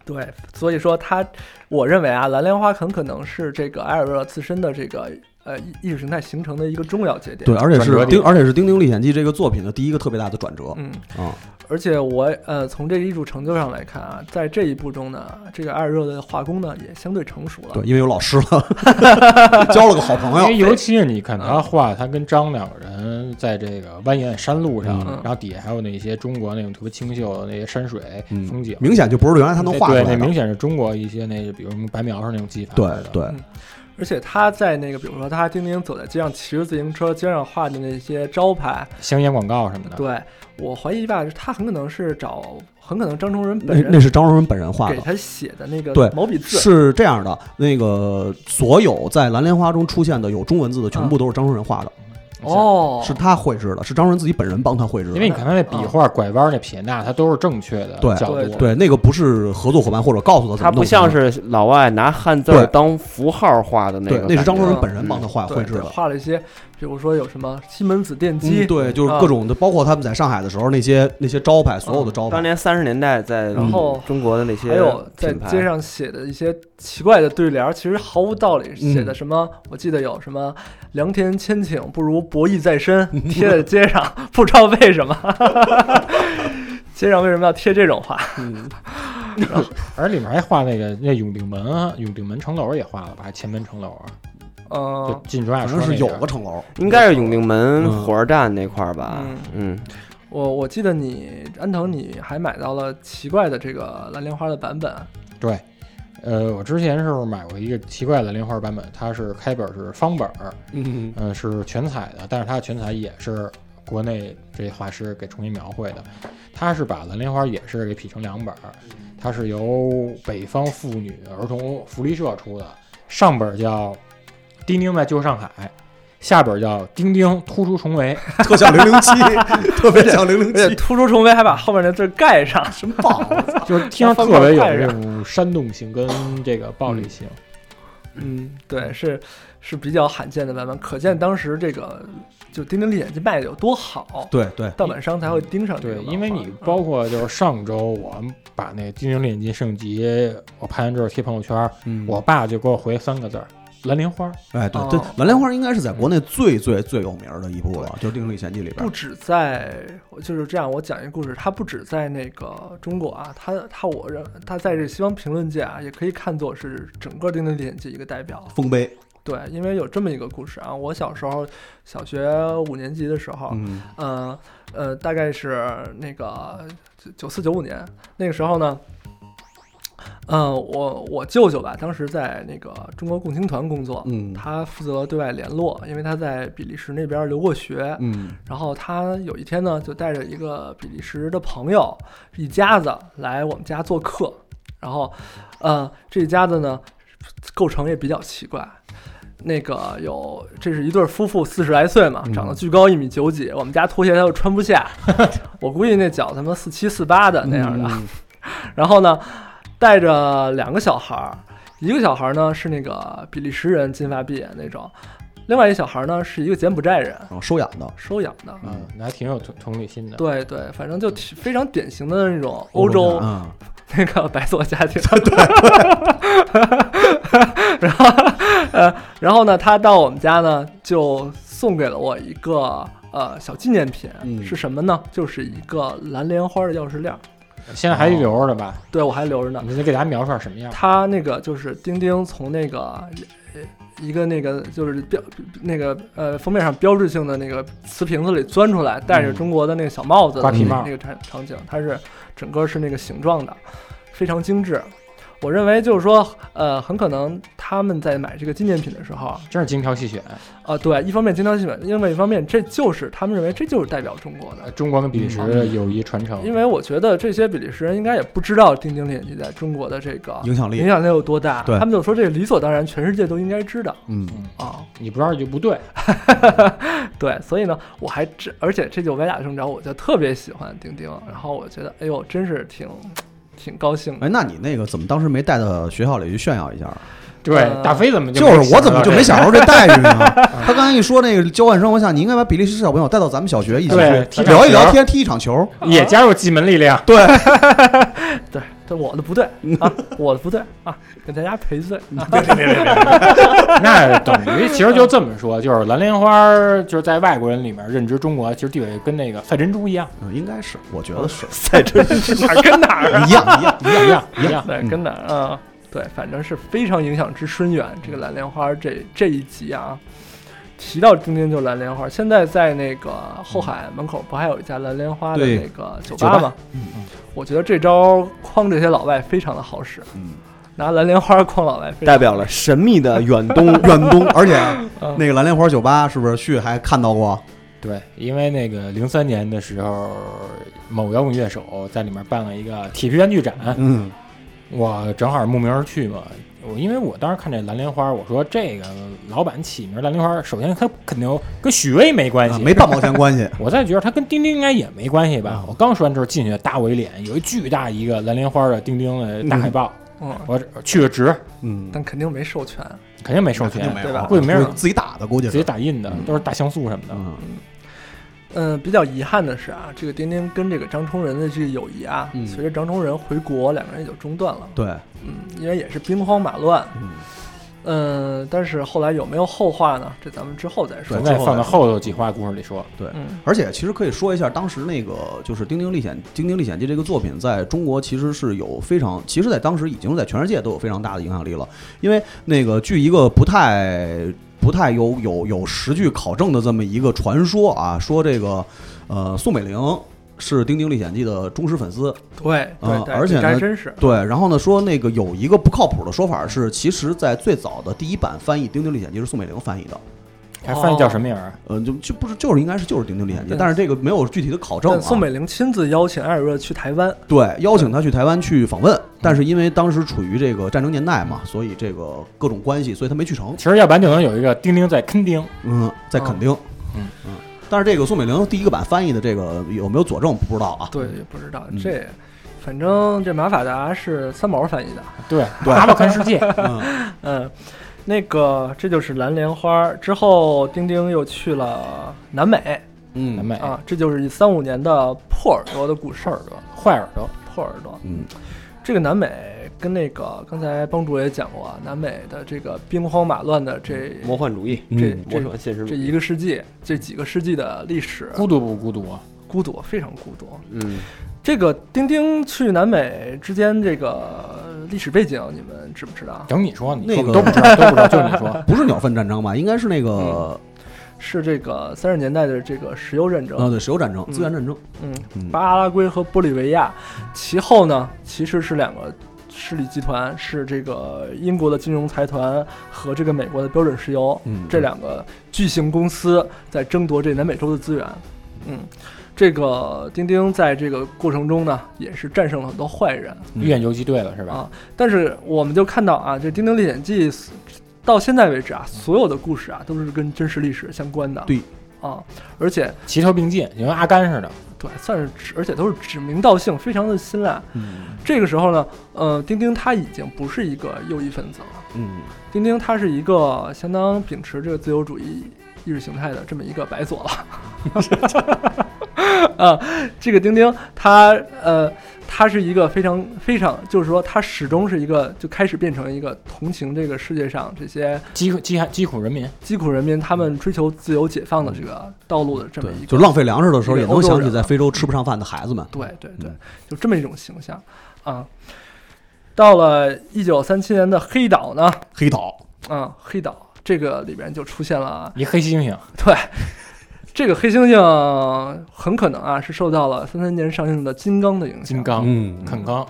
对，所以说他，我认为啊，蓝莲花很可能是这个埃尔热自身的这个呃意意识形态形成的一个重要节点。对，而且转是折丁，点而且是《丁丁历险记》这个作品的第一个特别大的转折嗯，啊，而且我呃，从这个艺术成就上来看啊，在这一部中呢，这个艾热的画工呢也相对成熟了。对，因为有老师了，交了个 [laughs] 好朋因为友，尤其是你嗯看他画，他跟张两个人在这个蜿蜒山路上，嗯然后底下还有那些中国那种特别清秀的那些山水嗯风景，明显就不是原来他能画出对，来那的明，显是中国一些那，比如什么白描上那种技法。对对，而且他在那个，比如说他丁丁走在街上骑着自行车，街上画的那些招牌，香烟广告什啊么的。对我怀疑吧，他很可能是找，很可能张崇仁那本那人是张若昀本人画给的。他写的那个对毛笔字。是这样的，那个所有在《蓝莲花》中出现的有中文字的，全部都是张若昀画的，哦，是他绘制的，是张若昀自己本人帮他绘制的因为。你看他那笔画拐弯那撇捺，它都是正确的对角度。嗯对对，那个不是合作伙伴或者告诉他怎么他弄不像是老外拿汉字对儿当符号画的那对个，，那是张若昀嗯本人帮他画对绘制对的。画了一些，比如说有什么西门子电机，嗯，对，就是啊各种的，包括他们在上海的时候那些那些招牌，所有的招当牌，年三十年代在然后中国的那些还有在品牌街上写的一些奇怪的对联儿，其实毫无道理。嗯写的什么？我记得有什么“良田千顷不如博弈在身”，贴在街上， [laughs] 不知道为什么。街上为什么要贴这种话？而里面还画那个那永定门啊，永定门城楼也画了吧？前门城楼啊，就嗯，进中亚反说正是那有边个城楼，应该是永定门嗯火车站那块儿吧嗯，嗯，我我记得你安藤，你还买到了奇怪的这个蓝莲花的版本。对。呃，我之前是买过一个奇怪的莲花版本，它是开本是方本儿，嗯，嗯、是全彩的，但是它的全彩也是国内这画师给重新描绘的，它是把蓝莲花也是给劈成两本儿，它是由北方妇女儿童福利社出的，上本儿叫《丁丁在旧上海》，下本儿叫《丁丁突出重围》，特像零零七，特别像零零而且七，突出重围还把后面那字儿盖上，真棒！就是听着特别有这种煽动性跟这个暴力性。嗯，对，是是比较罕见的版本，可见当时这个就《丁丁历险记》卖的有多好， [laughs] 对对，盗版商才会盯上这个对，漫画。因为你包括就是上周我把那《精灵炼金升级》，我拍完之后贴朋友圈，嗯我爸就给我回三个字儿：蓝莲花。哎对哦对，蓝莲花应该是在国内最最最有名的一部了，就是《丁历险记》里嗯边不。止在，就是这样。我讲一个故事，它不止在那个中国啊，它它我认它在这西方评论界啊，也可以看作是整个《丁丁历险记》一个代表。丰碑，对，因为有这么一个故事啊，我小时候小学五年级的时候，嗯，嗯呃，大概是那个九四九五年那个时候呢，嗯、我我舅舅吧，当时在那个中国共青团工作，嗯他负责对外联络，因为他在比利时那边留过学，嗯然后他有一天呢，就带着一个比利时的朋友一家子来我们家做客，然后，呃，这一家子呢，构成也比较奇怪。那个有，这是一对夫妇，四十来岁嘛，长得巨高，一米九几。我们家拖鞋他又穿不下，我估计那脚他妈四七四八的那样的。 [laughs] 然后呢，带着两个小孩儿，一个小孩儿呢是那个比利时人，金发碧眼那种，另外一小孩儿呢是一个柬埔寨人，然后收养的，收养的。嗯，那还挺有同同理心的。对对，反正就挺非常典型的那种欧洲嗯， [laughs] 那个白色家庭。对。 [laughs] 然后呃，然后呢，他到我们家呢，就送给了我一个呃小纪念品，嗯是什么呢？就是一个蓝莲花的钥匙链儿，现在还留着呢吧？对我还留着呢。你得给大家描述点什么样？他那个就是钉钉从那个呃一个那个就是标那个呃封面上标志性的那个瓷瓶子里钻出来，戴着中国的那个小帽子的瓜那皮帽那个场场景，它是整个是那个形状的，非常精致。我认为就是说，呃，很可能他们在买这个纪念品的时候，真是精挑细选。呃，对，一方面精挑细选，另外一方面，这就是他们认为这就是代表中国的呃，中国跟比利时的友谊传承，因为我觉得这些比利时人应该也不知道钉钉练习在中国的这个影响力影，响力有多大？对他们就说这理所当然，全世界都应该知道嗯啊。你不知道就不对。对，所以呢，我还这，而且这就歪打正着，我就特别喜欢钉钉，然后我觉得，哎呦，真是挺挺高兴的。哎，那你那个怎么当时没带到学校里去炫耀一下？啊对，呃大飞怎么就没是我怎么就没想享受这待 [laughs] 遇呢？他刚才一说那个交换生，我想你应该把比利时小朋友带到咱们小学一起对去踢场球聊一聊天，踢一场球。到这个也加入进门力量？对，这我的不对 [laughs] 啊，我的不对啊，给大家赔罪啊。那等于其实就这么说，就是蓝莲花就是在外国人里面认知中国，其实地位跟那个赛珍珠一样，嗯，应该是，我觉得是哪儿跟哪儿啊？一样一样一样一样一一样样。 [laughs] 对，跟哪儿啊？对，反正是非常影响之深远。这个蓝莲花这这一集啊，提到钉钉就蓝莲花。现在在那个后海门口不还有一家蓝莲花的嗯对那个酒酒吧吧嗯吗？我觉得这招诓这些老外非常的好使，嗯，拿蓝莲花诓老外非常代表了神秘的远东。 [laughs] 远东，而且嗯那个蓝莲花酒吧是不是旭还看到过？对，因为那个零三年的时候，某摇滚乐手在里面办了一个铁皮玩具展，嗯，我正好慕名而去嘛。我因为我当时看这蓝莲花，我说这个老板起名蓝莲花，首先他肯定跟许巍没关啊系，没半毛钱关系。我再觉得它跟钉钉应该也没关系吧嗯？我刚说完之后进去，打我一脸，有一巨大一个蓝莲花的钉钉的大海报，嗯，我去了值，嗯，但肯定没授权。肯定没收肯钱定，对吧估计没人自己打的，估计自是己。打印的嗯，都是大像素什么的。嗯嗯，比较遗憾的是啊，这个钉钉跟这个张冲仁的这个友谊啊，嗯随着张冲仁回国，两个人也就中断了。对，嗯，因为也是兵荒马乱，嗯，嗯，但是后来有没有后话呢？这咱们之后再说对咱。再之后放到后头几话故事里说。嗯，而且其实可以说一下，当时那个就是《丁丁历险》《丁丁历险记》这个作品，在中国其实是有非常，其实在当时已经在全世界都有非常大的影响力了。因为那个据一个不太不太有有有实据考证的这么一个传说啊，说这个呃宋美龄是《丁丁历险记》的忠实粉丝，对对嗯对，而且呢这还真是，对，然后呢，说那个有一个不靠谱的说法是，其实，在最早的第一版翻译《丁丁历险记》是宋美龄翻译的，还翻译叫什么名儿？啊呃，就就不是就是应该是就是《丁丁历险记》对，但是这个没有具体的考证、啊。嗯但宋美龄亲自邀请艾尔热去台湾，对邀请他去台湾去访嗯问，但是因为当时处于这个战争年代嘛，所以这个各种关系，所以他没去成。其实要不然就能有一个钉钉在坑钉，嗯，在哦垦丁。嗯嗯，但是这个宋美龄第一个版翻译的这个有没有佐证不知道啊？对，不知道嗯这，反正这马法达是三毛翻译的，对，[laughs] 对妈妈看世界，嗯嗯，那个这就是蓝莲花。之后丁丁又去了南美南嗯美啊，这就是三五年的破耳朵的故事。耳朵，哎坏耳朵，破耳朵。嗯，这个南美跟那个刚才帮主也讲过啊，南美的这个兵荒马乱的这魔幻主义，嗯这魔这幻现实主这义，一个世纪，这几个世纪的历史，孤独不孤独啊？孤独非常孤独。嗯，这个丁丁去南美之间这个历史背景，你们知不知道？等你说，你说那个。都不知道，都不知道，就你说 [laughs] 不是鸟粪战争吧？应该是那个是这个三十年代的这个石油战呃，争，对，石油战争、资源战争。嗯，嗯巴拉圭和玻利维亚，其后呢，其实是两个势力集团，是这个英国的金融财团和这个美国的标准石油，嗯，这两个巨型公司在争夺这南美洲的资源。嗯，这个丁丁在这个过程中呢，也是战胜了很多坏人。嗯遇见游击队了是吧？啊但是我们就看到啊，这《丁丁历险记》到现在为止啊，所有的故事啊都是跟真实历史相关的。对。啊，而且齐头并进，就跟阿甘似的。对，算是指，而且都是指名道姓，非常的辛辣。嗯这个时候呢，呃，丁丁他已经不是一个右翼分子了，嗯丁丁他是一个相当秉持这个自由主义意识形态的这么一个白左了。 [laughs] 啊，这个丁丁他呃，他是一个非常非常，就是说他始终是一个就开始变成一个同情这个世界上这些饥嗯饥寒疾苦人民，疾苦人民他们追求自由解放的这个道路的这么对一，个就浪费粮食的时候，也能想起一个欧洲人在啊非洲吃不上饭的孩子们。对对对嗯，就这么一种形象啊。到了一九三七年的黑岛呢，黑岛，啊，黑岛这个里边就出现了啊一黑猩猩，嗯对，这个黑猩猩很可能啊是受到了三三年上映的《金刚》的影响。金，刚、嗯肯刚，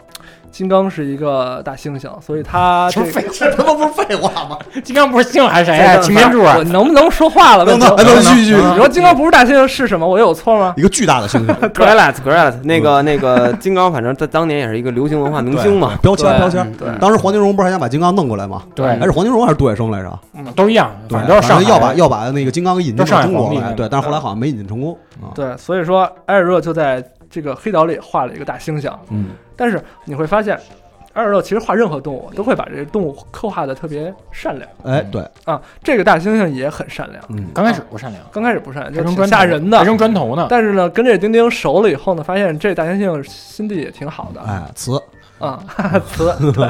金刚是一个大猩猩，所以它这不是废啊这他妈不是废话吗？金刚不是猩还是谁在呀？这擎天柱啊我？能不能说话了？能能问题能哎啊继续你说金刚不是大猩猩是什么？我有错吗？一个巨大的猩 [laughs] 猩， g r e l a t g r e l a t 嗯那个那个 [laughs] 金刚，反正在当年也是一个流行文化明星嘛。标签对嗯标签。对当时黄金荣不是还想把金刚弄过来吗？对还是黄金荣还是杜月笙来着？都一样，嗯对反正都是上反海正要把要把那个金刚给引进都上到海中国皇帝来，那对，个但是后来好像没引进成功嗯啊。对，所以说埃尔热就在这个黑岛里画了一个大猩猩，嗯，但是你会发现。埃尔热其实画任何动物都会把这个动物刻画的特别善良哎，嗯对，啊，这个大猩猩也很善良，嗯，刚开始不善良，刚开始不善还良，就扔挺砖吓头人的还，扔砖头呢。但是呢，跟这丁丁熟了以后呢，发现这大猩猩心地也挺好的，哎，词，啊， [laughs] 哈哈，词对。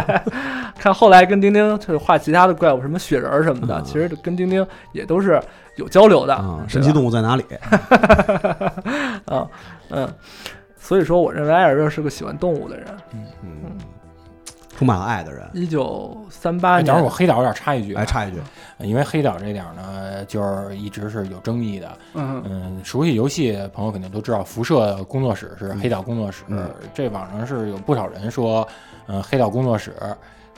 看后来跟丁丁就是画其他的怪物，什么雪人儿什么的，嗯其实跟丁丁也都是有交流的，啊，对神奇吧动物 [laughs] 在哪里？ [laughs] 啊，嗯。所以说，我认为埃尔热是个喜欢动物的人。嗯，充满了爱的人。一九三八哎等会儿我年，黑岛有点插一句啊，哎，插一句，因为黑岛这点儿呢，就是一直是有争议的。嗯，嗯，熟悉游戏的朋友肯定都知道，辐射工作室是黑岛工作室。嗯这网上是有不少人说，嗯、黑岛工作室，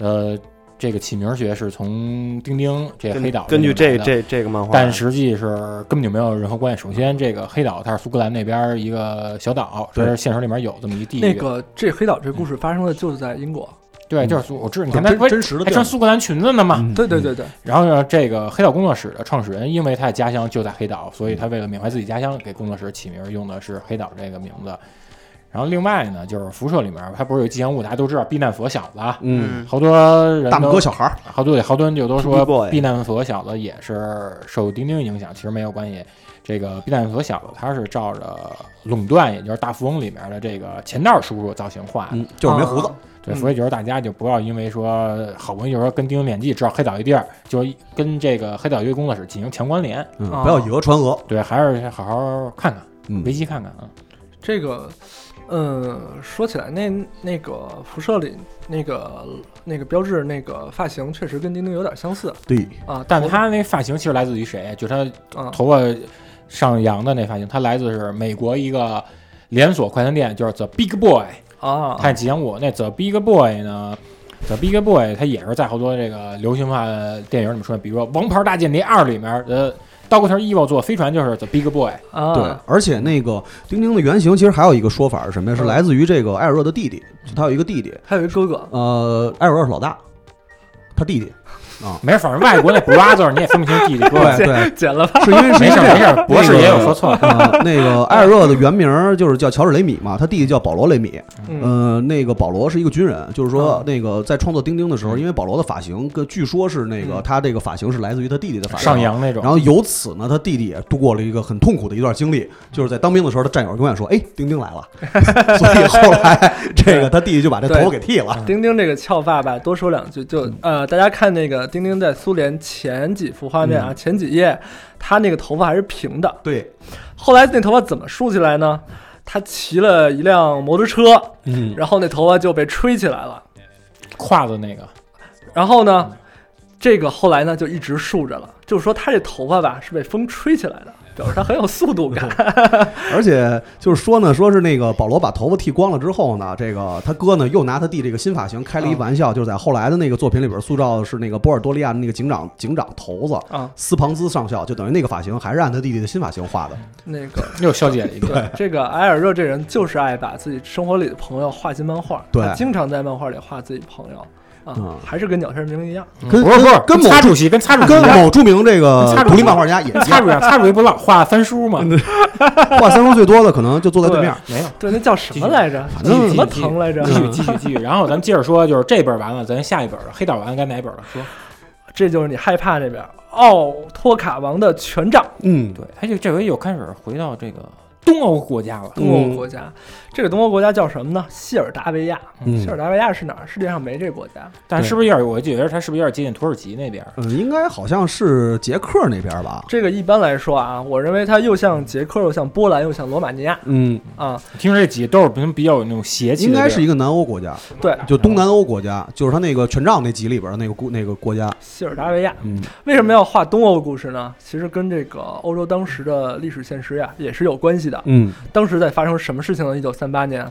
呃，这个起名学是从钉钉这黑岛根据这这里来的。这这个漫画，但实际是根本就没有任何关系。首先，这个黑岛它是苏格兰那边一个小岛，这是现实里面有这么一地域。那个这黑岛这故事发生的就是在英国。对，嗯就是苏我知道，你看真他不是真实的还地穿儿，苏格兰裙子呢嘛。嗯对对，对对，然后呢，这个黑岛工作室的创始人，因为他的家乡就在黑岛，所以他为了缅怀自己家乡，给工作室起名用的是黑岛这个名字。然后另外呢，就是辐射里面，它不是有吉祥物，大家都知道避难佛小子啊，嗯，好多人都大拇哥小孩儿，好多好多人就都 Pretty 说 Boy 避难所小子也是受丁丁影响，其实没有关系。这个避难所小子他是照着垄断，也就是大富翁里面的这个钱道叔叔造型画的，嗯，就是没胡子，对，嗯所以就是大家就不要因为说好不容易就是说跟丁丁演技知道黑岛一地儿，就跟这个黑岛一个工作室进行强关联，嗯，啊不要以讹传讹，对，还是好好看看，嗯维基看看啊。这个，嗯，说起来，那那个辐射里那个那个标志那个发型确实跟丁丁有点相似对，啊，但头他那发型其实来自于谁？就是他啊，头发上扬的那发型，他来自是美国一个连锁快餐店，就是 The Big Boy。啊，看吉祥物，那 The Big Boy 呢？The Big Boy 它也是在好多这个流行化电影里面出现，比如说《王牌大间谍二》里面，呃，Doctor Evil 坐飞船就是 The Big Boy。啊，对，而且那个丁丁的原型其实还有一个说法是什么呀？是嗯来自于这个艾尔热的弟弟，就他有一个弟弟，还有一哥哥 [laughs] 呃，艾尔热是老大，他弟弟，啊。没事，反正外国那 brother 你也分不清弟弟哥对们。对，剪了吧，是因为是没事这没样事，博士也有说错的。啊，那个艾尔热的原名儿就是叫乔治·雷米嘛，他弟弟叫保罗·雷米。呃，那个保罗是一个军人，就是说那个在创作《丁丁》的时候，因为保罗的发型，跟据说是那个他这个发型是来自于他弟弟的发型。上扬那种然后由此呢，他弟弟也度过了一个很痛苦的一段经历，就是在当兵的时候，他战友永远说：“哎，丁丁来了。” [laughs] 所以后来这个他弟弟就把这头发给剃了。丁丁这个翘发吧，多说两句。就呃，大家看那个丁丁在苏联前几幅画面啊，前几页，他那个头发还是平的。对，后来那头发怎么竖起来呢？他骑了一辆摩托车，嗯，然后那头发就被吹起来了。胯子那个，然后呢，这个后来呢就一直竖着了，就是说他这头发吧是被风吹起来的，表示他很有速度感。而且就是说呢，说是那个保罗把头发剃光了之后呢，这个他哥呢又拿他弟这个新发型开了一玩笑，就是在后来的那个作品里边塑造的是那个波尔多利亚的那个警长警长头子啊，斯庞兹上校，就等于那个发型还是按他弟弟的新发型画的。那个又消解了一个。嗯对， [laughs] 这个埃尔热这人就是爱把自己生活里的朋友画进漫画，对他经常在漫画里画自己朋友啊，嗯还是跟鸟山明一样，跟不是不是，跟某擦主席跟擦主席一跟样，某著名这个插入独立漫画家也跟一擦样，主席一样，擦主席不老画三叔吗？嗯画三叔最多的可能就坐在对面。没有。对，那叫什么来 [laughs] 着？继续怎么疼来着？继嗯续继续继续，然后咱们接着说，就是这本完了，咱下一本了黑岛完了该哪本了？说，这就是你害怕这边奥托卡王的权杖，嗯，对，而且这回又开始回到这个东欧国家了，东欧国家。这个东欧国家叫什么呢？谢尔达维亚。嗯谢尔达维亚是哪儿？世界上没这国家。但是不是有点，我觉得它是不是有点接近土耳其那边儿？嗯，应该好像是捷克那边吧？这个一般来说啊，我认为它又像捷克，又像波兰，又像罗马尼亚嗯，啊。听说这几个都是比比较有那种邪气的应地儿，该是一个南欧国家，对，就东南欧国家，就是他那个权杖那集里边的那个国那个国家。谢尔达维亚。嗯，为什么要画东欧故事呢？其实跟这个欧洲当时的历史现实呀也是有关系的。嗯，当时在发生什么事情呢？一九三八年，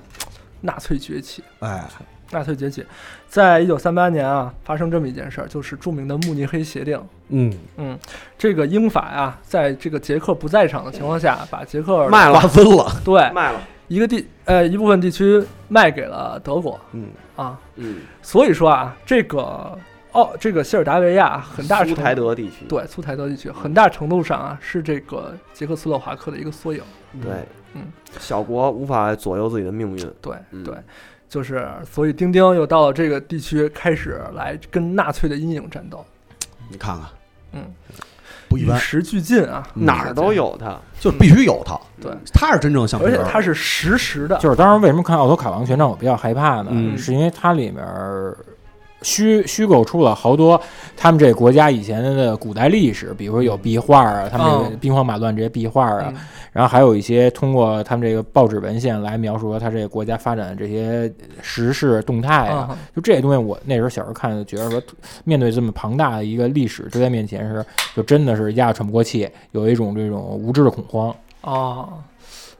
纳粹崛起。哎，纳粹崛起，在一九三八年啊，发生这么一件事儿，就是著名的慕尼黑协定。嗯，嗯，这个英法呀、在这个捷克不在场的情况下，把捷克嗯卖瓜了分了。对卖了，一个地呃一部分地区卖给了德国。嗯啊，嗯，所以说啊，这个哦，这个谢尔达维亚很大程苏度台德地区，对苏台德地区很大程度上啊是这个捷克斯洛伐克的一个缩影。对，嗯，小国无法左右自己的命运，对、嗯对，就是所以丁丁又到了这个地区开始来跟纳粹的阴影战斗，你看看，嗯，不一与般，时俱进啊，嗯哪儿都有它，就必须有他。对，他是真正橡皮而且人儿。它是实时的，就是当时为什么看《奥托卡王权杖》我比较害怕呢？嗯是因为它里面虚虚构出了好多他们这国家以前的古代历史，比如说有壁画啊，他们这个嗯兵荒马乱这些壁画啊，嗯然后还有一些通过他们这个报纸文献来描述他这个国家发展的这些时事动哎态啊，嗯就这些东西，我那时候小时候看就觉得说，面对这么庞大的一个历史就在面前是，就真的是压得喘不过气，有一种这种无知的恐慌。哦。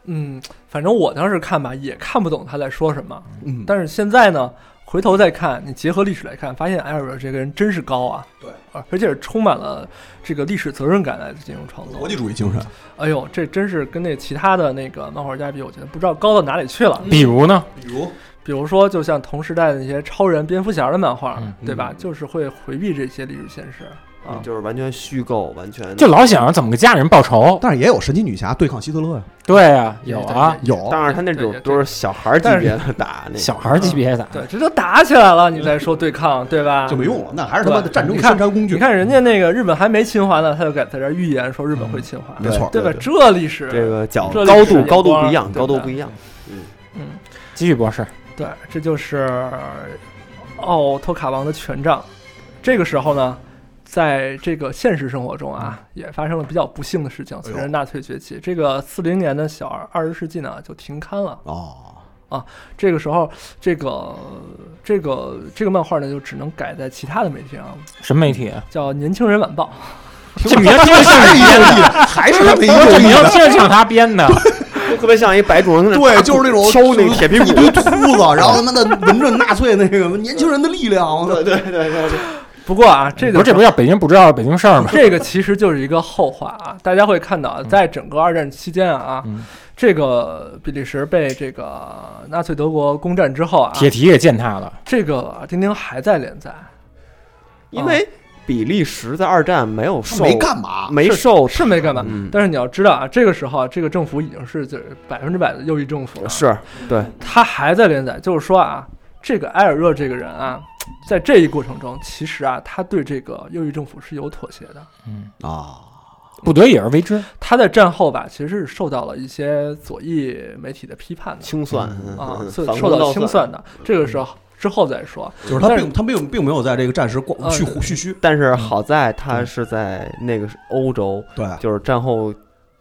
嗯，反正我当时看吧，也看不懂他在说什么。嗯，但是现在呢，回头再看，你结合历史来看，发现埃尔这个人真是高啊，对，而且是充满了这个历史责任感来进行创国作际。主义精神。哎呦，这真是跟那其他的那个漫画家比，我觉得不知道高到哪里去了。比如呢，比如，比如说，就像同时代的那些超人、蝙蝠侠的漫画，嗯对吧？就是会回避这些历史现实啊。嗯就是完全虚构，完全就老想着怎么给家里人报仇。但是也有神奇女侠对抗希特勒呀，对啊，有啊，有但是他那种对对都是小孩儿级但是别的打，那小孩儿级别的，对，这都打起来了，你再说对抗，对吧？就没用了，那还是他妈的对战争你看宣传工具。你看人家那个日本还没侵华呢，他就敢在这儿预言说日本会侵华，没错，对吧？这历史，这个角这高历史度眼高度光不一样，对高度吧不一样，嗯。继续博士，对，这就是奥托卡王的权杖。这个时候呢，在这个现实生活中啊，也发生了比较不幸的事情。随哎着呦纳粹崛起，这个四零年的小二十世纪呢就停刊了。啊哦，这个时候，这个这个这个漫画呢就只能改在其他的媒体上，什么媒体啊？叫《年轻人晚报这名儿听着像还是是一编个的，意的，还是他们一哎这个名意儿的。听着像他编的。就特别像一白种人在对，就是那种 [laughs] 敲那铁皮一啊鼓，堆秃子，然后他妈的闻着纳粹那个年轻人的力量，我操对对对对对，》。不过啊， [laughs] 这哎不个是，这不叫北京不知道北京事儿吗？ [laughs] 这个其实就是一个后话啊，大家会看到，嗯在整个二战期间啊，嗯这个比利时被这个纳粹德国攻占之后啊，铁蹄也践踏了，这个丁丁还在连载，因为比利时在二战没有受没干嘛，没受是没干嘛。嗯但是你要知道啊，这个时候啊，这个政府已经是就是百分之百的右翼政府了，是对他还在连载，就是说啊，这个埃尔热这个人啊，在这一过程中，其实啊，他对这个右翼政府是有妥协的。嗯，啊，不得已而为之。他在战后吧，其实是受到了一些左翼媒体的批判的清算 [laughs] 啊，嗯所反以受攻到倒清算。嗯算的。这个时候之后再说，就是他但是并他并并没有在这个战时光呃蓄胡蓄虚，但嗯是好在他是在那个欧洲，对，嗯就是战后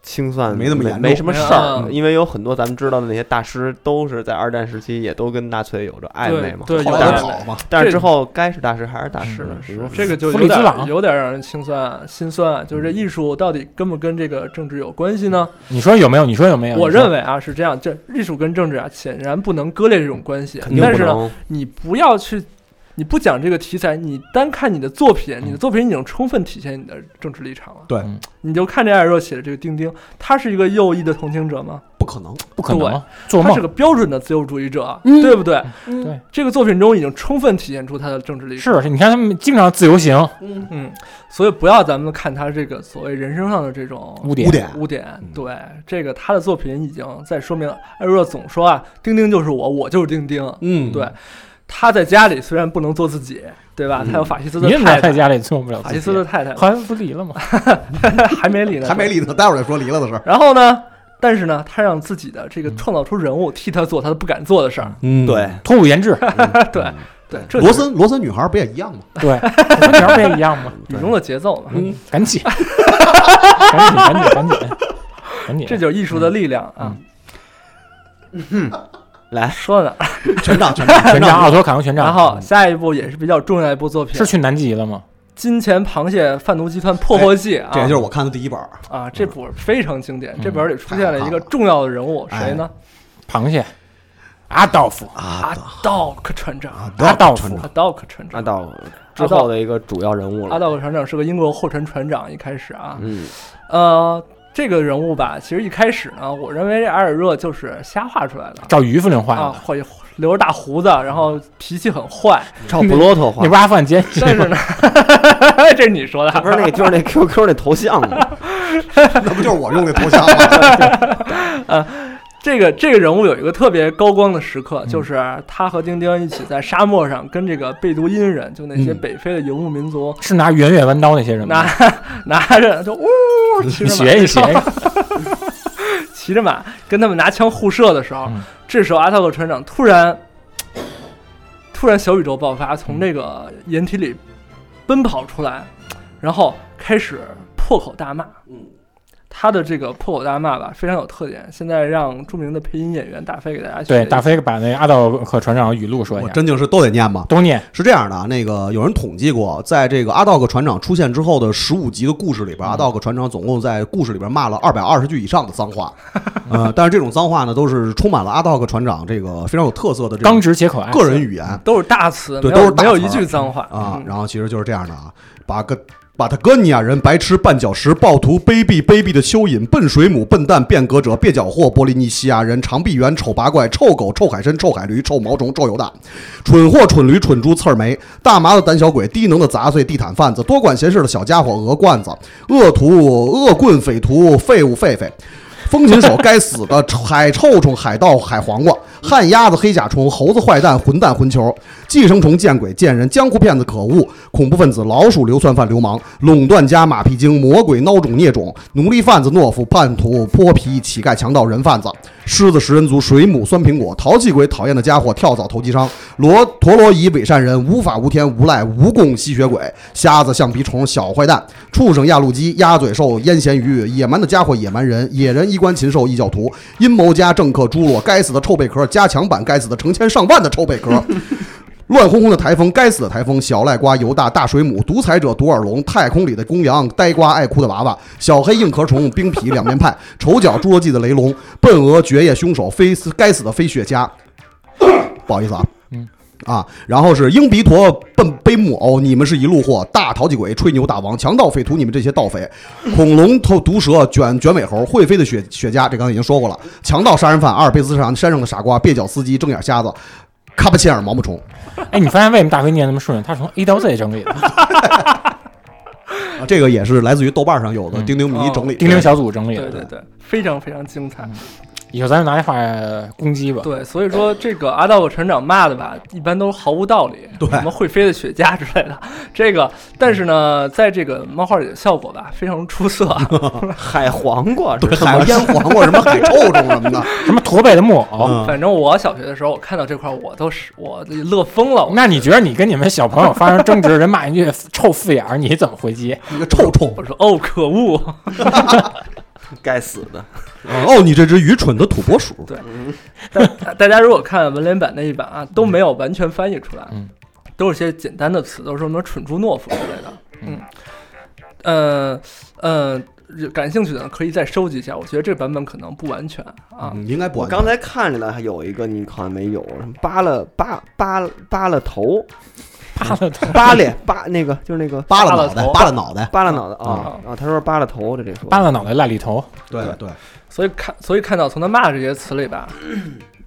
清算没那么严重没什么事儿，嗯因为有很多咱们知道的那些大师都是在二战时期也都跟纳粹有着暧昧嘛。对，对后有来点他但是跑嘛，但是之后该是大师还是大师是呢的，？比嗯是如的说这个就弗有里兹点啊朗有点让人心酸心酸，啊就是这嗯艺术到底跟不跟这个政治有关系呢？你说有没有？你说有没有？我认为为啊是这样，这艺术跟政治啊显然不能割裂这种关系肯，定但不是呢，能你不要去。你不讲这个题材，你单看你的作品，嗯你的作品已经充分体现你的政治立场了。对嗯你就看这艾尔热写的这个丁丁，他是一个右翼的同情者吗？不可能，不可能啊，做他是梦个标准的自由主义者，嗯对不对？对，这个作品中已经充分体现出他的政治立场。是是，你看他们经常自由行嗯，嗯，所以不要咱们看他这个所谓人生上的这种污点污，点污点嗯。对，这个他的作品已经在说明，艾若总说啊，丁丁就是我，我就是丁丁。嗯对，他在家里虽然不能做自己，对吧？他有法西斯嗯的你怎么太在太，家里做不了法自西斯己的？太太好像不离了 [laughs] 吗？还没离呢，嗯还没离呢，待会儿再说离了的事儿，然后呢，但是呢，他让自己的这嗯个创造出人物替他做他不敢做的事儿。嗯对，脱骨研制，对对，这就罗是森罗森女孩不也一样吗？对，和鸟儿不也一 [laughs] 样吗？雨中的节奏嘛，嗯，赶紧，赶紧，赶紧，赶紧，赶紧，这就是艺术的力量啊。来嗯说呢，全场全场全场奥托卡农全场。然后下一部也是比较重要的一部作品，是《去南极了吗？金钱螃蟹贩毒集团破获记》啊，这也就是我看的第一本儿，啊，这部非常经典。嗯这本里出现了一个重要的人物，谁呢？螃蟹，阿道夫，啊阿道克船长，阿道船夫长，阿道克船那长，到之后的一个主要人物阿了。道克船长是个英国货船船长。一开始啊，嗯，呃，这个人物吧，其实一开始呢，我认为埃尔热就是瞎画出来的照于夫人画啊，的，会留着大胡子，然后脾气很坏，照布洛特画那，不是阿富汗奸细但吗是？呢， [laughs] 这是你说的不是那个就是那 QQ 那头像吗？那不就是我用的头像 [laughs] 吗？这个这个人物有一个特别高光的时刻，就是他和丁丁一起在沙漠上跟这个贝都因人，就那些嗯北非的游牧民族，是拿圆月弯刀那些人拿 [laughs] 吗？拿着就呜骑你着学一马， [laughs] 学一个，骑着马跟他们拿枪互射的时候嗯，这时候阿道克船长突然突然小宇宙爆发，从这个掩体里奔跑出来，然后开始破口大骂。嗯，他的这个破口大骂吧非常有特点，现在让著名的配音演员大飞给大家学对，一大下飞把那阿道克船长语录说一我下，真就是都得念吗？都念是这样的啊，那个有人统计过，在这个阿道克船长出现之后的十五集的故事里边，阿道克船长总共在故事里边骂了二百二十句以上的脏话，呃，但是这种脏话呢，都是充满了阿道克船长这个非常有特色的这刚种直且可爱。个人语言都是大词，对没有都是大没词有儿一句脏话啊。嗯然后其实就是这样的啊，把个。把他哥尼亚人、白痴、绊脚石、暴徒、卑鄙、卑鄙的蚯蚓、笨水母、笨蛋、变革者、蹩脚货、波利尼西亚人、长臂猿、丑八怪、臭狗、臭海参、臭海驴、臭毛虫、臭油蛋，蠢货、蠢驴、蠢猪、刺儿梅，大麻的胆小鬼，低能的杂碎地毯贩子，多管闲事的小家伙鹅罐子，恶徒、恶棍、匪徒、废物、狒狒。风琴手，该死的海臭虫、海盗、海黄瓜、旱鸭子、黑甲虫、猴子、坏蛋、混蛋、混球、寄生虫、见鬼、贱人、江湖骗子、可恶、恐怖分子、老鼠、流窜犯、流氓、垄断家、马屁精、魔鬼、孬种、孽种、奴隶贩子、懦夫、叛徒、泼皮、乞丐、强盗、人贩子、狮子、食人族、水母、酸苹果、淘气鬼、讨厌的家伙、跳蚤、投机商、罗陀螺仪、伪善人、无法无天、无赖、无共吸血鬼、瞎子、橡皮虫、小坏蛋、畜生、压路机、鸭嘴兽、腌咸鱼、野蛮的家伙、野蛮人、野人、衣冠禽兽、异教徒、阴谋家、政客、侏罗、该死的臭贝壳、加强版、该死的成千上万的臭贝壳。乱哄哄的台风，该死的台风！小赖瓜、犹大、大水母、独裁者、独耳龙、太空里的公羊、呆瓜、爱哭的娃娃、小黑硬壳虫、冰皮、两面派、丑角、侏罗纪的雷龙、笨鹅、绝夜凶手、非死该死的飞雪茄。不好意思啊，嗯啊，然后是鹰鼻驼、笨背木偶，你们是一路货；大淘气鬼、吹牛大王、强盗匪徒，你们这些盗匪；恐龙头毒蛇、卷卷尾猴、会飞的雪雪茄，这刚才已经说过了；强盗杀人犯、阿尔卑斯山山上的傻瓜、蹩脚司机、睁眼瞎子、卡巴切尔毛毛虫。哎，你发现为什么大飞念那么顺？他是从 A 到 Z 整理的。啊这个也是来自于豆瓣上有的嗯钉钉迷哦整理的，钉钉小组整理对的，对对，非常非常精嗯彩。以后咱就拿这话呃攻击吧。对，所以说这个阿道船长骂的吧，一般都毫无道理，对什么会飞的雪茄之类的。这个，但是呢，在这个漫画里的效果吧，非常出色啊。海黄瓜是 [laughs] 对，什海么？ [laughs] 腌黄瓜什么海臭虫什么的，什么驼背的木偶？嗯反正我小学的时候，我看到这块儿，我都是我乐疯了。我那你觉得你跟你们小朋友发生争执，人骂一句 [laughs] 臭四眼儿，你怎么回击？一个臭虫。我说哦，可恶！ [laughs] 该死的！哦，你这只愚蠢的土拨鼠，大大家如果看文联版那一版啊，都没有完全翻译出来，嗯都是些简单的词，都是什么蠢猪懦夫之类的，嗯，呃呃，感兴趣的可以再收集一下，我觉得这个版本可能不完全啊，嗯应该不我完刚才看着呢，还有一个你好像没有，什么扒了扒扒了扒了头，啪的扒了扒那个就是那个扒扒拉了脑袋，头扒拉 [laughs] 脑袋，扒拉脑袋啊啊！他说扒了头，这这说扒拉脑袋赖里头，对对，所以看所以看到从他骂的这些词里 [clears throat] 吧。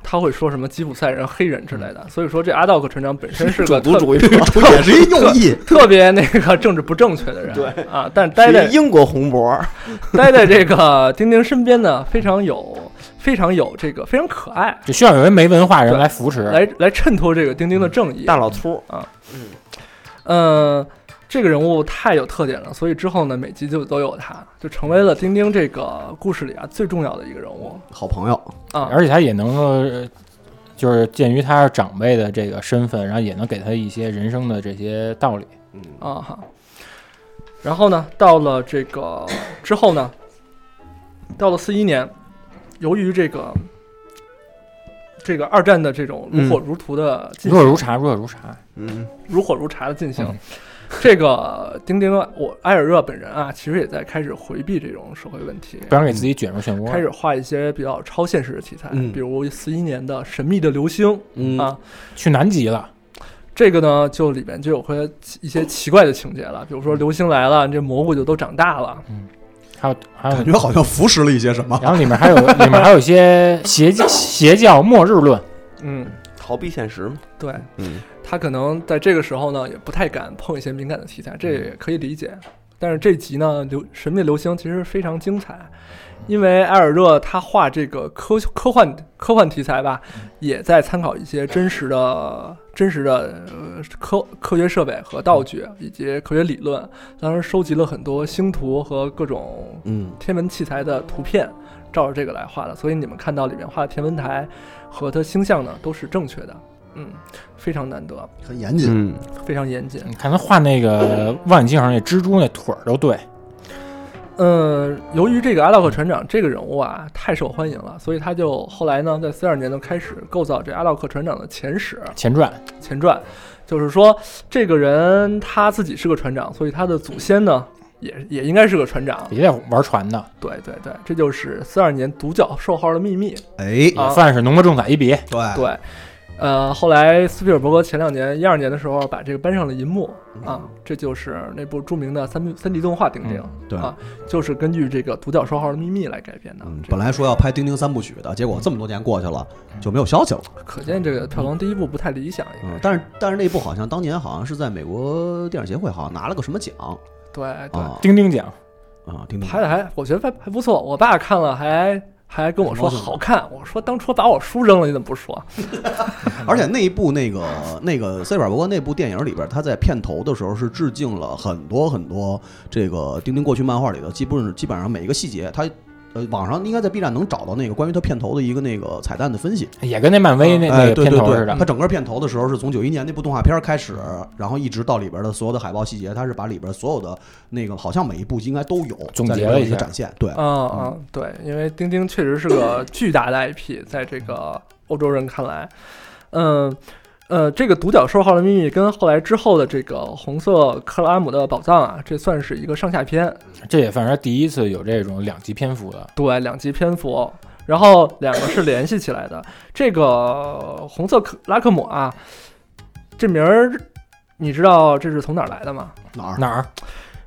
他会说什么吉普赛人、黑人之类的，所以说这阿道克船长本身是个种族特嗯主义者，也是一右 [laughs] 翼，特别那个政治不正确的人，对啊，但是待在是一英国红脖，待在这个丁丁身边呢，非常有非常有这个非常可爱，就需要有一没文化人来扶持。来来衬托这个丁丁的正义。大老粗，呃，这个人物太有特点了，所以之后呢，每集就都有他，就成为了丁丁这个故事里啊最重要的一个人物好朋友，啊。而且他也能够，呃就是鉴于他是长辈的这个身份，然后也能给他一些人生的这些道理。啊哈。然后呢，到了这个之后呢，到了四一年，由于这个这个二战的这种如火如荼的进如行，若如茶，如若如茶。嗯，如火如茶的进行。嗯这个丁丁，我埃尔热本人啊，其实也在开始回避这种社会问题，不想给自己卷入漩涡。开始画一些比较超现实的题材，嗯比如四一年的《神秘的流星》嗯啊，去南极了，这个呢就里面就有会一些奇怪的情节了，比如说流星来了，这蘑菇就都长大了，还有还有感，觉好像腐蚀了一些什嗯么。然后里面还有里面还有一些邪邪教末日论，嗯，逃避现实嘛，对，嗯，他可能在这个时候呢也不太敢碰一些敏感的题材，这也可以理解。但是这集呢，流神秘流星其实非常精彩，因为埃尔热他画这个科科幻科幻题材吧，也在参考一些真实的真实的、呃、科科学设备和道具以及科学理论，当时收集了很多星图和各种嗯，天文器材的图片，照着这个来画的。所以你们看到里面画的天文台和它星象呢，都是正确的。嗯，非常难得，很严谨，嗯，非常严谨。你看他画那个望远镜上那蜘蛛那腿儿都对，呃，由于这个阿道克船长这个人物啊太受欢迎了，所以他就后来呢，在四二年就开始构造这阿道克船长的前史前传前传，就是说这个人他自己是个船长，所以他的祖先呢也也应该是个船长。也在玩船呢，对对对，这就是四二年独角兽号的秘密。哎，啊也算是浓墨重彩一笔。对，对，呃，后来斯皮尔伯格前两年一二年的时候把这个搬上了银幕嗯啊，这就是那部著名的三三 D 动画《丁丁》对啊，就是根据这个独角兽号的秘密来改编的。嗯，这本来说要拍《丁丁三部曲》的，结果这么多年过去了，就没有消息了。可见这个票房第一部不太理想，应该嗯是，但是但是那部好像当年好像是在美国电影协会好像拿了个什么奖对对，啊丁丁奖，啊，丁丁拍的还我觉得还还不错，我爸看了还。还跟我说还高兴呢好看，我说当初把我书扔了，你怎么不说？而且那一部那个那个塞尔伯格那部电影里边，他在片头的时候是致敬了很多很多这个丁丁过去漫画里的，基本基本上每一个细节，他呃网上应该在 B 站能找到那个关于他片头的一个那个彩蛋的分析。也跟那漫威那那哎，个对片对头似对，他的，整个片头的时候是从九一年那部动画片开始，然后一直到里边的所有的海报细节，他是把里边所有的那个好像每一部应该都有总在结里边了有一个下展现。对，嗯嗯，对，因为丁丁确实是个巨大的 IP，在这个欧洲人看来，嗯呃，这个独角兽号的秘密跟后来之后的这个红色克拉姆的宝藏啊，这算是一个上下篇，这也算是第一次有这种两集篇幅啊的。对，两集篇幅，然后两个是联系起来的。这个红色克拉克姆啊，这名儿你知道这是从哪儿来的吗？哪儿？哪儿？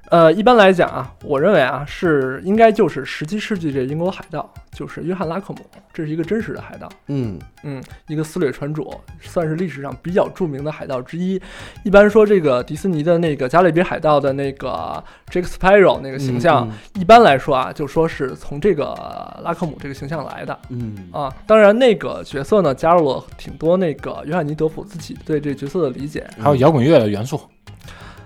呃，一般来讲啊，我认为啊是应该就是十七世纪这英国海盗，就是约翰拉克姆，这是一个真实的海盗，嗯，嗯，一个私掠船主，算是历史上比较著名的海盗之一。一般说这个迪士尼的那个《加勒比海盗》的那个 Jack Sparrow 那个形象，一般来说啊，就说是从这个拉克姆这个形象来的嗯，啊。当然，那个角色呢加入了挺多那个约翰尼·德普自己对这角色的理解。还嗯有摇滚乐的元素，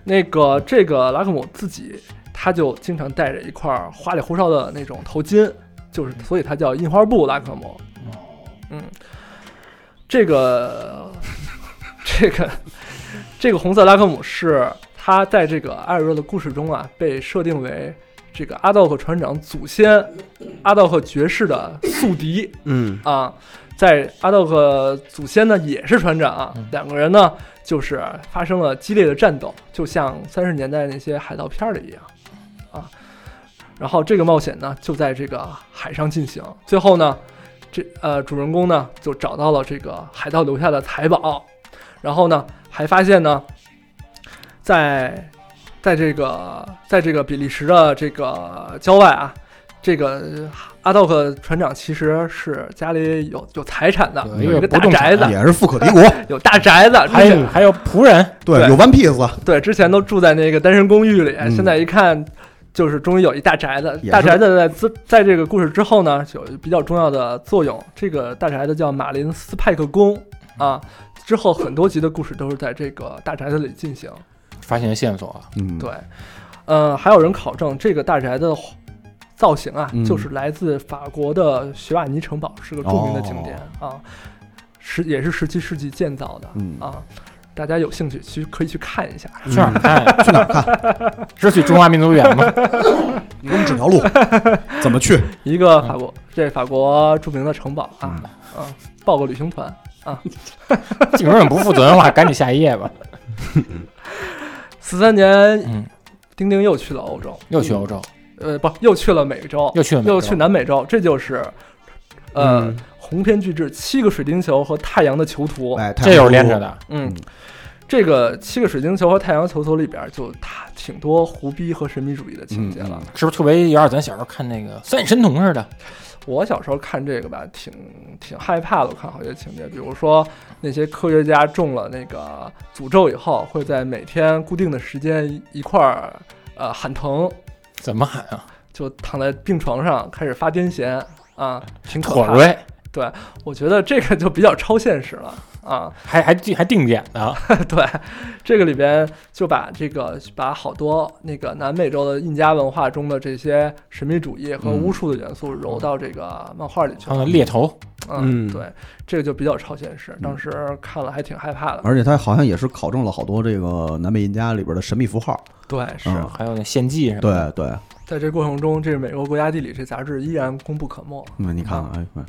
那个这个拉克姆自己，他就经常戴着一块花里胡哨的那种头巾，就是所以他叫印花布拉克姆。嗯，这个 [laughs] 这个这个红色拉克姆是他在这个艾瑞的故事中啊，被设定为这个阿道克船长祖先阿道克爵士的宿敌。嗯啊，在阿道克祖先呢也是船长，啊嗯两个人呢就是发生了激烈的战斗，就像三十年代那些海盗片儿里一样啊。然后这个冒险呢就在这个海上进行，最后呢，这呃主人公呢就找到了这个海盗留下的财宝，然后呢还发现呢，在在这个在这个比利时的这个郊外啊，这个阿道克船长其实是家里有有财产的，有一啊有一个个不大动宅产子，也是富可敌国， [laughs] 有大宅子，还之有前还有仆人，对，对有 One Piece，对之前都住在那个单身公寓里，嗯现在一看。就是终于有一大宅子也，是大宅子在自在这个故事之后呢，有比较重要的作用。这个大宅子叫马林斯派克宫嗯啊，之后很多集的故事都是在这个大宅子里进行。发现线索，啊嗯，对，呃，还有人考证这个大宅的造型啊，嗯就是来自法国的雪瓦尼城堡，是个著名的景点、啊，十也是十七世纪建造的、哦嗯啊。大家有兴趣去可以去看一下，嗯去哪儿看？去哪儿看？ [laughs] 是去中华民族园 [laughs] 吗？你给我们嗯指 [laughs] 条路，怎么去？一个嗯法国、这法国著名的城堡啊，嗯、报个旅行团。这种人不负责任的话，赶紧下一页吧。四三年，嗯，丁丁又去了欧洲，又去欧洲，呃，不，又去了美洲，嗯又去了美洲嗯又去南美洲，这就是，呃，鸿篇巨制七个水晶球和太阳的囚徒，哎，这又是连着，的。嗯嗯，这个七个水晶球和太阳球球里边儿就它挺多胡逼和神秘主义的情节了。是不是特别有点咱小时候看那个《三眼神童》似的？我小时候看这个吧，挺挺害怕的。我看好些情节，比如说那些科学家中了那个诅咒以后，会在每天固定的时间一块儿呃喊疼，怎么喊 [laughs] 啊？就躺在病床上开始发癫痫啊，挺可妥怕的。瑞，我觉得这个就比较超现实了啊。 [laughs] 还还定还定点呢。对，这个里边就把这个把好多那个南美洲的印加文化中的这些神秘主义和巫术的元素揉到这个漫画里去然后了。猎头，嗯，嗯对，这个就比较超现实，当时看了还挺害怕的。而且他好像也是考证了好多这个南美印加里边的神秘符号，对，是嗯还有那献祭什么的。对对，在这过程中，这美国国家地理这杂志依然功不可没。嗯，你看看，哎，哎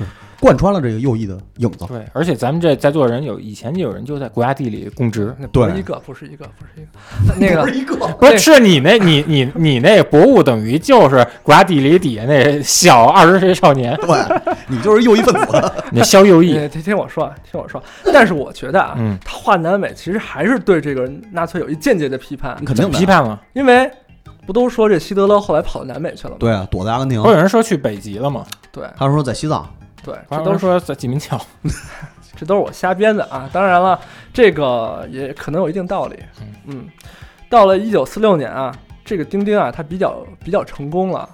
嗯，贯穿了这个右翼的影子，对，而且咱们这在座人有以前就有人就在国家地理供职，那不是对一个，不是一个，不是一个。那那个一个，不是是你那你你你那博物等于就是国家地理底下那小二十岁少年，对你就是右翼分 [laughs] 子，那肖右 [laughs] 翼，你听听我说，啊，听我说。但是我觉得啊，嗯，他画南美其实还是对这个纳粹有一间接的批判你。肯怎定么的批，判了？因为不都说这希特勒后来跑到南美去了吗？对啊，躲在阿根廷嗯不，是有人说去北极了吗？对他说在西藏，对，不这是都都是说在济民桥，这都是我瞎编的啊。当然了，这个也可能有一定道理。嗯，到了一九四六年啊，这个钉钉啊，他比较比较成功了。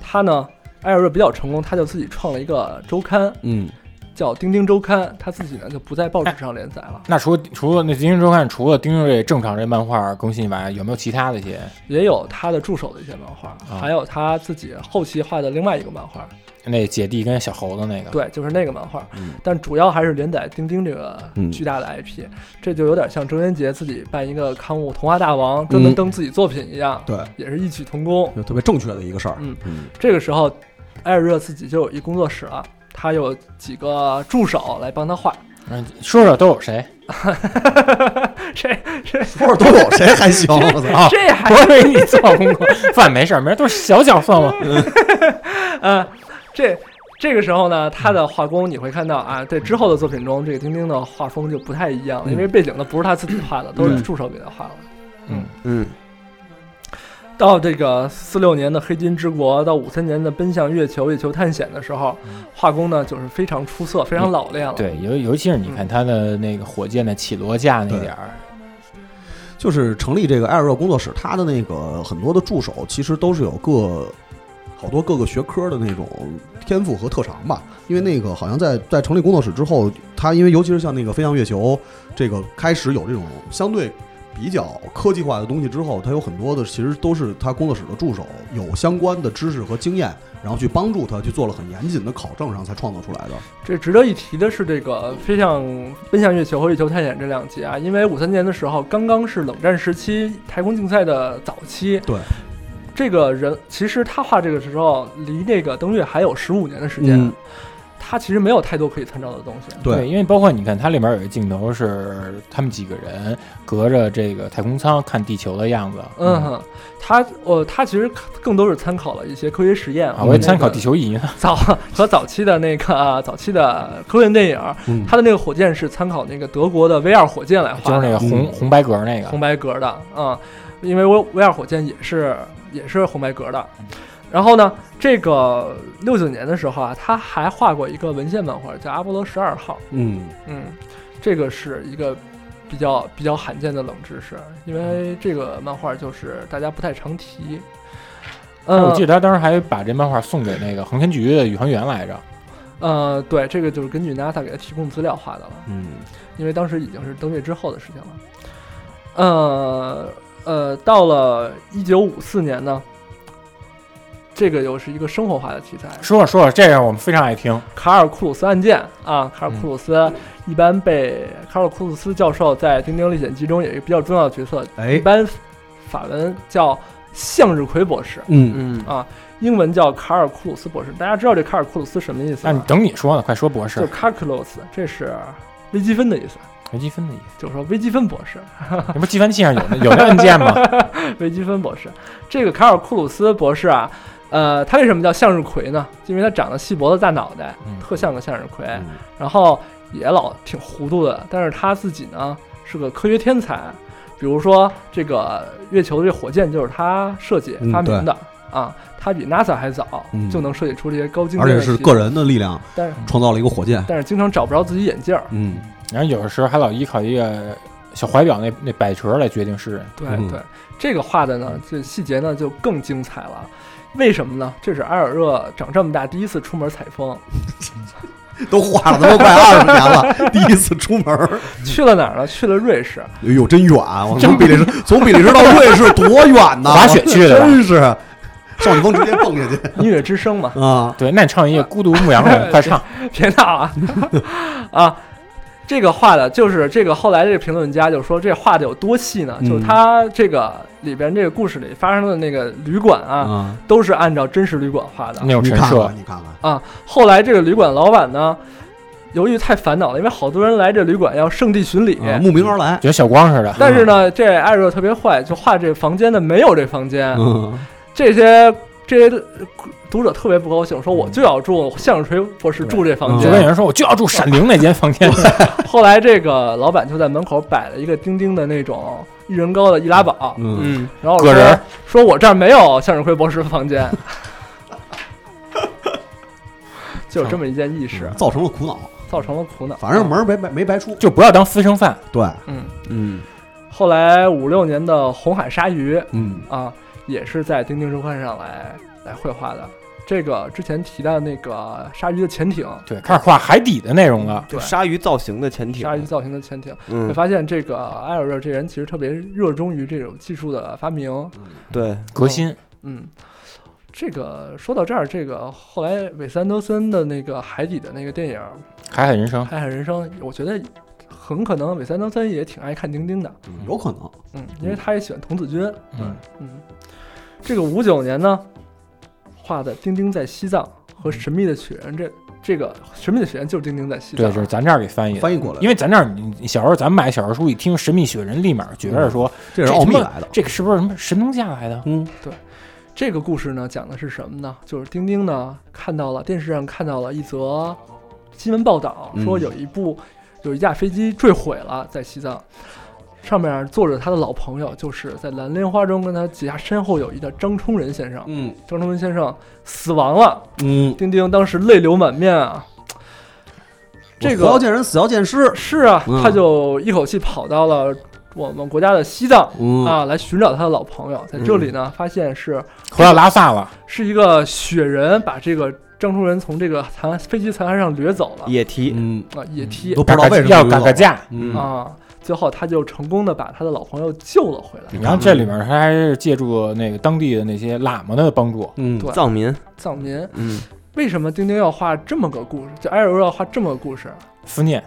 他呢，艾尔热比较成功，他就自己创了一个周刊，嗯，叫《钉钉周刊》，他自己呢就不在报纸上连载了。 [laughs] 那除了除了那《金庸周刊》，除了丁丁这正常这漫画更新以外，有没有其他的一些也有他的助手的一些漫画，啊还有他自己后期画的另外一个漫画，那姐弟跟小猴子那个？对，就是那个漫画，嗯但主要还是连载钉钉这个嗯巨大的 IP，、这就有点像郑渊洁自己办一个刊物《童话大王》，专门登自己作品一样，对，也是异曲同工。就特别正确的一个事儿，嗯嗯这个时候，艾尔热自己就有一工作室了，他有几个助手来帮他画。 [laughs] 嗯，说说都有谁？这这说说都有谁还行，我操， [laughs] 啊，这还我以为你做功课，饭没事儿，没事儿，都是小小 [laughs] 算嘛。呃，这这个时候呢，他的画工你会看到啊，在之后的作品中，这个丁丁的画风就不太一样了，因为背景呢不是他自己画的，都是助手给他画的。嗯嗯到这个四六年的黑金之国，到五三年的奔向月球、月球探险的时候，画工呢就是非常出色，非常老练了。，对，尤尤其是你看它的那个火箭的起落架那点儿，嗯就是成立这个艾尔热工作室，他的那个很多的助手其实都是有各好多各个学科的那种天赋和特长吧。因为那个好像在在成立工作室之后，他因为尤其是像那个飞向月球这个开始有这种相对。比较科技化的东西之后，他有很多的其实都是他工作室的助手有相关的知识和经验，然后去帮助他去做了很严谨的考证，然后才创作出来的。这值得一提的是，这个《飞向奔向月球》和《月球探险》这两集啊，因为五三年的时候刚刚是冷战时期太空竞赛的早期。对，这个人其实他画这个时候离那个登月还有十五年的时间，嗯他其实没有太多可以参照的东西。嗯对因为包括你看它里面有一个镜头是他们几个人隔着这个太空舱看地球的样子，嗯，哼，他呃，他其实更多是参考了一些科学实验啊，我也参考地。地球仪呢，早和早期的那个、啊早期的科幻电影儿，嗯它的那个火箭是参考那个德国的 V 二火箭来就画是的，那个红嗯红白格那个红，白格的啊、因为 V V 二火箭也是也是红白格的。嗯然后呢，这个六九年的时候啊，他还画过一个文献漫画，叫《阿波罗十二号》。嗯，嗯，这个是一个比较比较罕见的冷知识，因为这个漫画就是大家不太常提。但呃，哎是我记得他当时还把这漫画送给那个航天局的宇航员来着，呃，对，这个就是根据 NASA 给他提供资料画的了。嗯，因为当时已经是登月之后的事情了。呃呃，到了一九五四年呢，这个又是一个生活化的题材，说着说着，这个我们非常爱听，卡尔库鲁斯案件啊，卡尔嗯库鲁斯一般被卡尔库鲁斯教授在《丁丁历险记》中也是比较重要的角色，一哎，般法文叫向日葵博士，嗯，嗯，英文叫卡尔库鲁斯博士。大家知道这卡尔库鲁斯什么意思那你吗？等你说呢，快说博就 [laughs] 士是，卡 a 鲁斯，这是微积分的意思，微积 [laughs] 分的意思，就是说微积分博士。 [laughs] 那不是计算器上有那有那按 [laughs] 键吗？微积分博士。这个卡尔库鲁斯博士啊，呃，他为什么叫向日葵呢？因为他长得细脖子大脑袋，嗯特像个向日葵，嗯然后也老挺糊涂的。但是他自己呢是个科学天才，比如说这个月球这火箭就是他设计嗯发明的、啊，他比 NASA 还早、嗯就能设计出这些高精而尖且的是题个，人的力量但是创造了一个火箭。但是经常找不着自己眼镜儿。嗯，然后有的时候还老依靠一个小怀表那那摆锤来决定是人，对嗯对，这个画的呢，这细节呢就更精彩了。为什么呢？这是埃尔热长这么大第一次出门采风，都画了他妈快二十年了，第一次出门儿， [laughs] 去了哪儿呢？去了瑞士。哎呦，真远！我从比利时，从比利时到瑞士多远 [laughs] 呢？滑雪去的吧真是少女峰直接蹦下去，音乐之声嘛 [laughs] 啊！对，那你唱一个《孤独牧羊人》，快唱，别闹啊 [laughs] 啊！这个画的就是这个，后来这个评论家就说这画的有多细呢？嗯就是他这个里边这个故事里发生的那个旅馆啊，啊，都是按照真实旅馆画的那种你陈看设看，，你看看，啊。 [laughs] 后来这个旅馆老板呢，由于太烦恼了，因为好多人来这旅馆要圣地巡礼，啊慕名而来。就跟小光似的， [laughs] 但是呢，这艾瑞特别坏，就画这房间的没有这房间，嗯，这些这些读者特别不高兴，说我就要住向日葵博士住这房嗯就跟有间。人说我就要住闪灵那间房 [laughs] 间，后来这个老板就在门口摆了一个钉钉的那种一人高的易拉宝，嗯，嗯，然后个人说说我这儿没有向日葵博士的房 [laughs] 间，就有这么一件轶事，造成了苦恼，造成了苦恼。反正门儿没白没白出。就不要当私生饭，对，嗯，嗯，后来五六年的红海鲨鱼，嗯，啊，也是在钉钉周刊上来来绘画的。这个之前提到那个鲨鱼的潜艇，对，开始画海底的内容了，对，鲨鱼造型的潜艇，鲨鱼造型的潜艇，会嗯，发现这个埃尔热这人其实特别热衷于这种技术的发明。对，革新，嗯，这个说到这儿，这个后来韦斯安德森的那个海底的那个电影海海人生《海海人生》，我觉得很可能韦斯安德森也挺爱看钉钉的。有可能。嗯，因为他也喜欢童子军。嗯嗯，这个五九年呢，画的《丁丁在西藏》和《嗯神秘的雪人》这这个《神秘的雪人》就是丁丁在西藏对，啊。就是咱这儿给翻译的。翻译过来，因为咱这儿，你你小时候咱买小人书一听《神秘雪人》，立马觉着说嗯这是奥秘他妈来的。这个是不是什么神农架来的？嗯，这个故事呢，讲的是什么呢？就是丁丁呢看到了电视上看到了一则新闻报道，嗯说有一部、有一架飞机坠毁了在西藏。上面坐着他的老朋友，就是在《蓝莲花》中跟他结下深厚友谊的张冲仁先生。嗯张冲仁先生死亡了，嗯，丁丁当时泪流满面啊。这活要个见人，死要见尸。是啊，嗯他就一口气跑到了我们国家的西藏嗯啊，来寻找他的老朋友。在这里呢，发现是回到拉萨了，是一个雪人把这个张冲仁从这个残飞机残骸上掠走了野蹄，嗯，啊，野梯都赶不知道个为什么要有赶老个架。嗯啊，最后他就成功的把他的老朋友救了回来。然后这里面他还是借助那个当地的那些喇嘛的帮助，嗯对藏民，藏民嗯，为什么丁丁要画这么个故事？就埃尔欧要画这么个故事？思念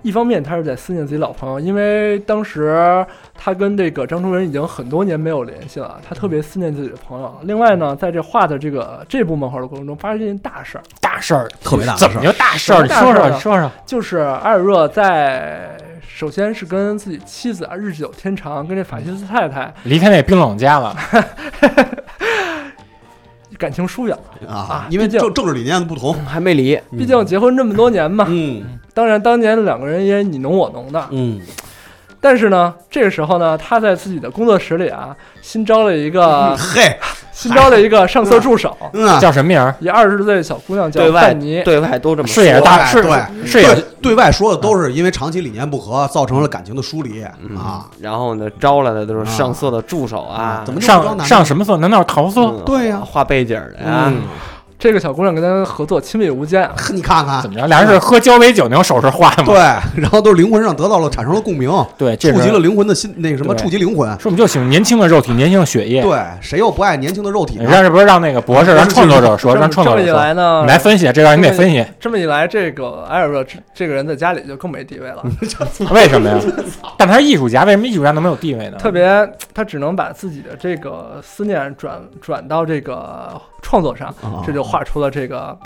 一方面他是在思念自己老朋友，因为当时他跟这个张崇仁已经很多年没有联系了，他特别思念自己的朋友。另外呢，在这画的这个这部漫画的过程中，发生一件大事儿，大事儿，特别大的怎么事就大事儿？你什么说大说，事儿啊你说说，就是埃尔热在首先是跟自己妻子啊日久天长，跟这法西斯太太离开那冰冷家了，感情疏远了，啊啊，因为毕竟政政治理念不同。还没离，毕竟结婚这么多年嘛。嗯当然，当年两个人也你侬我侬的，嗯但是呢，这个时候呢，他在自己的工作室里啊，新招了一个嘿，新招了一个上色助手，嗯啊，叫什么名 [laughs] 儿？一二十岁的小姑娘叫对外范妮。对外都这么是也说大是对是也嗯对对外说的都是因为长期理念不合，造成了感情的疏离啊。嗯 [laughs] 然后呢，招来的都是上色的助手啊，怎么这么着上男上什么色？难道是桃色？嗯对呀画背景的呀，嗯这个小姑娘跟他合作亲密无间啊，你看看怎，么着？俩人是喝交杯酒那种手势画吗？对，然后都是灵魂上得到了产生了共鸣，对，哎这触及是了灵魂的心，那个什么，对触及灵魂。说我们就喜欢年轻的肉体，年轻的血液。对，谁又不爱年轻的肉体呢？让这不是让那个博士、让创作者说，这让么创这作者么一说，来呢，你来分析这个，你得分析这么一来，这个埃尔热这这个人在家里就更没地位了，嗯嗯为什么呀？但他是艺术家，为什么艺术家能没有地位呢？特别他只能把自己的这个思念转转到这个创作上，哦啊这就画出了这个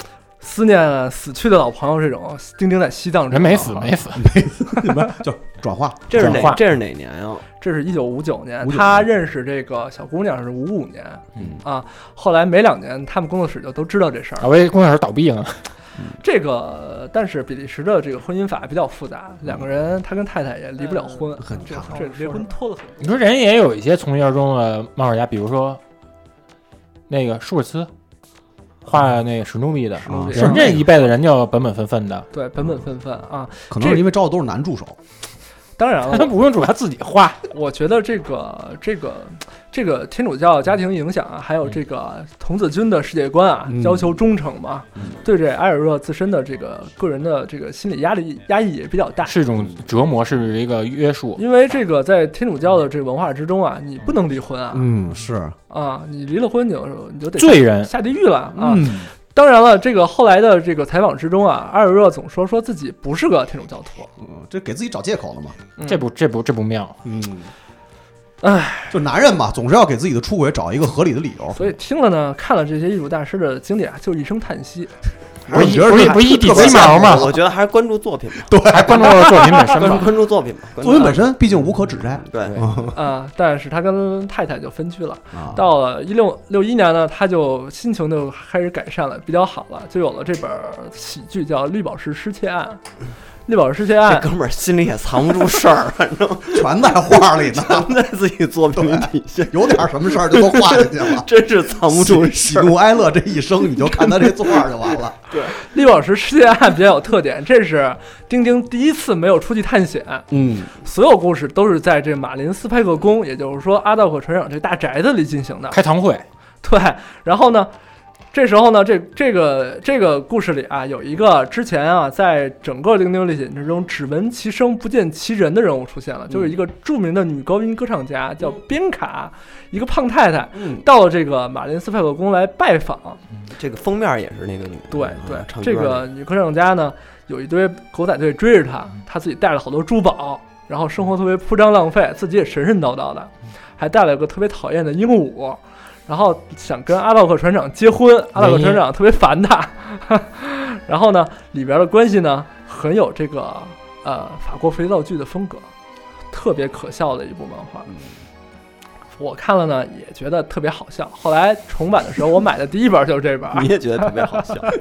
思念死去的老朋友这种钉钉在西藏这种人没死，啊没死，你们就是转化，这是转化哪这是哪年啊呀？这是一九五九年， 59他认识这个小姑娘是五五年，嗯啊，后来没两年，他们工作室就都知道这事儿啊，。为工作室倒闭了。这个，但是比利时的这个婚姻法比较复杂，嗯两个人他跟太太也离不了婚，很这长 [laughs] 这离婚拖了很你说人也有一些从一而终的漫画家，比如说那个舒尔茨，画那个史努比的，啊久。人哦这一辈子人就本本分分的，对本本分分啊，可能是因为招的都是男助手。当然他 [laughs] 了 [laughs] 都，不用主要自己画。我觉得这个这个这个天主教家庭影响啊，还有这个童子军的世界观啊，嗯要求忠诚嘛，嗯对这埃尔热自身的这个个人的这个心理压力压抑也比较大。是一种折磨，是一个约束。因为这个在天主教的这个文化之中啊，你不能离婚啊、嗯，是，啊！你离了婚你就你就得罪人下地狱了啊！当然了，这个后来的这个采访之中啊，艾尔热总说说自己不是个天主教徒，嗯这给自己找借口呢嘛。嗯这不这不这不妙，嗯，唉，就男人嘛，总是要给自己的出轨找一个合理的理由。所以听了呢，看了这些艺术大师的经典啊，就一声叹息。不是一觉得不是这不是一地特别鸡毛吗？我觉得还是关注作品吧，还关注到作品本身关注 [laughs] 吧。关注作品吧，关注作品本嗯身毕竟无可指摘对，啊，但是他跟太太就分居了。啊。到了一六六一年呢，他就心情就开始改善了，比较好了，就有了这本喜剧叫《绿宝石失窃案》。绿宝石失窃这案哥，们儿心里也藏不住事儿， [laughs] 反正全在画里呢， [laughs] 藏在自己作品底下，。有点什么事儿就都画进去 [laughs] 了真是藏不住喜事儿。怒哀乐这一生，你就看他这作画就完了。绿宝石失窃案比较有特点，这是丁丁第一次没有出去探险，嗯，所有故事都是在这马林斯派克宫，也就是说阿道克船长这大宅子里进行的。开堂会，对，然后呢，这时候呢，这这个这个故事里啊，有一个之前啊，在整个《零零历险》之中只闻其声不见其人的人物出现了，就是一个著名的女高音歌唱家叫边卡，一个胖太太，到了这个马林斯派克宫来拜访。嗯这个封面也是那个女的，对嗯对唱，这歌个女歌唱家呢，有一堆狗仔队追着她，嗯她自己带了好多珠宝，然后生活特别铺张浪费，自己也神神叨叨的，嗯还带了个特别讨厌的鹦鹉，然后想跟阿道克船长结婚，阿道克船哎长特别烦她， [laughs] 然后呢，里边的关系呢很有这个嗯呃法国肥皂剧的风格，特别可笑的一部漫画。我看了呢，也觉得特别好笑。后来重版的时候，我买的第一本就是这本。 [laughs] 你也觉得特别好笑， [laughs]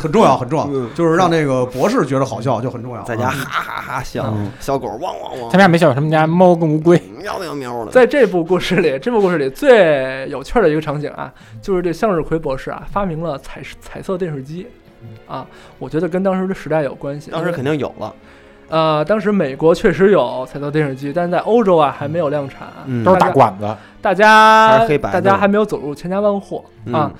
很重要，很重要，就是让那个博士觉得好笑就很重要。嗯在家哈哈哈笑，小狗汪汪汪他，们家没笑，他们家猫跟乌龟。喵喵喵的。在这部故事里，这部故事里最有趣儿的一个场景啊，就是这向日葵博士啊发明了彩彩色电视机，啊，我觉得跟当时的时代有关系。嗯当时肯定有了，呃，当时美国确实有彩色电视机，但是在欧洲啊还没有量产，嗯都是大管子，大还家是黑白的大家还没有走入千家万户啊。嗯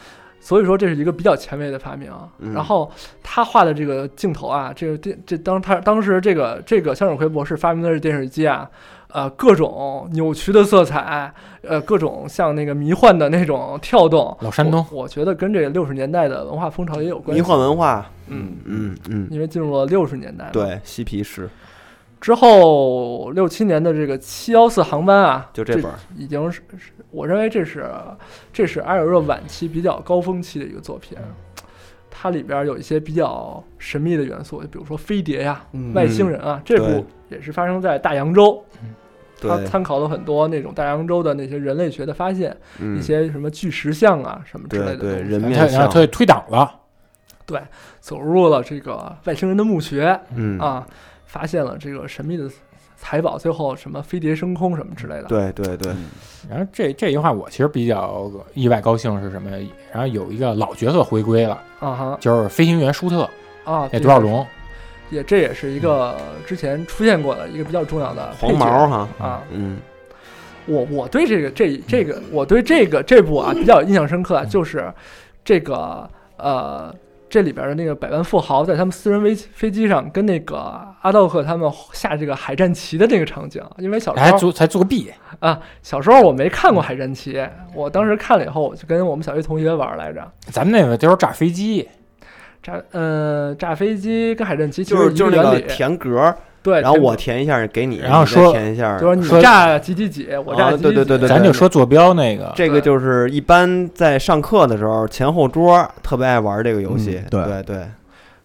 所以说这是一个比较前卫的发明啊。嗯然后他画的这个镜头啊，这个电这当他当时这个这个向日葵博士发明的这电视机啊，呃，各种扭曲的色彩，呃，各种像那个迷幻的那种跳动。老山东我，我觉得跟这个六十年代的文化风潮也有关系。迷幻文化，嗯，嗯嗯，因为进入了六十年代嘛，对，嬉皮士之后六七年的这个七幺四航班啊，就这这本儿，已经是是我认为这是这是埃尔热晚期比较高峰期的一个作品，它里边有一些比较神秘的元素，就比如说飞碟呀、嗯外星人啊，这部也是发生在大洋洲，它对，参考了很多那种大洋洲的那些人类学的发现，嗯一些什么巨石像啊什么之类对的东对西，人他面然后像，推推倒了，走入了这个外星人的墓穴嗯，啊，发现了这个神秘的财宝，最后什么飞碟升空什么之类的。对对对，然后这这一话我其实比较意外高兴是什么？然后有一个老角色回归了，啊哈就是飞行员舒特啊，那对独角哎龙，也这也是一个之前出现过的一个比较重要的配黄角毛哈，啊。嗯我我对这个这这个我对这个这部啊比较有印象深嗯刻，啊，就是这个呃这里边的那个百万富豪在他们私人飞飞机上跟那个阿道克他们下这个海战棋的那个场景，因为小时哎还候做才做个 B，啊小时候我没看过海战棋，我当时看了以后我就跟我们小学同学玩来着。咱们那个就是炸飞机，炸呃炸飞机跟海战棋其就实是一就是那原个理，填格儿，对。然后我就填一下给你，然后你再说填一下，是你说炸几几几，我炸啊几几对对几对对咱就说坐标那个，这个对就是一般在上课的时候前后桌特别爱玩这个游戏嗯，对对对，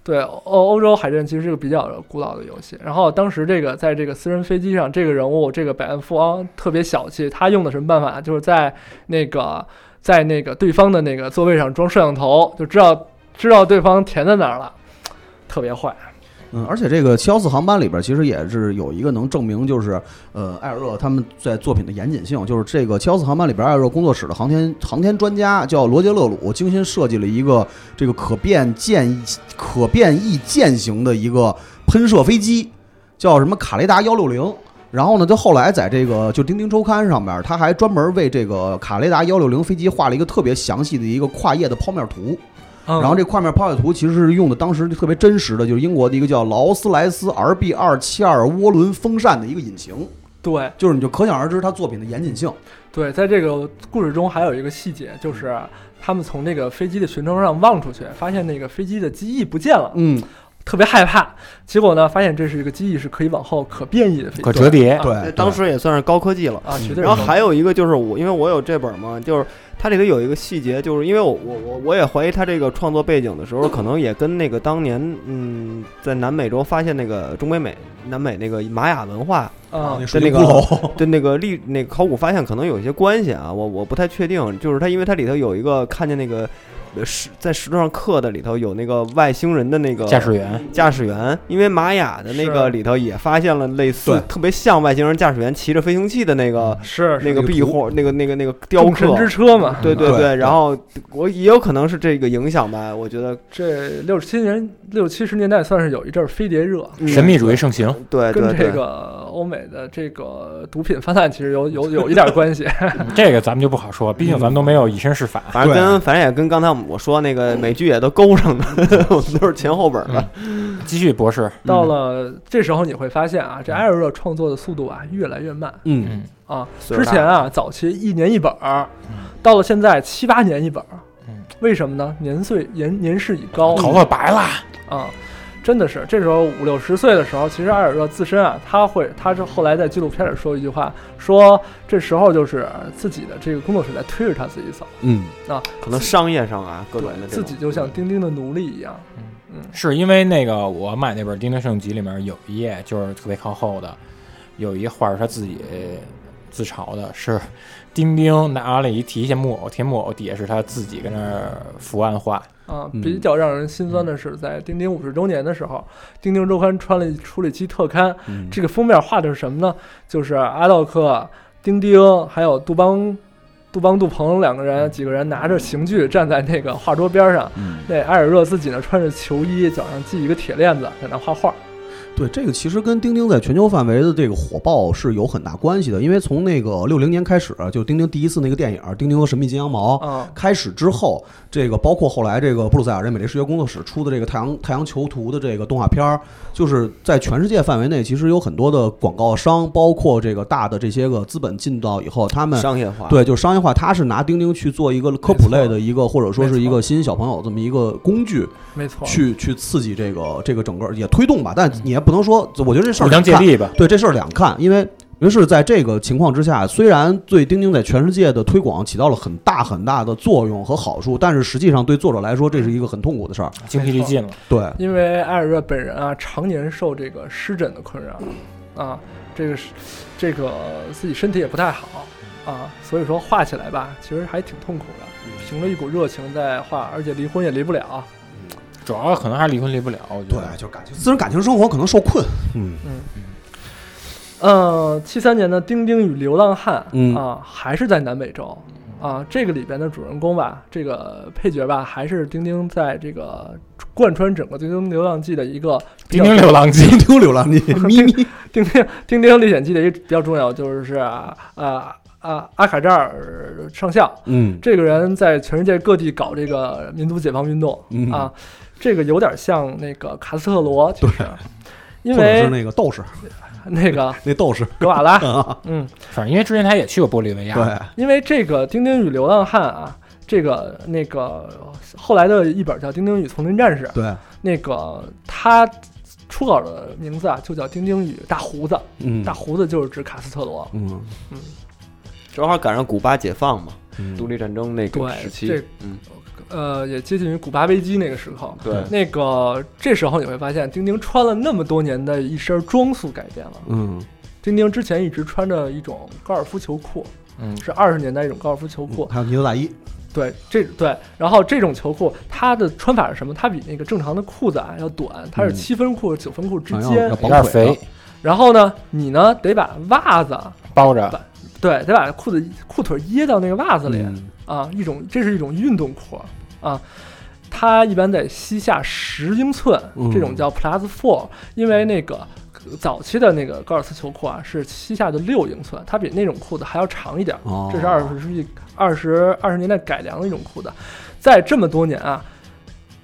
对，欧欧洲海战其实是个比较古老的游戏。然后当时这个在这个私人飞机上，这个人物这个百万富翁特别小气，他用的什么办法？就是在那个在那个对方的那个座位上装摄像头，就知道知道对方填在哪儿了，特别坏。嗯，而且这个七幺四航班里边，其实也是有一个能证明，就是呃，艾尔热他们在作品的严谨性，就是这个七幺四航班里边，艾尔热工作室的航天航天专家叫罗杰勒鲁，精心设计了一个这个可变舰可变翼舰型的一个喷射飞机，叫什么卡雷达幺六零。然后呢，他后来在这个就《丁丁周刊》上面，他还专门为这个卡雷达幺六零飞机画了一个特别详细的一个跨页的剖面图。嗯、然后这块面抛海图其实是用的当时特别真实的，就是英国的一个叫劳斯莱斯 RB 二七二涡轮风扇的一个引擎，对就是你就可想而知它作品的严谨性。对，在这个故事中还有一个细节，就是他们从那个飞机的悬窗上望出去，发现那个飞机的机翼不见了，嗯，特别害怕。结果呢，发现这是一个机翼是可以往后可变异的飞机，可折叠啊对，当时也算是高科技了。啊，绝对是嗯然后高还有一个就是我，因为我有这本嘛，就是它里头有一个细节，就是因为我我我我也怀疑它这个创作背景的时候，可能也跟那个当年嗯在南美洲发现那个中北美南美那个玛雅文化啊，的那哦个对那个历那个考古发现可能有一些关系啊，我我不太确定。就是它因为它里头有一个看见那个呃石在石头上刻的里头有那个外星人的那个驾驶员，驾驶员，因为玛雅的那是个里头也发现了类似对特别像外星人驾驶员骑着飞行器的那个是那个壁画，那个那个那个雕众神刻。之车嘛。对对对对然后我也有可能是这个影响吧，我觉得这六七年六七十年代算是有一阵儿飞碟热，嗯神秘主义盛行，对对跟这对，个欧美的这个毒品泛滥其实有有有一点关系。嗯嗯这个咱们就不好说，毕竟咱们都没有以身试法。反正对跟反正也跟刚才我说那个美剧也都勾上的， [laughs] 我们都是前后本的。嗯继续博士，到了这时候，你会发现啊，这埃尔热创作的速度啊越来越慢嗯，嗯，啊。岁数之大前啊，早期一年一本儿，到了现在七八年一本儿嗯。为什么呢？年岁年年事已高，头发白了，啊，真的是这时候五六十岁的时候，其实埃尔热自身啊，他会，他是后来在纪录片里说一句话，说这时候就是自己的这个工作室在推着他自己走，嗯，可能商业上啊，各种的这自种己就像丁丁的奴隶一样。是因为那个我买那本《丁丁圣集》里面有一页就是特别靠后的，有一画是他自己自嘲的，是丁丁拿了一提线木偶，铁木偶底下是他自己跟那儿伏案画，啊，嗯比较让人心酸的是，在丁丁五十周年的时候，丁丁周刊穿了一出了一期特刊，嗯这个封面画的是什么呢？就是阿道克、丁丁还有杜邦、杜邦、杜鹏两个人，几个人拿着刑具站在那个画桌边上。嗯，那埃尔热自己呢，穿着球衣，脚上系一个铁链子，在那画画。 [laughs] 对，这个其实跟钉钉在全球范围的这个火爆是有很大关系的，因为从那个六零年开始，啊就钉钉第一次那个电影《钉钉和神秘金羊毛》啊，开始之后，这个包括后来这个布鲁塞尔这美丽世界工作室出的这个太阳太阳囚徒的这个动画片儿，就是在全世界范围内，其实有很多的广告商，包括这个大的这些个资本进到以后，他们商业化，对，就是商业化，它是拿钉钉去做一个科普类的一个，或者说是一没错个吸引小朋友这么一个工具，没错，嗯去去刺激这个这个整个也推动吧。但你也不能说，我觉得这事儿互相两借看，力吧。对这事儿两看，因为于是在这个情况之下，虽然对钉钉在全世界的推广起到了很大很大的作用和好处，但是实际上对作者来说，这是一个很痛苦的事儿。精疲力尽了，对，因为埃尔热本人啊，常年受这个湿疹的困扰，啊，这个是这个自己身体也不太好啊，所以说画起来吧，其实还挺痛苦的，凭着一股热情在画，而且离婚也离不了，主要可能还是离婚离不了。我觉对得，就是感情，私人感情生活可能受困。嗯，嗯，七三年的《丁丁与流浪汉》嗯啊，还是在南美洲啊。这个里边的主人公吧，这个配角吧，还是丁丁在这个贯穿整个《丁丁流浪记》的一个比丁较丁流浪记你丢流浪你咪咪，丁丁丁丁历险记的一个比较重要，就是啊啊啊阿卡扎尔上校，嗯这个人在全世界各地搞这个民族解放运动、嗯啊，这个有点像那个卡斯特罗，其实因嗯或者是为那个斗士，那个那啊斗士，格瓦 [laughs] 拉，嗯，反正因为之前他也去过玻利维亚，对，因为这个《丁丁与流浪汉》啊，这个那个后来的一本叫《丁丁与丛林战士》，对，那个他初稿的名字啊就叫《丁丁与大胡子》，嗯大胡子就是指卡斯特罗。嗯正好赶上古巴解放嘛，嗯独立战争那个时对，期，这嗯，呃也接近于古巴危机那个时候。对，那个这时候你会发现，丁丁穿了那么多年的一身装束改变了。嗯丁丁之前一直穿着一种高尔夫球裤，嗯，是二十年代一种高尔夫球裤，嗯还有呢子大衣，对，这对，然后这种球裤它的穿法是什么？它比那个正常的裤子啊要短，它是嗯七分裤、九分裤之哎呦间要。有绑点腿了肥，然后呢，你呢得把袜子，包着，对，得把裤子裤腿掖到那个袜子里、嗯啊，一种这是一种运动裤啊。它一般在膝下十英寸，这种嗯叫 plus four，因为那个呃早期的那个高尔夫球裤啊是膝下的六英寸，它比那种裤子还要长一点儿。哦，这是二十世纪二十二十年代改良的一种裤子，在这么多年啊，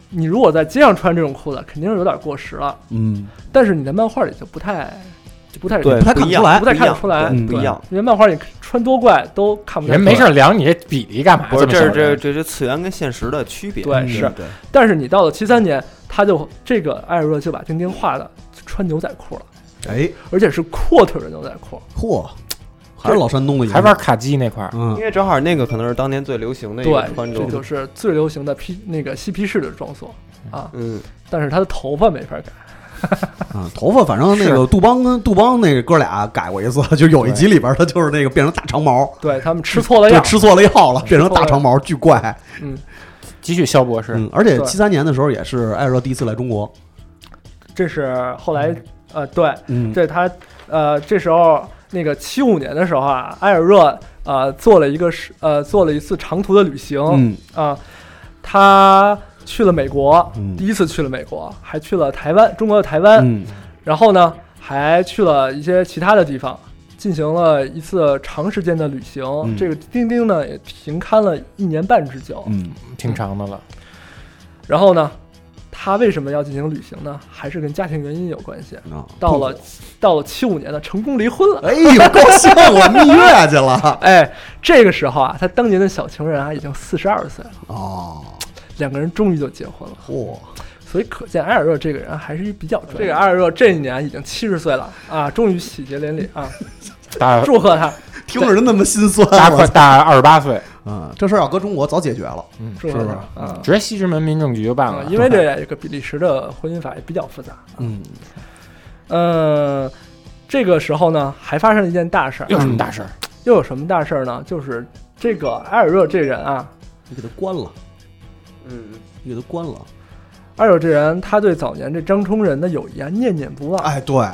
你如果在街上穿这种裤子，肯定是有点过时了。嗯，但是你在漫画里就不太就不太对，不太一看样出来不太看得一样出来对嗯不一样。因为漫画里穿多怪都看不太人出没事来儿量你这比例干嘛？不是，这么是小嗯这是人这是次元跟现实的区别。嗯对是对，但是你到了七三年，他就这个艾尔热就把丁丁画的穿牛仔裤了，哎，而且是阔腿的牛仔裤。嚯，还是老山东的，还玩，卡基那块儿，嗯因，为正好那个可能是当年最流行的一个穿对，这着。就是最流行的披那个嬉皮士的装束啊，嗯，但是他的头发没法改。啊，头发反正那个杜邦跟杜邦那哥俩改过一次， [laughs] 就有一集里边他就是那个变成大长毛，对他们吃错了对，药，吃错了药了，变成错了大长毛，巨怪。嗯，继续肖博士，嗯，而且对七三年的时候也是艾热第一次来中国，这是后来呃，对，嗯，这他呃，这时候那个七五年的时候啊，埃尔热呃做了一个是呃做了一次长途的旅行啊、嗯他去了美国，嗯第一次去了美国，还去了台湾，中国的台湾，嗯然后呢还去了一些其他的地方。进行了一次长时间的旅行，嗯这个钉钉呢也停刊了一年半之久。嗯，挺长的了，然后呢，他为什么要进行旅行呢？还是跟家庭原因有关系。啊到了，到了七五年呢，成功离婚了。哎呦，高兴了，蜜月去了，哎，这个时候啊，他当年的小情人啊已经四十二岁了，哦，两个人终于就结婚了。嚯，所以可见埃尔热这个人还是比较专业。这个埃尔热这一年已经七十岁了啊，终于喜结连理 [laughs] 啊，大祝贺他，听着人那么心酸，大快我操大二十八岁，嗯，这事儿要搁中国早解决了，祝贺是吧他啊。直接西直门民政局就办啊了，因为这个比利时的婚姻法也比较复杂。呃嗯，嗯，这个时候呢，还发生了一件大事儿，又什么大事儿？又有什么大事儿呢？就是这个埃尔热这人啊，你给他关了，嗯，你给他关了。埃尔热这人他对早年这张冲人的友谊啊念念不忘。哎，对，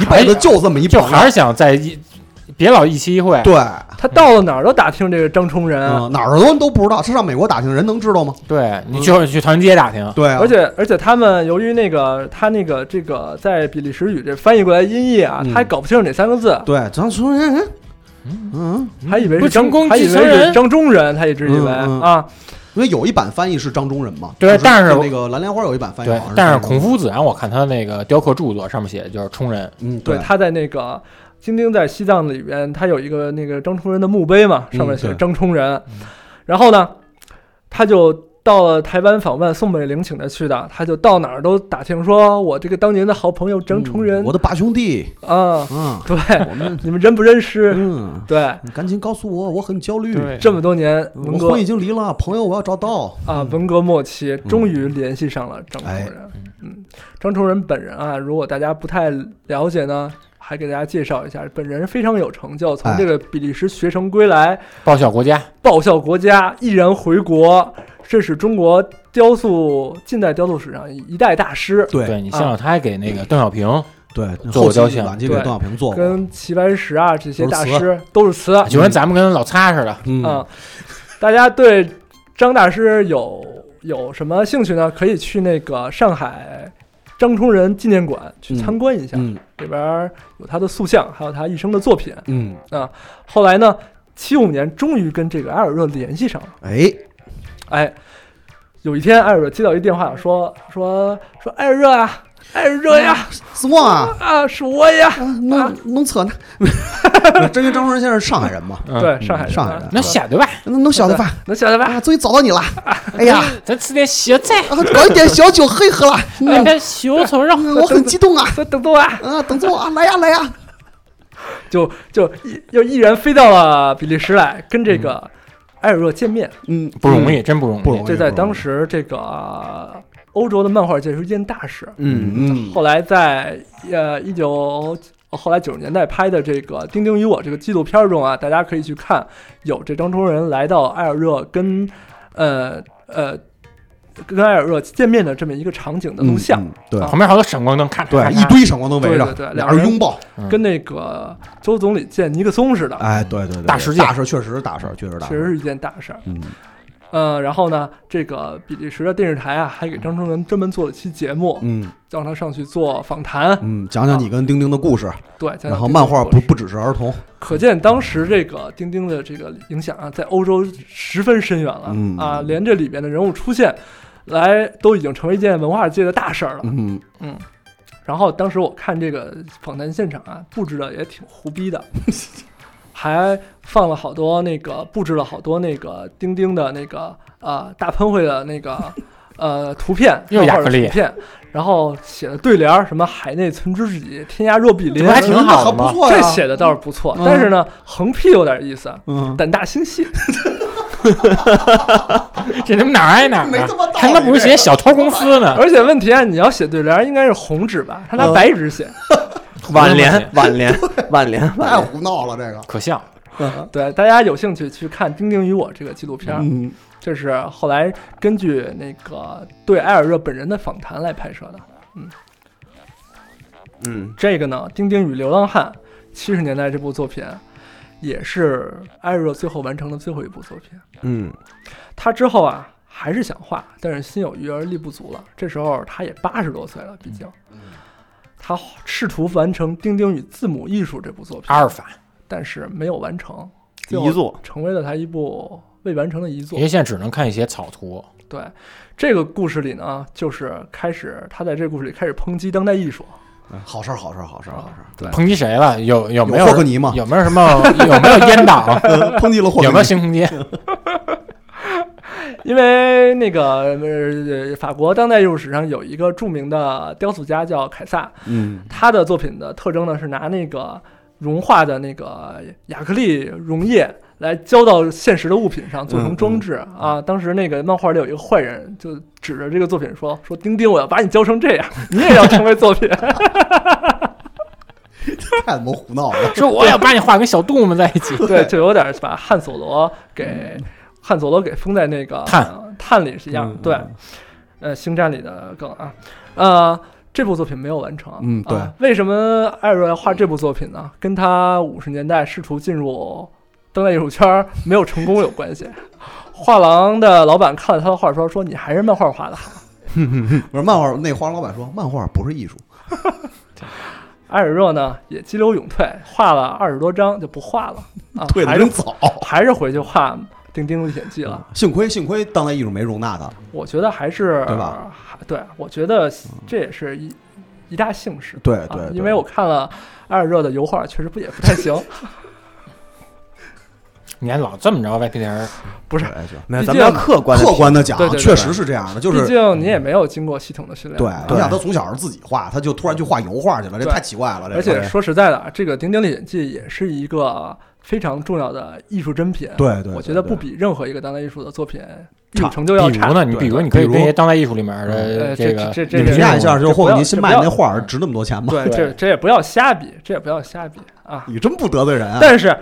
一辈子就这么一就朋友还是想在一，别老一期一会。对，他到了哪儿都打听这个张冲人，啊嗯，哪儿的人都不知道，他上美国打听人能知道吗？对你就去唐人街打听，对啊，而且而且他们由于那个他那个这个在比利时语这翻译过来音译啊，嗯他还搞不清楚哪三个字， [laughs] 对，张春人，嗯嗯，还以为不是成张功还以即为成是人。张中人，他一直以为嗯嗯啊，因为有一版翻译是张中人嘛，对就但是就那个蓝莲花有一版翻译对好像，但是张中孔人，夫子啊，我看他那个雕刻著作上面写的就是冲人，嗯，对，对，他在那个金丁在西藏里边，他有一个那个张冲人的墓碑嘛，上面写着嗯对张冲人，然后呢，他就。到了台湾访问，宋美龄请他去的，他就到哪儿都打听，说我这个当年的好朋友张冲人嗯我的八 [laughs] 兄弟，啊，嗯，对，我们，你们认不认识？嗯，对，你赶紧告诉我，我很焦虑，嗯对这么多年，文我革婚已经离了，朋友我要找到，啊，文革末期终于联系上了张崇嗯哎仁。嗯，张崇仁本人啊，如果大家不太了解呢，还给大家介绍一下，本人非常有成就，从哎这个比利时学成归来，报效国家。报效国家，毅然回国，这是中国雕塑近代雕塑史上一代大师。对对你想想，他还给那个邓小平，对，做过后期雕像晚期给对邓小平做过，跟齐白石啊这些哦都是大词师都是词，就跟咱们跟老擦似的。嗯，啊，大家对张大师有有什么兴趣呢？可以去那个上海张冲仁纪念馆去参观一下，嗯里边儿有他的塑像，还有他一生的作品。嗯，后来呢，七五年终于跟这个埃尔热联系上了。哎，哎，有一天埃尔热接到一电话说，说说埃尔热啊，埃尔热呀，是我啊，啊是我呀，弄弄 [laughs] 错呢， [laughs] 这跟张春先生是上海人嘛，嗯，对，上海人啊，上海人那下对吧？能能晓得吧？能晓得吧？啊，终于找到你了！[laughs] 哎呀，咱吃点小菜，啊搞一点小酒喝一喝了，来哎嗯点小炒肉。嗯我很激动啊！说等等啊，啊，等着我啊，来呀来呀！就就毅又毅然飞到了比利时来跟这个埃尔热见面，嗯，不容易，真不容易。不容易这在当时这个呃欧洲的漫画界是一件大事。嗯嗯，后来在呃一九后来九十年代拍的这个《丁丁与我》这个纪录片中啊，大家可以去看，有这张中人来到埃尔热跟呃呃跟埃尔热见面的这么一个场景的录像，嗯，对旁边好多闪光灯，看对，一堆闪光灯围着对对，对俩两人人拥抱，跟那个周总理见尼克松似的，哎，对对对，大事事件大事确实是大事儿，确实是大确事实儿。是一件大事儿。嗯，呃，然后呢，这个比利时的电视台啊，还给张成文专门做了期节目，嗯让他上去做访谈。嗯，讲讲你跟丁丁的故事，对，讲讲然啊后丁丁漫的画故不事不只是儿童，可见当时这个钉钉的这个影响啊，在欧洲十分深远了、嗯啊，连这里边的人物出现，来都已经成为一件文化界的大事儿了。嗯，然后当时我看这个访谈现场啊，布置的也挺胡逼的， [laughs] 还放了好多那个布置了好多那个钉钉的那个呃大喷绘的那个呃图片， [laughs] 又漫画亚克的力图片，然后写的对联儿什么“海内存知己，天涯若比邻这”，还挺好嗯那的还嘛不错呀这写的倒是不错，嗯但是呢，横批有点意思，嗯，胆大心细，这他妈哪儿挨哪儿没呢他妈道？理还他妈不是写小偷公司呢？而且问题啊，你要写对联儿应该是红纸吧？他嗯拿白纸写，挽联，挽联， [laughs] 挽联，挽 [laughs] 太联。胡闹了这个。可笑，对，大家有兴趣去看《丁丁与我》这个纪录片儿，嗯，这是后来根据那个对埃尔热本人的访谈来拍摄的。嗯，这个呢，《丁丁与流浪汉》七十年代这部作品，也是埃尔热最后完成的最后一部作品。嗯，他之后啊，还是想画，但是心有余而力不足了。这时候他也八十多岁了，毕竟。他试图完成《丁丁与字母艺术》这部作品阿，尔法，但是没有完成，最后遗作。成为了他一部未完成的遗作因。为现在只能看一些草图。对，这个故事里呢，就是开始他在这个故事里开始抨击当代艺术，好事儿，好事儿，好事儿，好事儿。对，抨击谁了？有有没有有啊霍克尼吗有没有什么？ [laughs] 有没有阉 [laughs] 党？呃抨击了霍有没有克尼，新空 [laughs] 间？因为那个呃，法国当代艺术史上有一个著名的雕塑家叫凯撒，嗯，他的作品的特征呢是拿那个融化的那个亚克力溶液来浇到现实的物品上，做成装置、啊。当时那个漫画里有一个坏人，就指着这个作品说：“说丁丁，我要把你浇成这样，你也要成为作品。”太他妈胡 [laughs] 闹了。说我想把你画跟小杜们在一起， [laughs] 对，就有点把汉索罗给嗯汉索罗给封在那个碳碳里是一样的，对，呃，星战里的梗啊，呃，这部作品没有完成，嗯对啊为什么艾瑞要画这部作品呢？跟他五十年代试图进入当代艺术圈儿没有成功有关系。画廊的老板看了他的画说：“说你还是漫画画的好。不是漫画，那画廊老板说，漫画不是艺术。”艾尔热呢也激流勇退，画了二十多张就不画了啊， [laughs] 退的还真是早，还是回去画《丁丁历险记》了。幸亏幸亏当代艺术没容纳他。我觉得还是对吧还对，我觉得这也是一一大幸事。对啊对对因为我看了艾尔热的油画，确实不也不太行。你还老这么着外地人，不是，哎行没有，毕咱们要竟客观的客观的讲对，对对确实是这样的， [laughs] 就毕是。竟你也没有经过系统的训练。对，你对想他从小是自己画，他就突然去画油画去了，这对太奇怪了。这而且个说实在的啊，这个《丁丁历险记》也是一个非常重要的艺术珍品。对对，我觉得对不。比任何一个当代艺术的作品艺差术成就要比如差。呢，你比如你可以跟一些当代艺术里面的呃，这个这对这你评价一这下，就是霍不克要尼新这卖不那要画儿值那么多钱吗？对，这这也不要瞎比，这也不要瞎比啊。你真不得罪人啊。但是《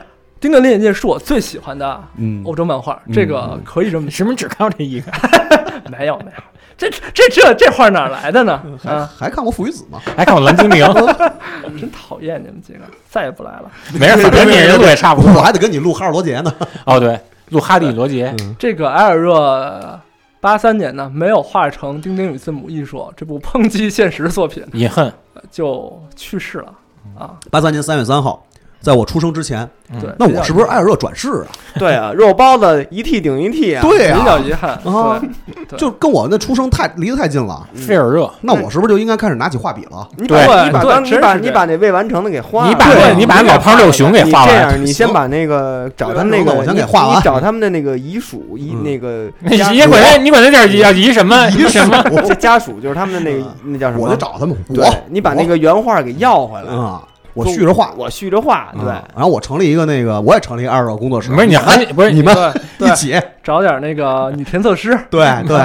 丁丁历险记》是我最喜欢的嗯，欧洲漫画，这个可以这么什么只靠这一个？ [laughs] 没有没有，这这这这画哪儿来的呢？嗯还啊，还看过《父与子》吗？ [laughs] 还看我蓝精灵， [laughs] 真讨厌你们几个，再也不来了。没事，反正你人录也差不我多。还得跟你录哈尔罗杰呢。 [laughs] 哦，对，录哈利罗杰，这个埃尔热八三年呢，没有画成《丁丁与字母艺术》这部抨击现实的作品，隐恨呃就去世了啊。八三年三月三号，在我出生之前，嗯对，那比较我是不是艾尔热转世啊？对啊，肉包子一屉顶一屉啊。对比较啊，遗憾？啊对，对就跟我那出生太离得太近了。费尔热，那我是不是就应该开始拿起画笔了？你把对你把对当真你是把这你样把那未完成的给画了，你把对你把老胖六雄给你画这完， [laughs] 样，你先把那个找他们那那个，我先你给画完你找他们的那个遗 [laughs] 属遗嗯那个 [laughs] 你家你管那你管那叫叫移什 [laughs] 么遗什么？属这家属就是他们的那个嗯那叫什么？我就找他们，对我，你把那个原画给要回来，啊，我续着画，我续着画，对，啊然后我成立一个那个，我也成立一二手工作室。不是你还不是你们对一起，找点那个女填色师， [laughs] 对对，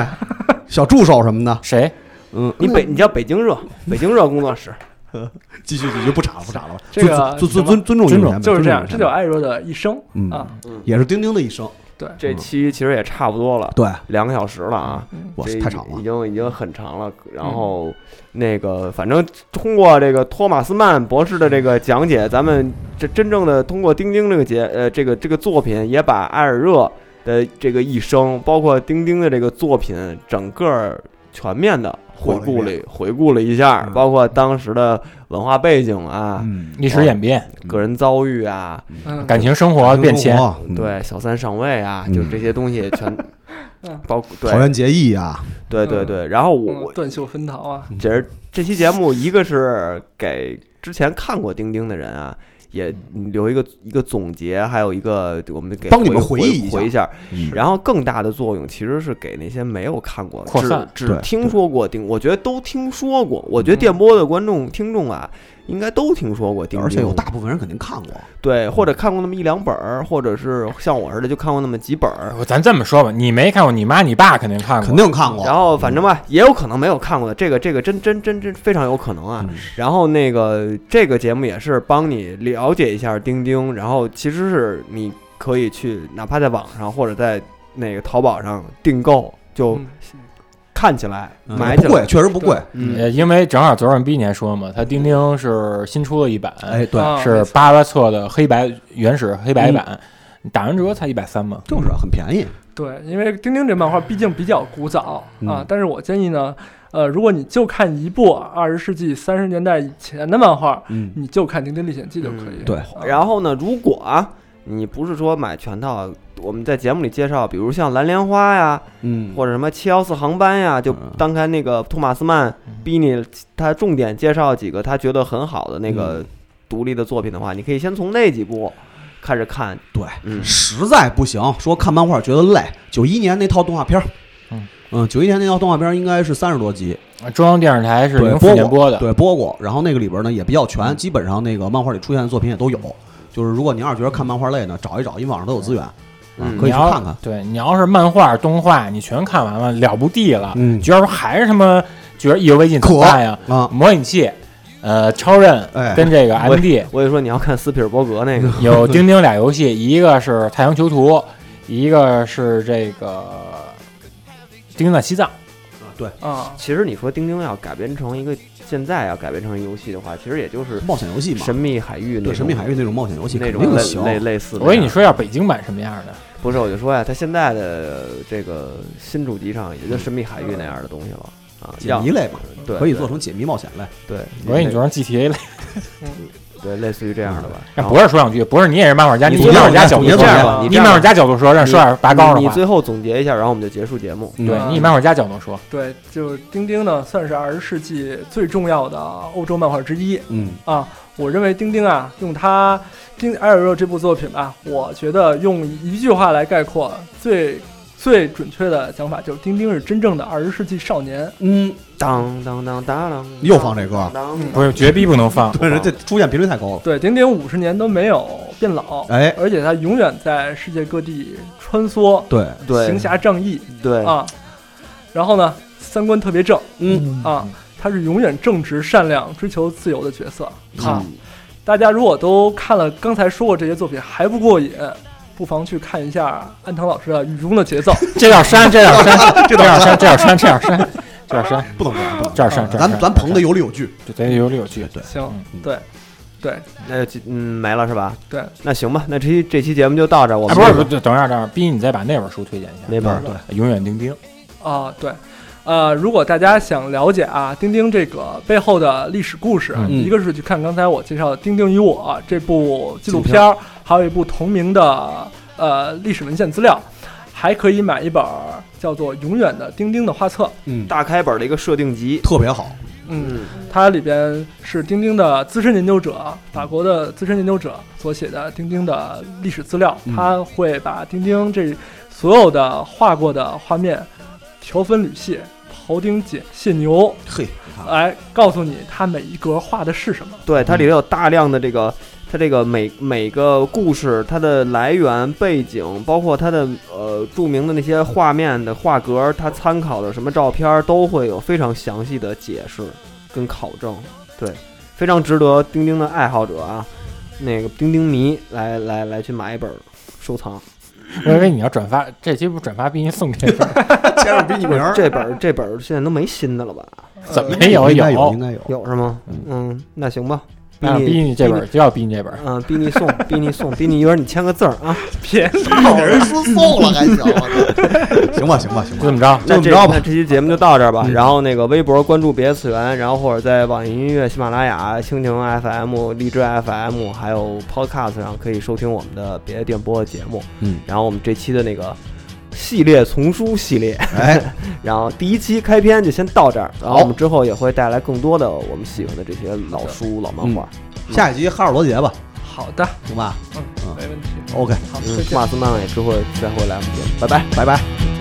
小助手什么的，谁？嗯，你北你叫北京热，北京热工作室，继续继续不查了不查了，这个尊什尊么尊尊重尊一重下呗就是这样，尊这就重啊是一下呗艾若的一生嗯啊。也是丁丁的一生，对，这期其实也差不多了，嗯对，嗯两个小时了啊。哇这太长了嗯已，经已经很长了。然后，那个反正通过这个托马斯曼博士的这个讲解，咱们这真正的通过《丁丁》这个节呃这个这个作品，也把艾尔热的这个一生，包括丁丁的这个作品，整个儿全面的回顾了回顾了一下，嗯包括当时的文化背景啊、嗯，历史演变、个人遭遇啊、嗯，感情生活变迁，嗯，对小三上位啊，嗯就这些东西 [laughs] 全嗯。包括桃对园结义啊，对对对，然后我嗯我断袖分桃啊，这是这期节目，一个是给之前看过《丁丁》的人啊，也留一个一个总结，还有一个我们给帮你们回回忆一下回一下。嗯然后更大的作用其实是给那些没有看过、扩散只只对听说过丁，我觉得都听说过。我觉得电波的观众听众啊，应该都听说过丁丁，而且有大部分人肯定看过，对，或者看过那么一两本儿，或者是像我似的就看过那么几本儿。我咱这么说吧，你没看过，你妈你爸肯定看过，肯定看然过，后反正吧，也有可能没有看过的，这个这个真真真真非常有可能嗯啊。然后那个这个节目也是帮你了解一下钉钉，然后其实是你可以去哪怕在网上或者在那个淘宝上订购，就嗯看起来、嗯买不起贵，来，确实不贵，嗯，呃，因为正好昨儿我们逼年说嘛，它钉钉是新出了一版，哎，嗯对，啊是八八册的黑白原始黑白版，打完折才一百三嘛。就是很便宜，对，因为《丁丁》这漫画毕竟比较古早、啊嗯，但是我建议呢，呃，如果你就看一部二十世纪三十年代以前的漫画，嗯，你就看《丁丁历险记》就可以。对啊然后呢，如果啊你不是说买全套，我们在节目里介绍，比如像蓝莲花呀，嗯，或者什么七幺四航班呀，就嗯当看那个托马斯曼逼你他重点介绍几个他觉得很好的那嗯个独立的作品的话，你可以先从那几部开始看，对，嗯。实在不行，说看漫画觉得累，九一年那套动画片儿嗯。嗯，九一年那套动画片儿应该是三十多集，中央电视台是对零四年播播过的，对播过。然后那个里边呢也比较全，基本上那个漫画里出现的作品也都有。就是如果您要是觉得看漫画累呢，找一找，因为网上都有资源，啊嗯，可以你去要看看。对你要是漫画、动画，你全看完了，了不地了，嗯觉得还是他妈觉得意犹未尽，怎么办呀？啊，模拟器，呃，超任哎跟这个 MD 我跟你说，你要看斯皮尔伯格那个，有钉 [laughs] 钉俩游戏，一个是《太阳囚徒》，一个是这个《钉钉在西藏》。啊，其实你说丁丁要改编成一个现在要改编成一个游戏的话，其实也就是冒险游戏嘛，神秘海域那对种神秘海域那种冒险游戏那肯种定行。类类类似那样。我跟你说，要北京版什么样的？不是，我就说呀，他现在的这个新主机上也就神秘海域那样的东西了啊，解谜类嘛，要对可以做成解谜冒险类。对，我给你类做成 GTA 了。对类似于这样的吧。让博士说两句，博士你哎也是漫画家，哦你你这以漫样画家角度你说这样吧，吧你你这样漫画家角度说，让说点拔高的你话。最后总结一下，然后我们就结束节目。对嗯你以漫画家角度说，对，就钉钉呢，算是二十世纪最重要的欧洲漫画之一。嗯，啊，我认为丁丁啊，用他《丁埃尔热》这部作品吧，我觉得用一句话来概括最最准确的讲法，就是丁丁是真正的二十世纪少年。嗯，当当当当当，又放这歌，当嗯不是绝逼不能放。对，这出现频率太高了。对，丁丁五十年都没有变老，哎，而且他永远在世界各地穿梭，对，对行侠仗义对啊。然后呢，三观特别正嗯啊，他是永远正直、善良、追求自由的角色嗯啊。嗯大家如果都看了刚才说过这些作品还不过瘾，不妨去看一下安藤老师啊的《雨中的节奏》。这要删，这要哦删，这 [laughs] 要删，这要删，这要删，这要删，不能这样，不能这要删。这样。哦咱咱棚捧的，有理有据，对，咱有理有据。对，行嗯，对，对，那就嗯没了是吧？对，那行吧，那这期这期节目就到这儿，我哎，们不是，不是，等一下，等一下，逼你再把那本书推荐一下，没本儿对， 《永远钉钉》。啊，对。呃，如果大家想了解啊，钉钉这个背后的历史故事，啊嗯一个是去看刚才我介绍的《钉钉与我》啊这部纪录片儿，还有一部同名的呃历史文献资料，还可以买一本儿叫做《永远的钉钉》的画册。嗯，大开本的一个设定集。特别好。嗯，它里边是钉钉的资深研究者，法国的资深研究者所写的钉钉的历史资料，嗯他会把钉钉这所有的画过的画面条分缕析、庖丁解解牛，嘿，啊来告诉你它每一格画的是什么。对，嗯它里头有大量的这个，它这个每每个故事它的来源、背景，包括它的呃著名的那些画面的画格，它参考的什么照片儿都会有非常详细的解释跟考证。对，非常值得钉钉的爱好者啊，那个钉钉迷来来来去买一本儿收藏。我以为你要转发，这期不转发逼你送这本，加上逼你名儿，这本儿这本儿现在都没新的了吧？怎么没有应该有应该有。有是吗嗯？嗯，那行吧。那逼你这逼本就要逼你这本。嗯，逼你送，逼你送，逼你一人你签个字儿啊！别给人说送了还行，行吧，行吧，行就这吧，么那这着，就这么嗯着吧那这期节目就到这儿吧。然后那个微博关注别次元，然后或者在网易音乐、喜马拉雅、蜻蜓 FM、荔枝 FM，还有 Podcast 上可以收听我们的别的电波的节目。嗯，然后我们这期的那个系列丛书系列，哎，然后第一期开篇就先到这儿，然后好我们之后也会带来更多的我们喜欢的这些老书、老漫画。下一集哈尔罗杰吧，好的，行吧嗯，没问题。 ，OK，好，嗯再，见马。斯曼也之后再会来我们节目，拜拜，拜拜。再